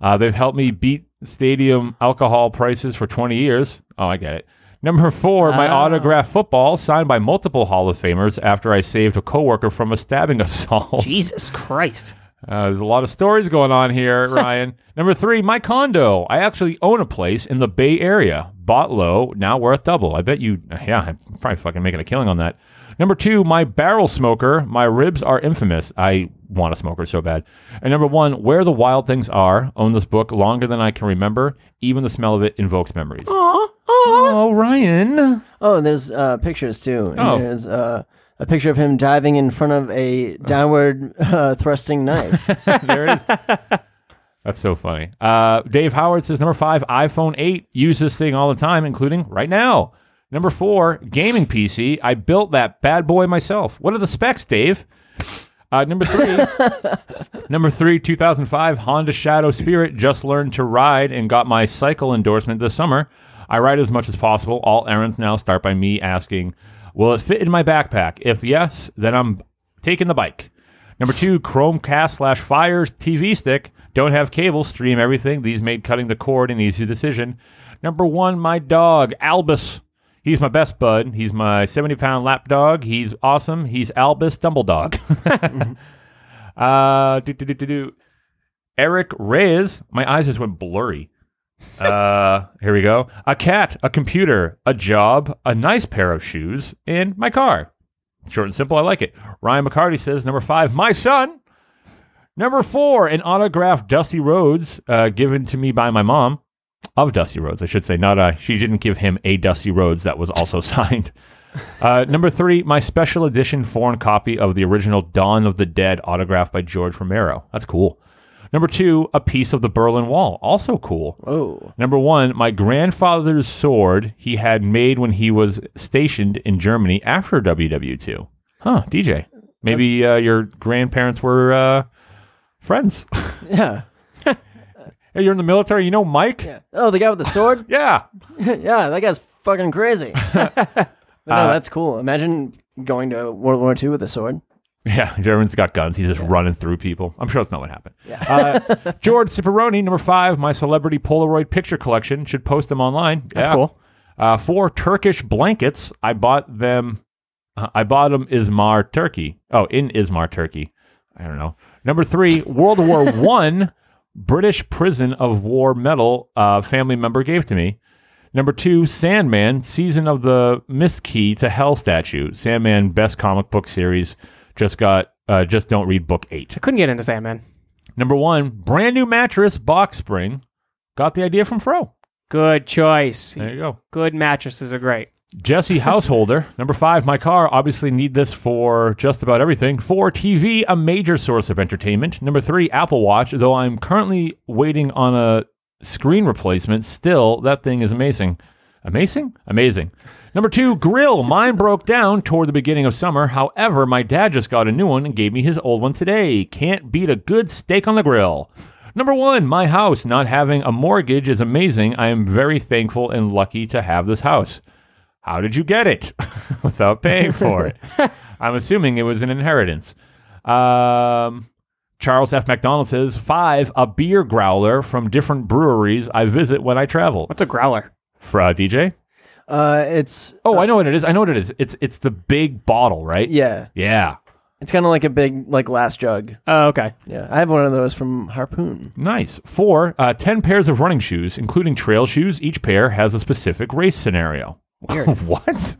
[SPEAKER 1] uh, they've helped me beat stadium alcohol prices for twenty years. Oh, I get it. Number four, my autographed football signed by multiple Hall of Famers after I saved a coworker from a stabbing (laughs) assault.
[SPEAKER 5] Jesus Christ.
[SPEAKER 1] Uh, there's a lot of stories going on here, Ryan. Number three, my condo. I actually own a place in the Bay Area. Bought low, now worth double. I bet you, yeah, I'm probably fucking making a killing on that. Number two, my barrel smoker. My ribs are infamous. I want a smoker so bad. And number one, Where the Wild Things Are. Own this book longer than I can remember. Even the smell of it invokes memories. Oh, Ryan.
[SPEAKER 2] Oh, and there's uh, pictures too. And
[SPEAKER 1] Oh.
[SPEAKER 2] There's uh, a picture of him diving in front of a downward uh, thrusting knife.
[SPEAKER 1] (laughs) there it is. That's so funny. Uh, Dave Howard says number five, iPhone 8. Use this thing all the time, including right now. Number four, gaming PC. I built that bad boy myself. What are the specs, Dave? Uh, number three, number three, 2005 Honda Shadow Spirit. Just learned to ride and got my cycle endorsement this summer. I ride as much as possible. All errands now start by me asking, "Will it fit in my backpack?" If yes, then I'm taking the bike. Number two, Chromecast slash Fire TV stick. Don't have cable. Stream everything. These made cutting the cord an easy decision. Number one, my dog Albus. He's my best bud. He's my 70 pound lap dog. He's awesome. He's Albus Dumbledog. (laughs) uh, do, do, do, do, do. Eric Reyes. My eyes just went blurry. Uh, here we go. A cat, a computer, a job, a nice pair of shoes, and my car. Short and simple. I like it. Ryan McCarty says number five, my son. Number four, an autographed Dusty Rhodes uh, given to me by my mom of Dusty Rhodes, I should say. Not a, she didn't give him a Dusty Rhodes that was also (laughs) signed. Uh, number three, my special edition foreign copy of the original Dawn of the Dead autographed by George Romero. That's cool. Number two, a piece of the Berlin Wall. Also cool.
[SPEAKER 2] Oh.
[SPEAKER 1] Number one, my grandfather's sword he had made when he was stationed in Germany after WW2. Huh, DJ. Maybe uh, your grandparents were uh, friends. (laughs)
[SPEAKER 2] Yeah.
[SPEAKER 1] hey, you're in the military. You know Mike? Yeah.
[SPEAKER 2] Oh, the guy with the sword? (laughs) yeah, that guy's fucking crazy. (laughs) But no, that's cool. Imagine going to World War II with a sword.
[SPEAKER 1] Yeah, (laughs) Germans got guns. He's just running through people. I'm sure that's not what happened. uh, (laughs) George Ciperoni, number five, my celebrity Polaroid picture collection. Should post them online. That's
[SPEAKER 5] cool.
[SPEAKER 1] Uh, four Turkish blankets. I bought them. Uh, I bought them Izmar, Turkey. Oh, in Izmar, Turkey. I don't know. Number three, World War (laughs) One British Prison of War medal. Uh, family member gave to me. Number two, Sandman, Season of the Mist Key to Hell statue. Sandman, best comic book series. Just got, uh, just don't read book eight.
[SPEAKER 5] Couldn't get into Sandman.
[SPEAKER 1] Number one, brand new mattress, box spring. Got the idea from Fro.
[SPEAKER 5] Good choice.
[SPEAKER 1] There you go.
[SPEAKER 5] Good mattresses are great.
[SPEAKER 1] Jesse Householder, number five, my car. Obviously, need this for just about everything. Four, TV, a major source of entertainment. Number three, Apple Watch. Though I'm currently waiting on a screen replacement, still, that thing is amazing. Amazing? Amazing. Number two, grill. Mine broke down toward the beginning of summer. However, my dad just got a new one and gave me his old one today. Can't beat a good steak on the grill. Number one, my house. Not having a mortgage is amazing. I am very thankful and lucky to have this house how did you get it (laughs) without paying for (laughs) it? I'm assuming it was an inheritance. Um, Charles F. McDonald says five, a beer growler from different breweries I visit when I travel.
[SPEAKER 5] What's a growler?
[SPEAKER 1] Fra DJ?
[SPEAKER 2] Uh, it's
[SPEAKER 1] Oh, I know what it is. I know what it is. It's it's the big bottle, right?
[SPEAKER 2] yeah,
[SPEAKER 1] Yeah.
[SPEAKER 2] it's kind of like a big like glass jug.
[SPEAKER 5] Oh, okay.
[SPEAKER 2] Yeah, I have one of those from Harpoon.
[SPEAKER 1] Nice. Four, uh, 10 pairs of running shoes, including trail shoes. Each pair has a specific race scenario. (laughs) what?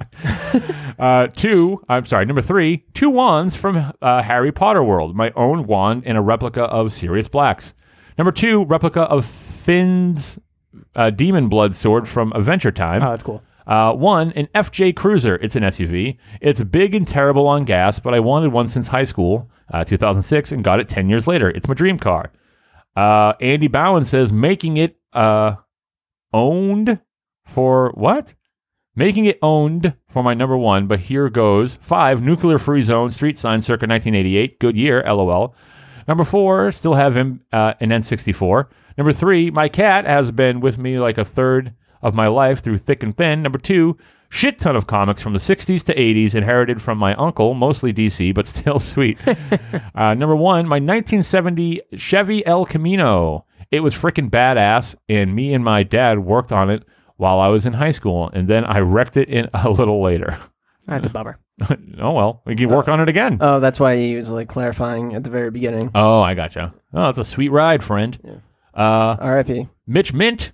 [SPEAKER 1] (laughs) uh, two, I'm sorry, number three, two wands from uh, Harry Potter World. My own wand and a replica of Sirius Black's. Number two, replica of Finn's uh, demon blood sword from Adventure Time.
[SPEAKER 5] Oh, that's cool.
[SPEAKER 1] Uh, one, an FJ Cruiser. It's an SUV. It's big and terrible on gas, but I wanted one since high school, uh, 2006, and got it 10 years later. It's my dream car. Uh, Andy Bowen says making it uh, owned for what? Making it owned for my number one, but here goes. Five, nuclear free zone, street sign circa 1988. Good year, lol. Number four, still have him, uh, an N64. Number three, my cat has been with me like a third of my life through thick and thin. Number two, shit ton of comics from the 60s to 80s inherited from my uncle, mostly DC, but (laughs) still sweet. uh, number one, my 1970 Chevy El Camino. It was freaking badass, and me and my dad worked on it while I was in high school, and then I wrecked it in (laughs) a little later.
[SPEAKER 5] That's a bummer.
[SPEAKER 1] oh well, we can work on it again.
[SPEAKER 2] Oh, that's why he was like clarifying at the very beginning.
[SPEAKER 1] oh, I gotcha. Oh, that's a sweet ride, friend. Uh,
[SPEAKER 2] R.I.P.
[SPEAKER 1] Mitch Mint,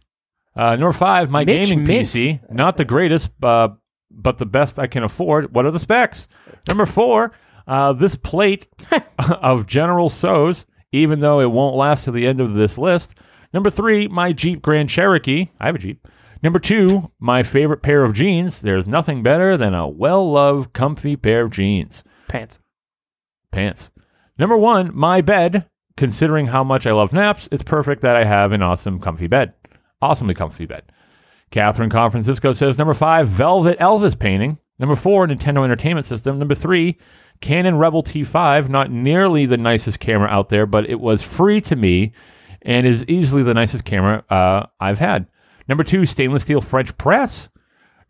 [SPEAKER 1] uh, number five, my
[SPEAKER 5] Mitch
[SPEAKER 1] gaming
[SPEAKER 5] Mint.
[SPEAKER 1] PC, not the greatest, uh, but the best I can afford. What are the specs? Number four, uh, this plate
[SPEAKER 5] (laughs)
[SPEAKER 1] of General So's, even though it won't last to the end of this list. Number three, my Jeep Grand Cherokee. I have a Jeep. Number two, my favorite pair of jeans. There's nothing better than a well loved, comfy pair of jeans
[SPEAKER 5] Pants.
[SPEAKER 1] pants. Number one, my bed. Considering how much I love naps, it's perfect that I have an awesome, comfy bed. Awesomely comfy bed. Catherine Confrancisco says number five, Velvet Elvis painting. Number four, Nintendo Entertainment System. Number three, Canon Rebel T5, not nearly the nicest camera out there, but it was free to me and is easily the nicest camera uh, I've had. Number two, stainless steel French press.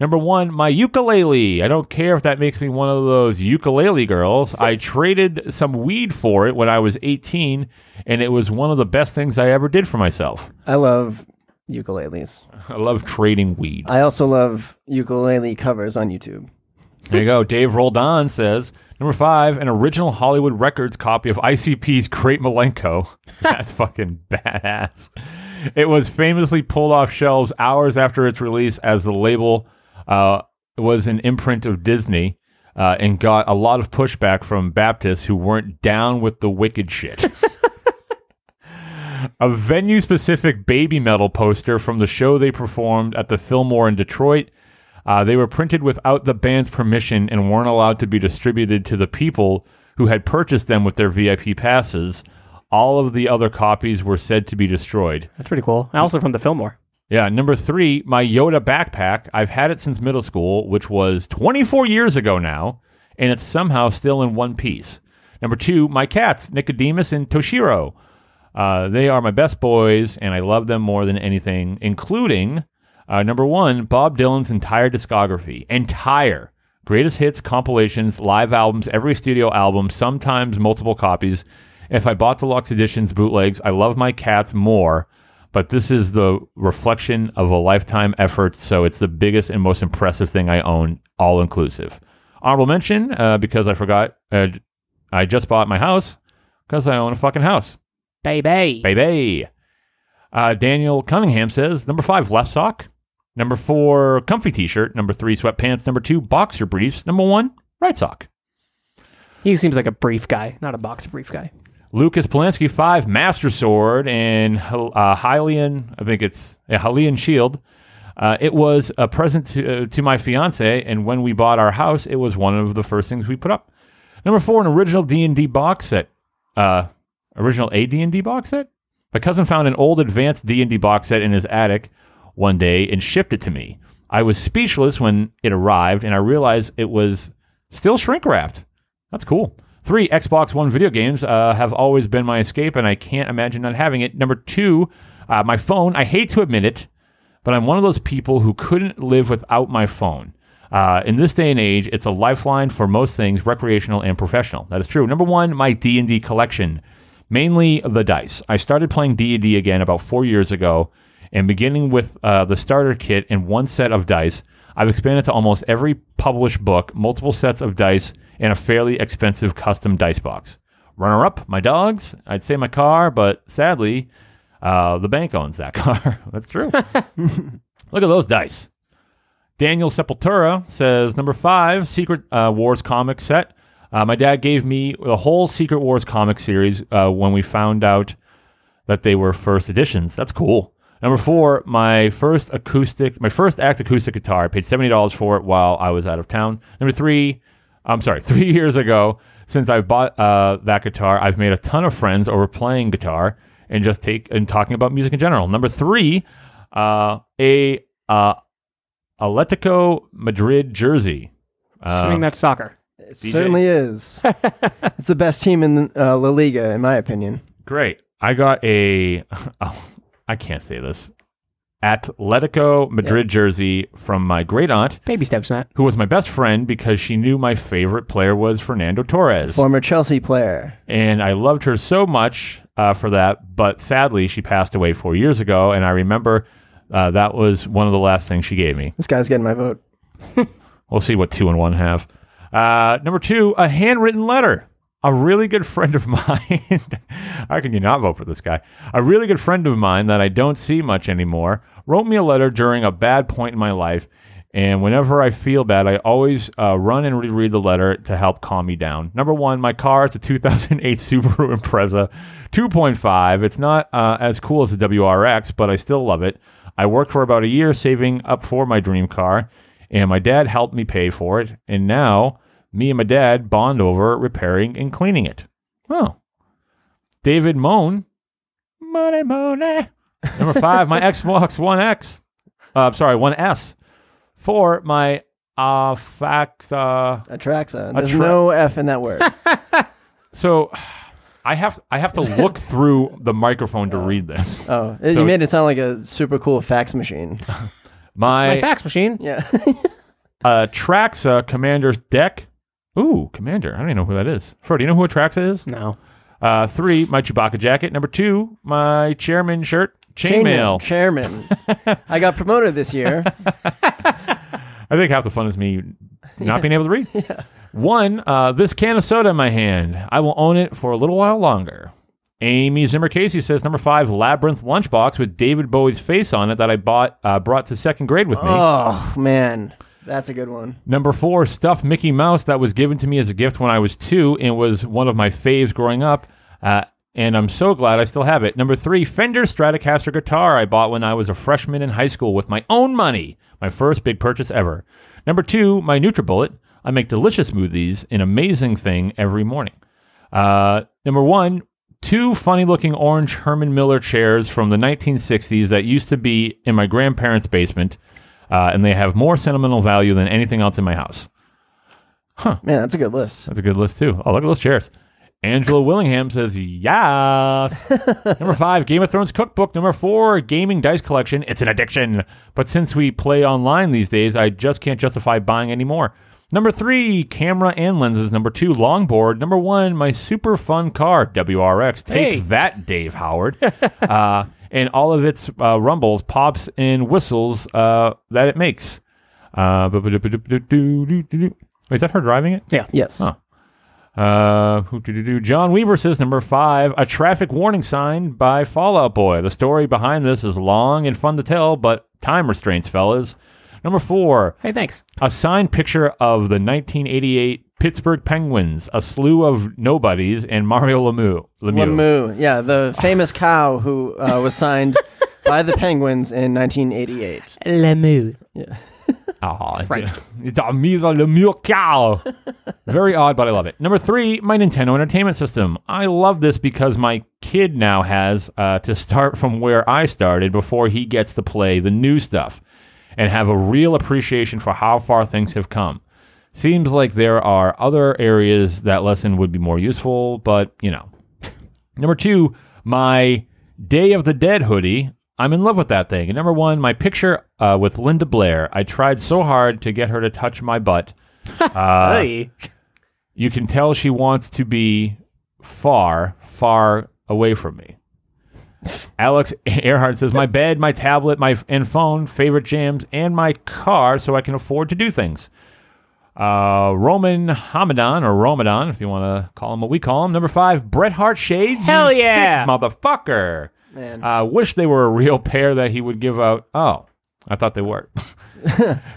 [SPEAKER 1] Number one, my ukulele. I don't care if that makes me one of those ukulele girls. I traded some weed for it when I was 18, and it was one of the best things I ever did for myself.
[SPEAKER 2] I love ukuleles.
[SPEAKER 1] I love trading weed.
[SPEAKER 2] I also love ukulele covers on YouTube.
[SPEAKER 1] There you go. Dave Roldan says number five, an original Hollywood Records copy of ICP's Great Malenko. (laughs) That's fucking badass. It was famously pulled off shelves hours after its release, as the label uh, was an imprint of Disney, uh, and got a lot of pushback from Baptists who weren't down with the wicked shit. (laughs) a venue specific baby metal poster from the show they performed at the Fillmore in Detroit. Uh, they were printed without the band's permission and weren't allowed to be distributed to the people who had purchased them with their VIP passes. All of the other copies were said to be destroyed.
[SPEAKER 5] That's pretty cool. And also from the Fillmore.
[SPEAKER 1] Yeah, number three, my Yoda backpack. I've had it since middle school, which was 24 years ago now, and it's somehow still in one piece. Number two, my cats, Nicodemus and Toshiro. Uh, they are my best boys, and I love them more than anything, including uh, number one, Bob Dylan's entire discography. Entire. Greatest hits, compilations, live albums, every studio album, sometimes multiple copies. If I bought deluxe editions, bootlegs, I love my cats more, but this is the reflection of a lifetime effort, so it's the biggest and most impressive thing I own, all inclusive. Honorable mention, uh, because I forgot, uh, I just bought my house because I own a fucking house.
[SPEAKER 5] Baby.
[SPEAKER 1] Baby. Uh, Daniel Cunningham says number five, left sock. Number four, comfy t shirt. Number three, sweatpants. Number two, boxer briefs. Number one, right sock.
[SPEAKER 5] He seems like a brief guy, not a box brief guy.
[SPEAKER 1] Lucas Polanski, five, master sword. And uh, Hylian, I think it's yeah, Hylian shield. Uh, it was a present to, uh, to my fiance, and when we bought our house, it was one of the first things we put up. Number four, an original D and D box set, uh, original A D and D box set. My cousin found an old advanced D and D box set in his attic one day and shipped it to me. I was speechless when it arrived, and I realized it was still shrink wrapped. That's cool. Three Xbox One video games uh, have always been my escape, and I can't imagine not having it. Number two, uh, my phone. I hate to admit it, but I'm one of those people who couldn't live without my phone. Uh, in this day and age, it's a lifeline for most things, recreational and professional. That is true. Number one, my D and D collection, mainly the dice. I started playing D and D again about four years ago, and beginning with uh, the starter kit and one set of dice, I've expanded to almost every published book, multiple sets of dice, and a fairly expensive custom dice box. Runner up, my dogs. I'd say my car, but sadly, uh, the bank owns that (laughs) car. That's true. Look at those dice. Daniel Sepultura says number five, Secret uh, Wars comic set. Uh, my dad gave me the whole Secret Wars comic series uh, when we found out that they were first editions. That's cool. Number four, my first acoustic, my first act acoustic guitar. I paid seventy dollars for it while I was out of town. Number three, I'm sorry, (laughs) three years ago, since I bought uh, that guitar, I've made a ton of friends over playing guitar and just take and talking about music in general. Number three, uh, a uh, Atletico Madrid jersey. Oh.
[SPEAKER 5] Assuming that's soccer.
[SPEAKER 2] It certainly is. it's the best team in uh, La Liga, in my opinion.
[SPEAKER 1] Great. I got a. (laughs) Oh, I can't say this. Atletico Madrid jersey from my great aunt,
[SPEAKER 5] Baby steps, Matt.
[SPEAKER 1] who was my best friend because she knew my favorite player was Fernando Torres.
[SPEAKER 2] Former Chelsea player.
[SPEAKER 1] and I loved her so much uh, for that. But sadly, she passed away four years ago, and I remember uh, that was one of the last things she gave me.
[SPEAKER 2] This guy's getting my vote.
[SPEAKER 1] We'll see what two and one have. Uh, number two, a handwritten letter. A really good friend of (laughs) mine. How can you not vote for this guy? A really good friend of mine that I don't see much anymore wrote me a letter during a bad point in my life. And whenever I feel bad, I always uh, run and reread the letter to help calm me down. Number one, my car. It's a 2008 (laughs) Subaru Impreza 2.5. It's not uh, as cool as the WRX, but I still love it. I worked for about a year saving up for my dream car and my dad helped me pay for it. And now me and my dad bond over repairing and cleaning it. Oh. David Moan. Money, money. Number five, my Xbox One X. Uh, I'm sorry, One S. Four, my uh, fact. Uh,
[SPEAKER 2] Atraxa. There's
[SPEAKER 1] Atra-
[SPEAKER 2] no F in that word.
[SPEAKER 7] So I have I have to look through the microphone to read this.
[SPEAKER 2] Oh, it-
[SPEAKER 7] So-
[SPEAKER 2] you made it sound like a super cool fax machine.
[SPEAKER 1] my
[SPEAKER 3] fax machine.
[SPEAKER 2] Yeah.
[SPEAKER 1] uh, Traxa commander's deck. Ooh, commander. I don't even know who that is. Fro, do you know who Traxa is?
[SPEAKER 3] No.
[SPEAKER 1] Uh, three, my Chewbacca jacket. Number two, my chairman shirt. Chainmail.
[SPEAKER 2] (laughs) Chairman. Chairman. I got promoted this year.
[SPEAKER 1] I think half the fun is me not being able to read. One, uh, this can of soda in my hand. I will own it for a little while longer. Amy Zimmer Casey says number five, Labyrinth lunchbox with David Bowie's face on it that I bought uh, brought to second grade with me.
[SPEAKER 2] Oh man, that's a good one.
[SPEAKER 1] Number four, stuffed Mickey Mouse that was given to me as a gift when I was two and was one of my faves growing up. Uh, and I'm so glad I still have it. Number three, Fender Stratocaster guitar I bought when I was a freshman in high school with my own money. My first big purchase ever. Number two, my NutriBullet. I make delicious smoothies, an amazing thing every morning. Uh, number one, two funny looking orange Herman Miller chairs from the 1960s that used to be in my grandparents' basement, uh, and they have more sentimental value than anything else in my house.
[SPEAKER 2] Man, that's a good list.
[SPEAKER 1] That's a good list, too. Oh, look at those chairs. Angela Willingham says, Yes. number five, Game of Thrones cookbook. Number four, gaming dice collection. It's an addiction. But since we play online these days, I just can't justify buying any more. Number three, camera and lenses. Number two, longboard. Number one, my super fun car, WRX. Take
[SPEAKER 3] Hey.
[SPEAKER 1] that, Dave Howard. uh, and all of its uh, rumbles, pops, and whistles uh, that it makes. Uh, wait, is that her driving it?
[SPEAKER 2] Yes.
[SPEAKER 1] Huh. Uh, who do do do? John Weaver says number five, a traffic warning sign by Fallout Boy. The story behind this is long and fun to tell, but time restraints, fellas. Number four,
[SPEAKER 3] Hey, thanks.
[SPEAKER 1] a signed picture of the 1988 Pittsburgh Penguins, a slew of nobodies, and Mario Lemieux.
[SPEAKER 2] Lemieux. Yeah, the famous cow who uh, was signed by the Penguins in 1988.
[SPEAKER 3] Lemieux.
[SPEAKER 1] Oh, it's it's a Mira Lemieux cow. Very odd, but I love it. Number three, my Nintendo Entertainment System. I love this because my kid now has uh, to start from where I started before he gets to play the new stuff and have a real appreciation for how far things have come. Seems like there are other areas that lesson would be more useful, but you know. Number two, my Day of the Dead hoodie. I'm in love with that thing. And number one, my picture uh, with Linda Blair. I tried so hard to get her to touch my butt. Uh,
[SPEAKER 3] hey.
[SPEAKER 1] You can tell she wants to be far, far away from me. Alex (laughs) Earhart says, My bed, my tablet, my and phone, favorite jams, and my car so I can afford to do things. Uh, Roman Hamadan, or Romadon, if you want to call him what we call him. Number five, Bret Hart Shades. you
[SPEAKER 3] Hell
[SPEAKER 1] sick
[SPEAKER 3] yeah.
[SPEAKER 1] motherfucker.
[SPEAKER 2] Man.
[SPEAKER 1] I wish they were a real pair that he would give out. Oh, I thought they
[SPEAKER 3] (laughs)
[SPEAKER 1] were.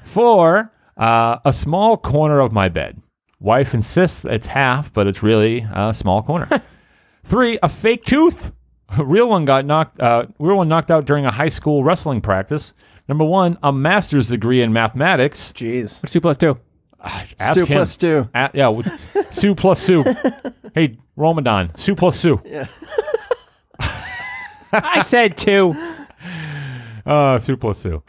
[SPEAKER 1] Four, uh, a small corner of my bed. Wife insists it's half, but it's really a small corner.
[SPEAKER 3] (laughs)
[SPEAKER 1] Three, a fake tooth. (laughs) A real one got knocked. Uh, real one knocked out during a high school wrestling practice. Number one, a master's degree in mathematics.
[SPEAKER 2] Jeez.
[SPEAKER 3] What's two plus two?
[SPEAKER 1] Ask
[SPEAKER 2] Stu
[SPEAKER 1] him.
[SPEAKER 2] plus Stu.
[SPEAKER 1] A- yeah, with- Sue plus Sue. Hey, Ramadan, Sue plus Sue.
[SPEAKER 3] I said two.
[SPEAKER 1] Uh, Sue plus Sue.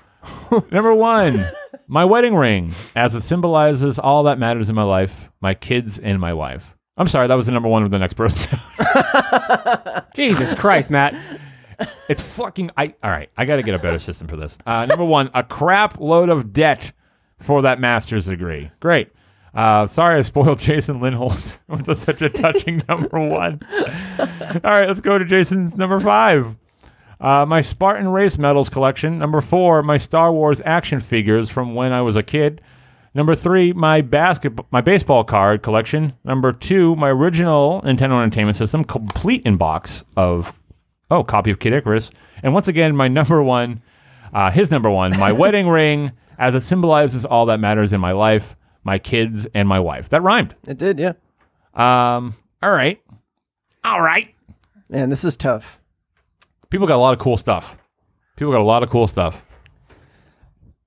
[SPEAKER 1] Number one, my wedding ring, as it symbolizes all that matters in my life, my kids and my wife. I'm sorry, that was the number one of the next person.
[SPEAKER 2] (laughs)
[SPEAKER 3] Jesus Christ, Matt.
[SPEAKER 1] it's fucking. I all right. I got to get a better system for this. Uh, number one, a crap load of debt for that master's degree. Great. Uh, sorry, I spoiled (laughs) Jason (laughs) Lindholz with such a touching (laughs) number one. all right, let's go to Jason's number five. Uh, my Spartan race medals collection. Number four, my Star Wars action figures from when I was a kid. Number three, my basket, my baseball card collection. Number two, my original Nintendo Entertainment System complete in box of, oh, copy of Kid Icarus. And once again, my number one, uh, his number one, (laughs) my wedding ring, as it symbolizes all that matters in my life, my kids, and my wife. That rhymed.
[SPEAKER 2] It did, yeah.
[SPEAKER 1] Um, all right, all right.
[SPEAKER 2] Man, this is tough.
[SPEAKER 1] People got a lot of cool stuff. People got a lot of cool stuff.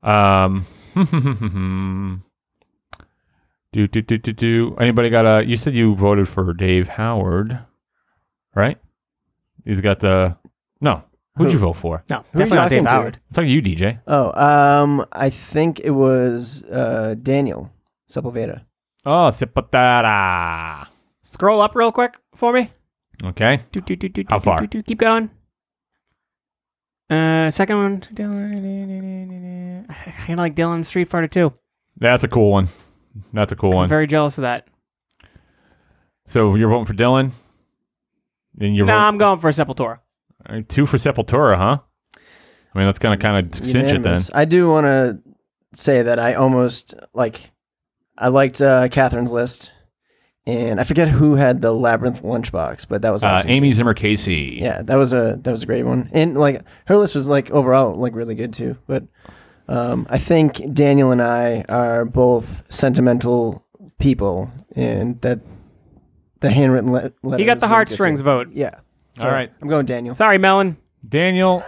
[SPEAKER 1] Um, (laughs) do do do do do. Anybody got a? You said you voted for Dave Howard, right? He's got the no. Who'd you vote for?
[SPEAKER 3] No,
[SPEAKER 2] Who are you
[SPEAKER 3] definitely not
[SPEAKER 2] talking
[SPEAKER 3] Dave
[SPEAKER 2] to?
[SPEAKER 3] Howard.
[SPEAKER 1] I'm talking to you, DJ.
[SPEAKER 2] Oh, um, I think it was uh, Daniel Sepulveda.
[SPEAKER 1] Oh, Sepatara.
[SPEAKER 3] Scroll up real quick for me.
[SPEAKER 1] Okay.
[SPEAKER 3] Do, do, do, do,
[SPEAKER 1] How
[SPEAKER 3] do,
[SPEAKER 1] far?
[SPEAKER 3] do, do. Keep going. Uh, second one. Dylan- I kind of like Dylan Street Fighter 2.
[SPEAKER 1] That's a cool one. That's a cool
[SPEAKER 3] I'm
[SPEAKER 1] one.
[SPEAKER 3] very jealous of that.
[SPEAKER 1] so you're voting for Dylan? And you're
[SPEAKER 3] No, I'm going for
[SPEAKER 1] voting,
[SPEAKER 3] Sepultura.
[SPEAKER 1] uh, two for Sepultura, huh? I mean, that's going to kind of cinch it then.
[SPEAKER 2] Unanimous. I do want to say that I almost like I liked uh, Catherine's list, and I forget who had the labyrinth lunchbox, but that was
[SPEAKER 1] Uh,
[SPEAKER 2] awesome.
[SPEAKER 1] Amy Zimmer Casey.
[SPEAKER 2] Yeah, that was a that was a great one, and like her list was like overall like really good too. But um, I think Daniel and I are both sentimental people, and that the handwritten le- letter.
[SPEAKER 3] You got the
[SPEAKER 2] is really good,
[SPEAKER 3] heartstrings
[SPEAKER 2] too.
[SPEAKER 3] vote.
[SPEAKER 2] Yeah.
[SPEAKER 1] All right.
[SPEAKER 2] I'm going Daniel.
[SPEAKER 3] Sorry, Melon. (laughs)
[SPEAKER 1] Daniel,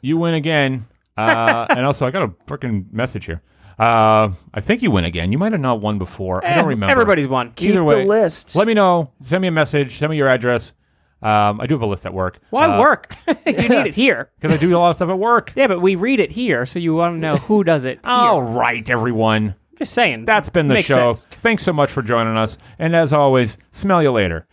[SPEAKER 1] you win again. Uh, and also, I got a freaking message here. Uh, I think you win again. You might have not won before. I don't remember.
[SPEAKER 3] Eh, Everybody's won.
[SPEAKER 1] Either
[SPEAKER 2] Keep
[SPEAKER 1] way,
[SPEAKER 2] the list.
[SPEAKER 1] let me know. Send me a message. Send me your address. Um, I do have a list at work.
[SPEAKER 3] Why work? (laughs) you need it here.
[SPEAKER 1] Because I do a lot of stuff at work.
[SPEAKER 3] (laughs) Yeah, but we read it here, so you want to know who does it.
[SPEAKER 1] All
[SPEAKER 3] here.
[SPEAKER 1] right, everyone.
[SPEAKER 3] just saying.
[SPEAKER 1] That's been the
[SPEAKER 3] Makes
[SPEAKER 1] show.
[SPEAKER 3] sense.
[SPEAKER 1] Thanks so much for joining us. And as always, smell you later.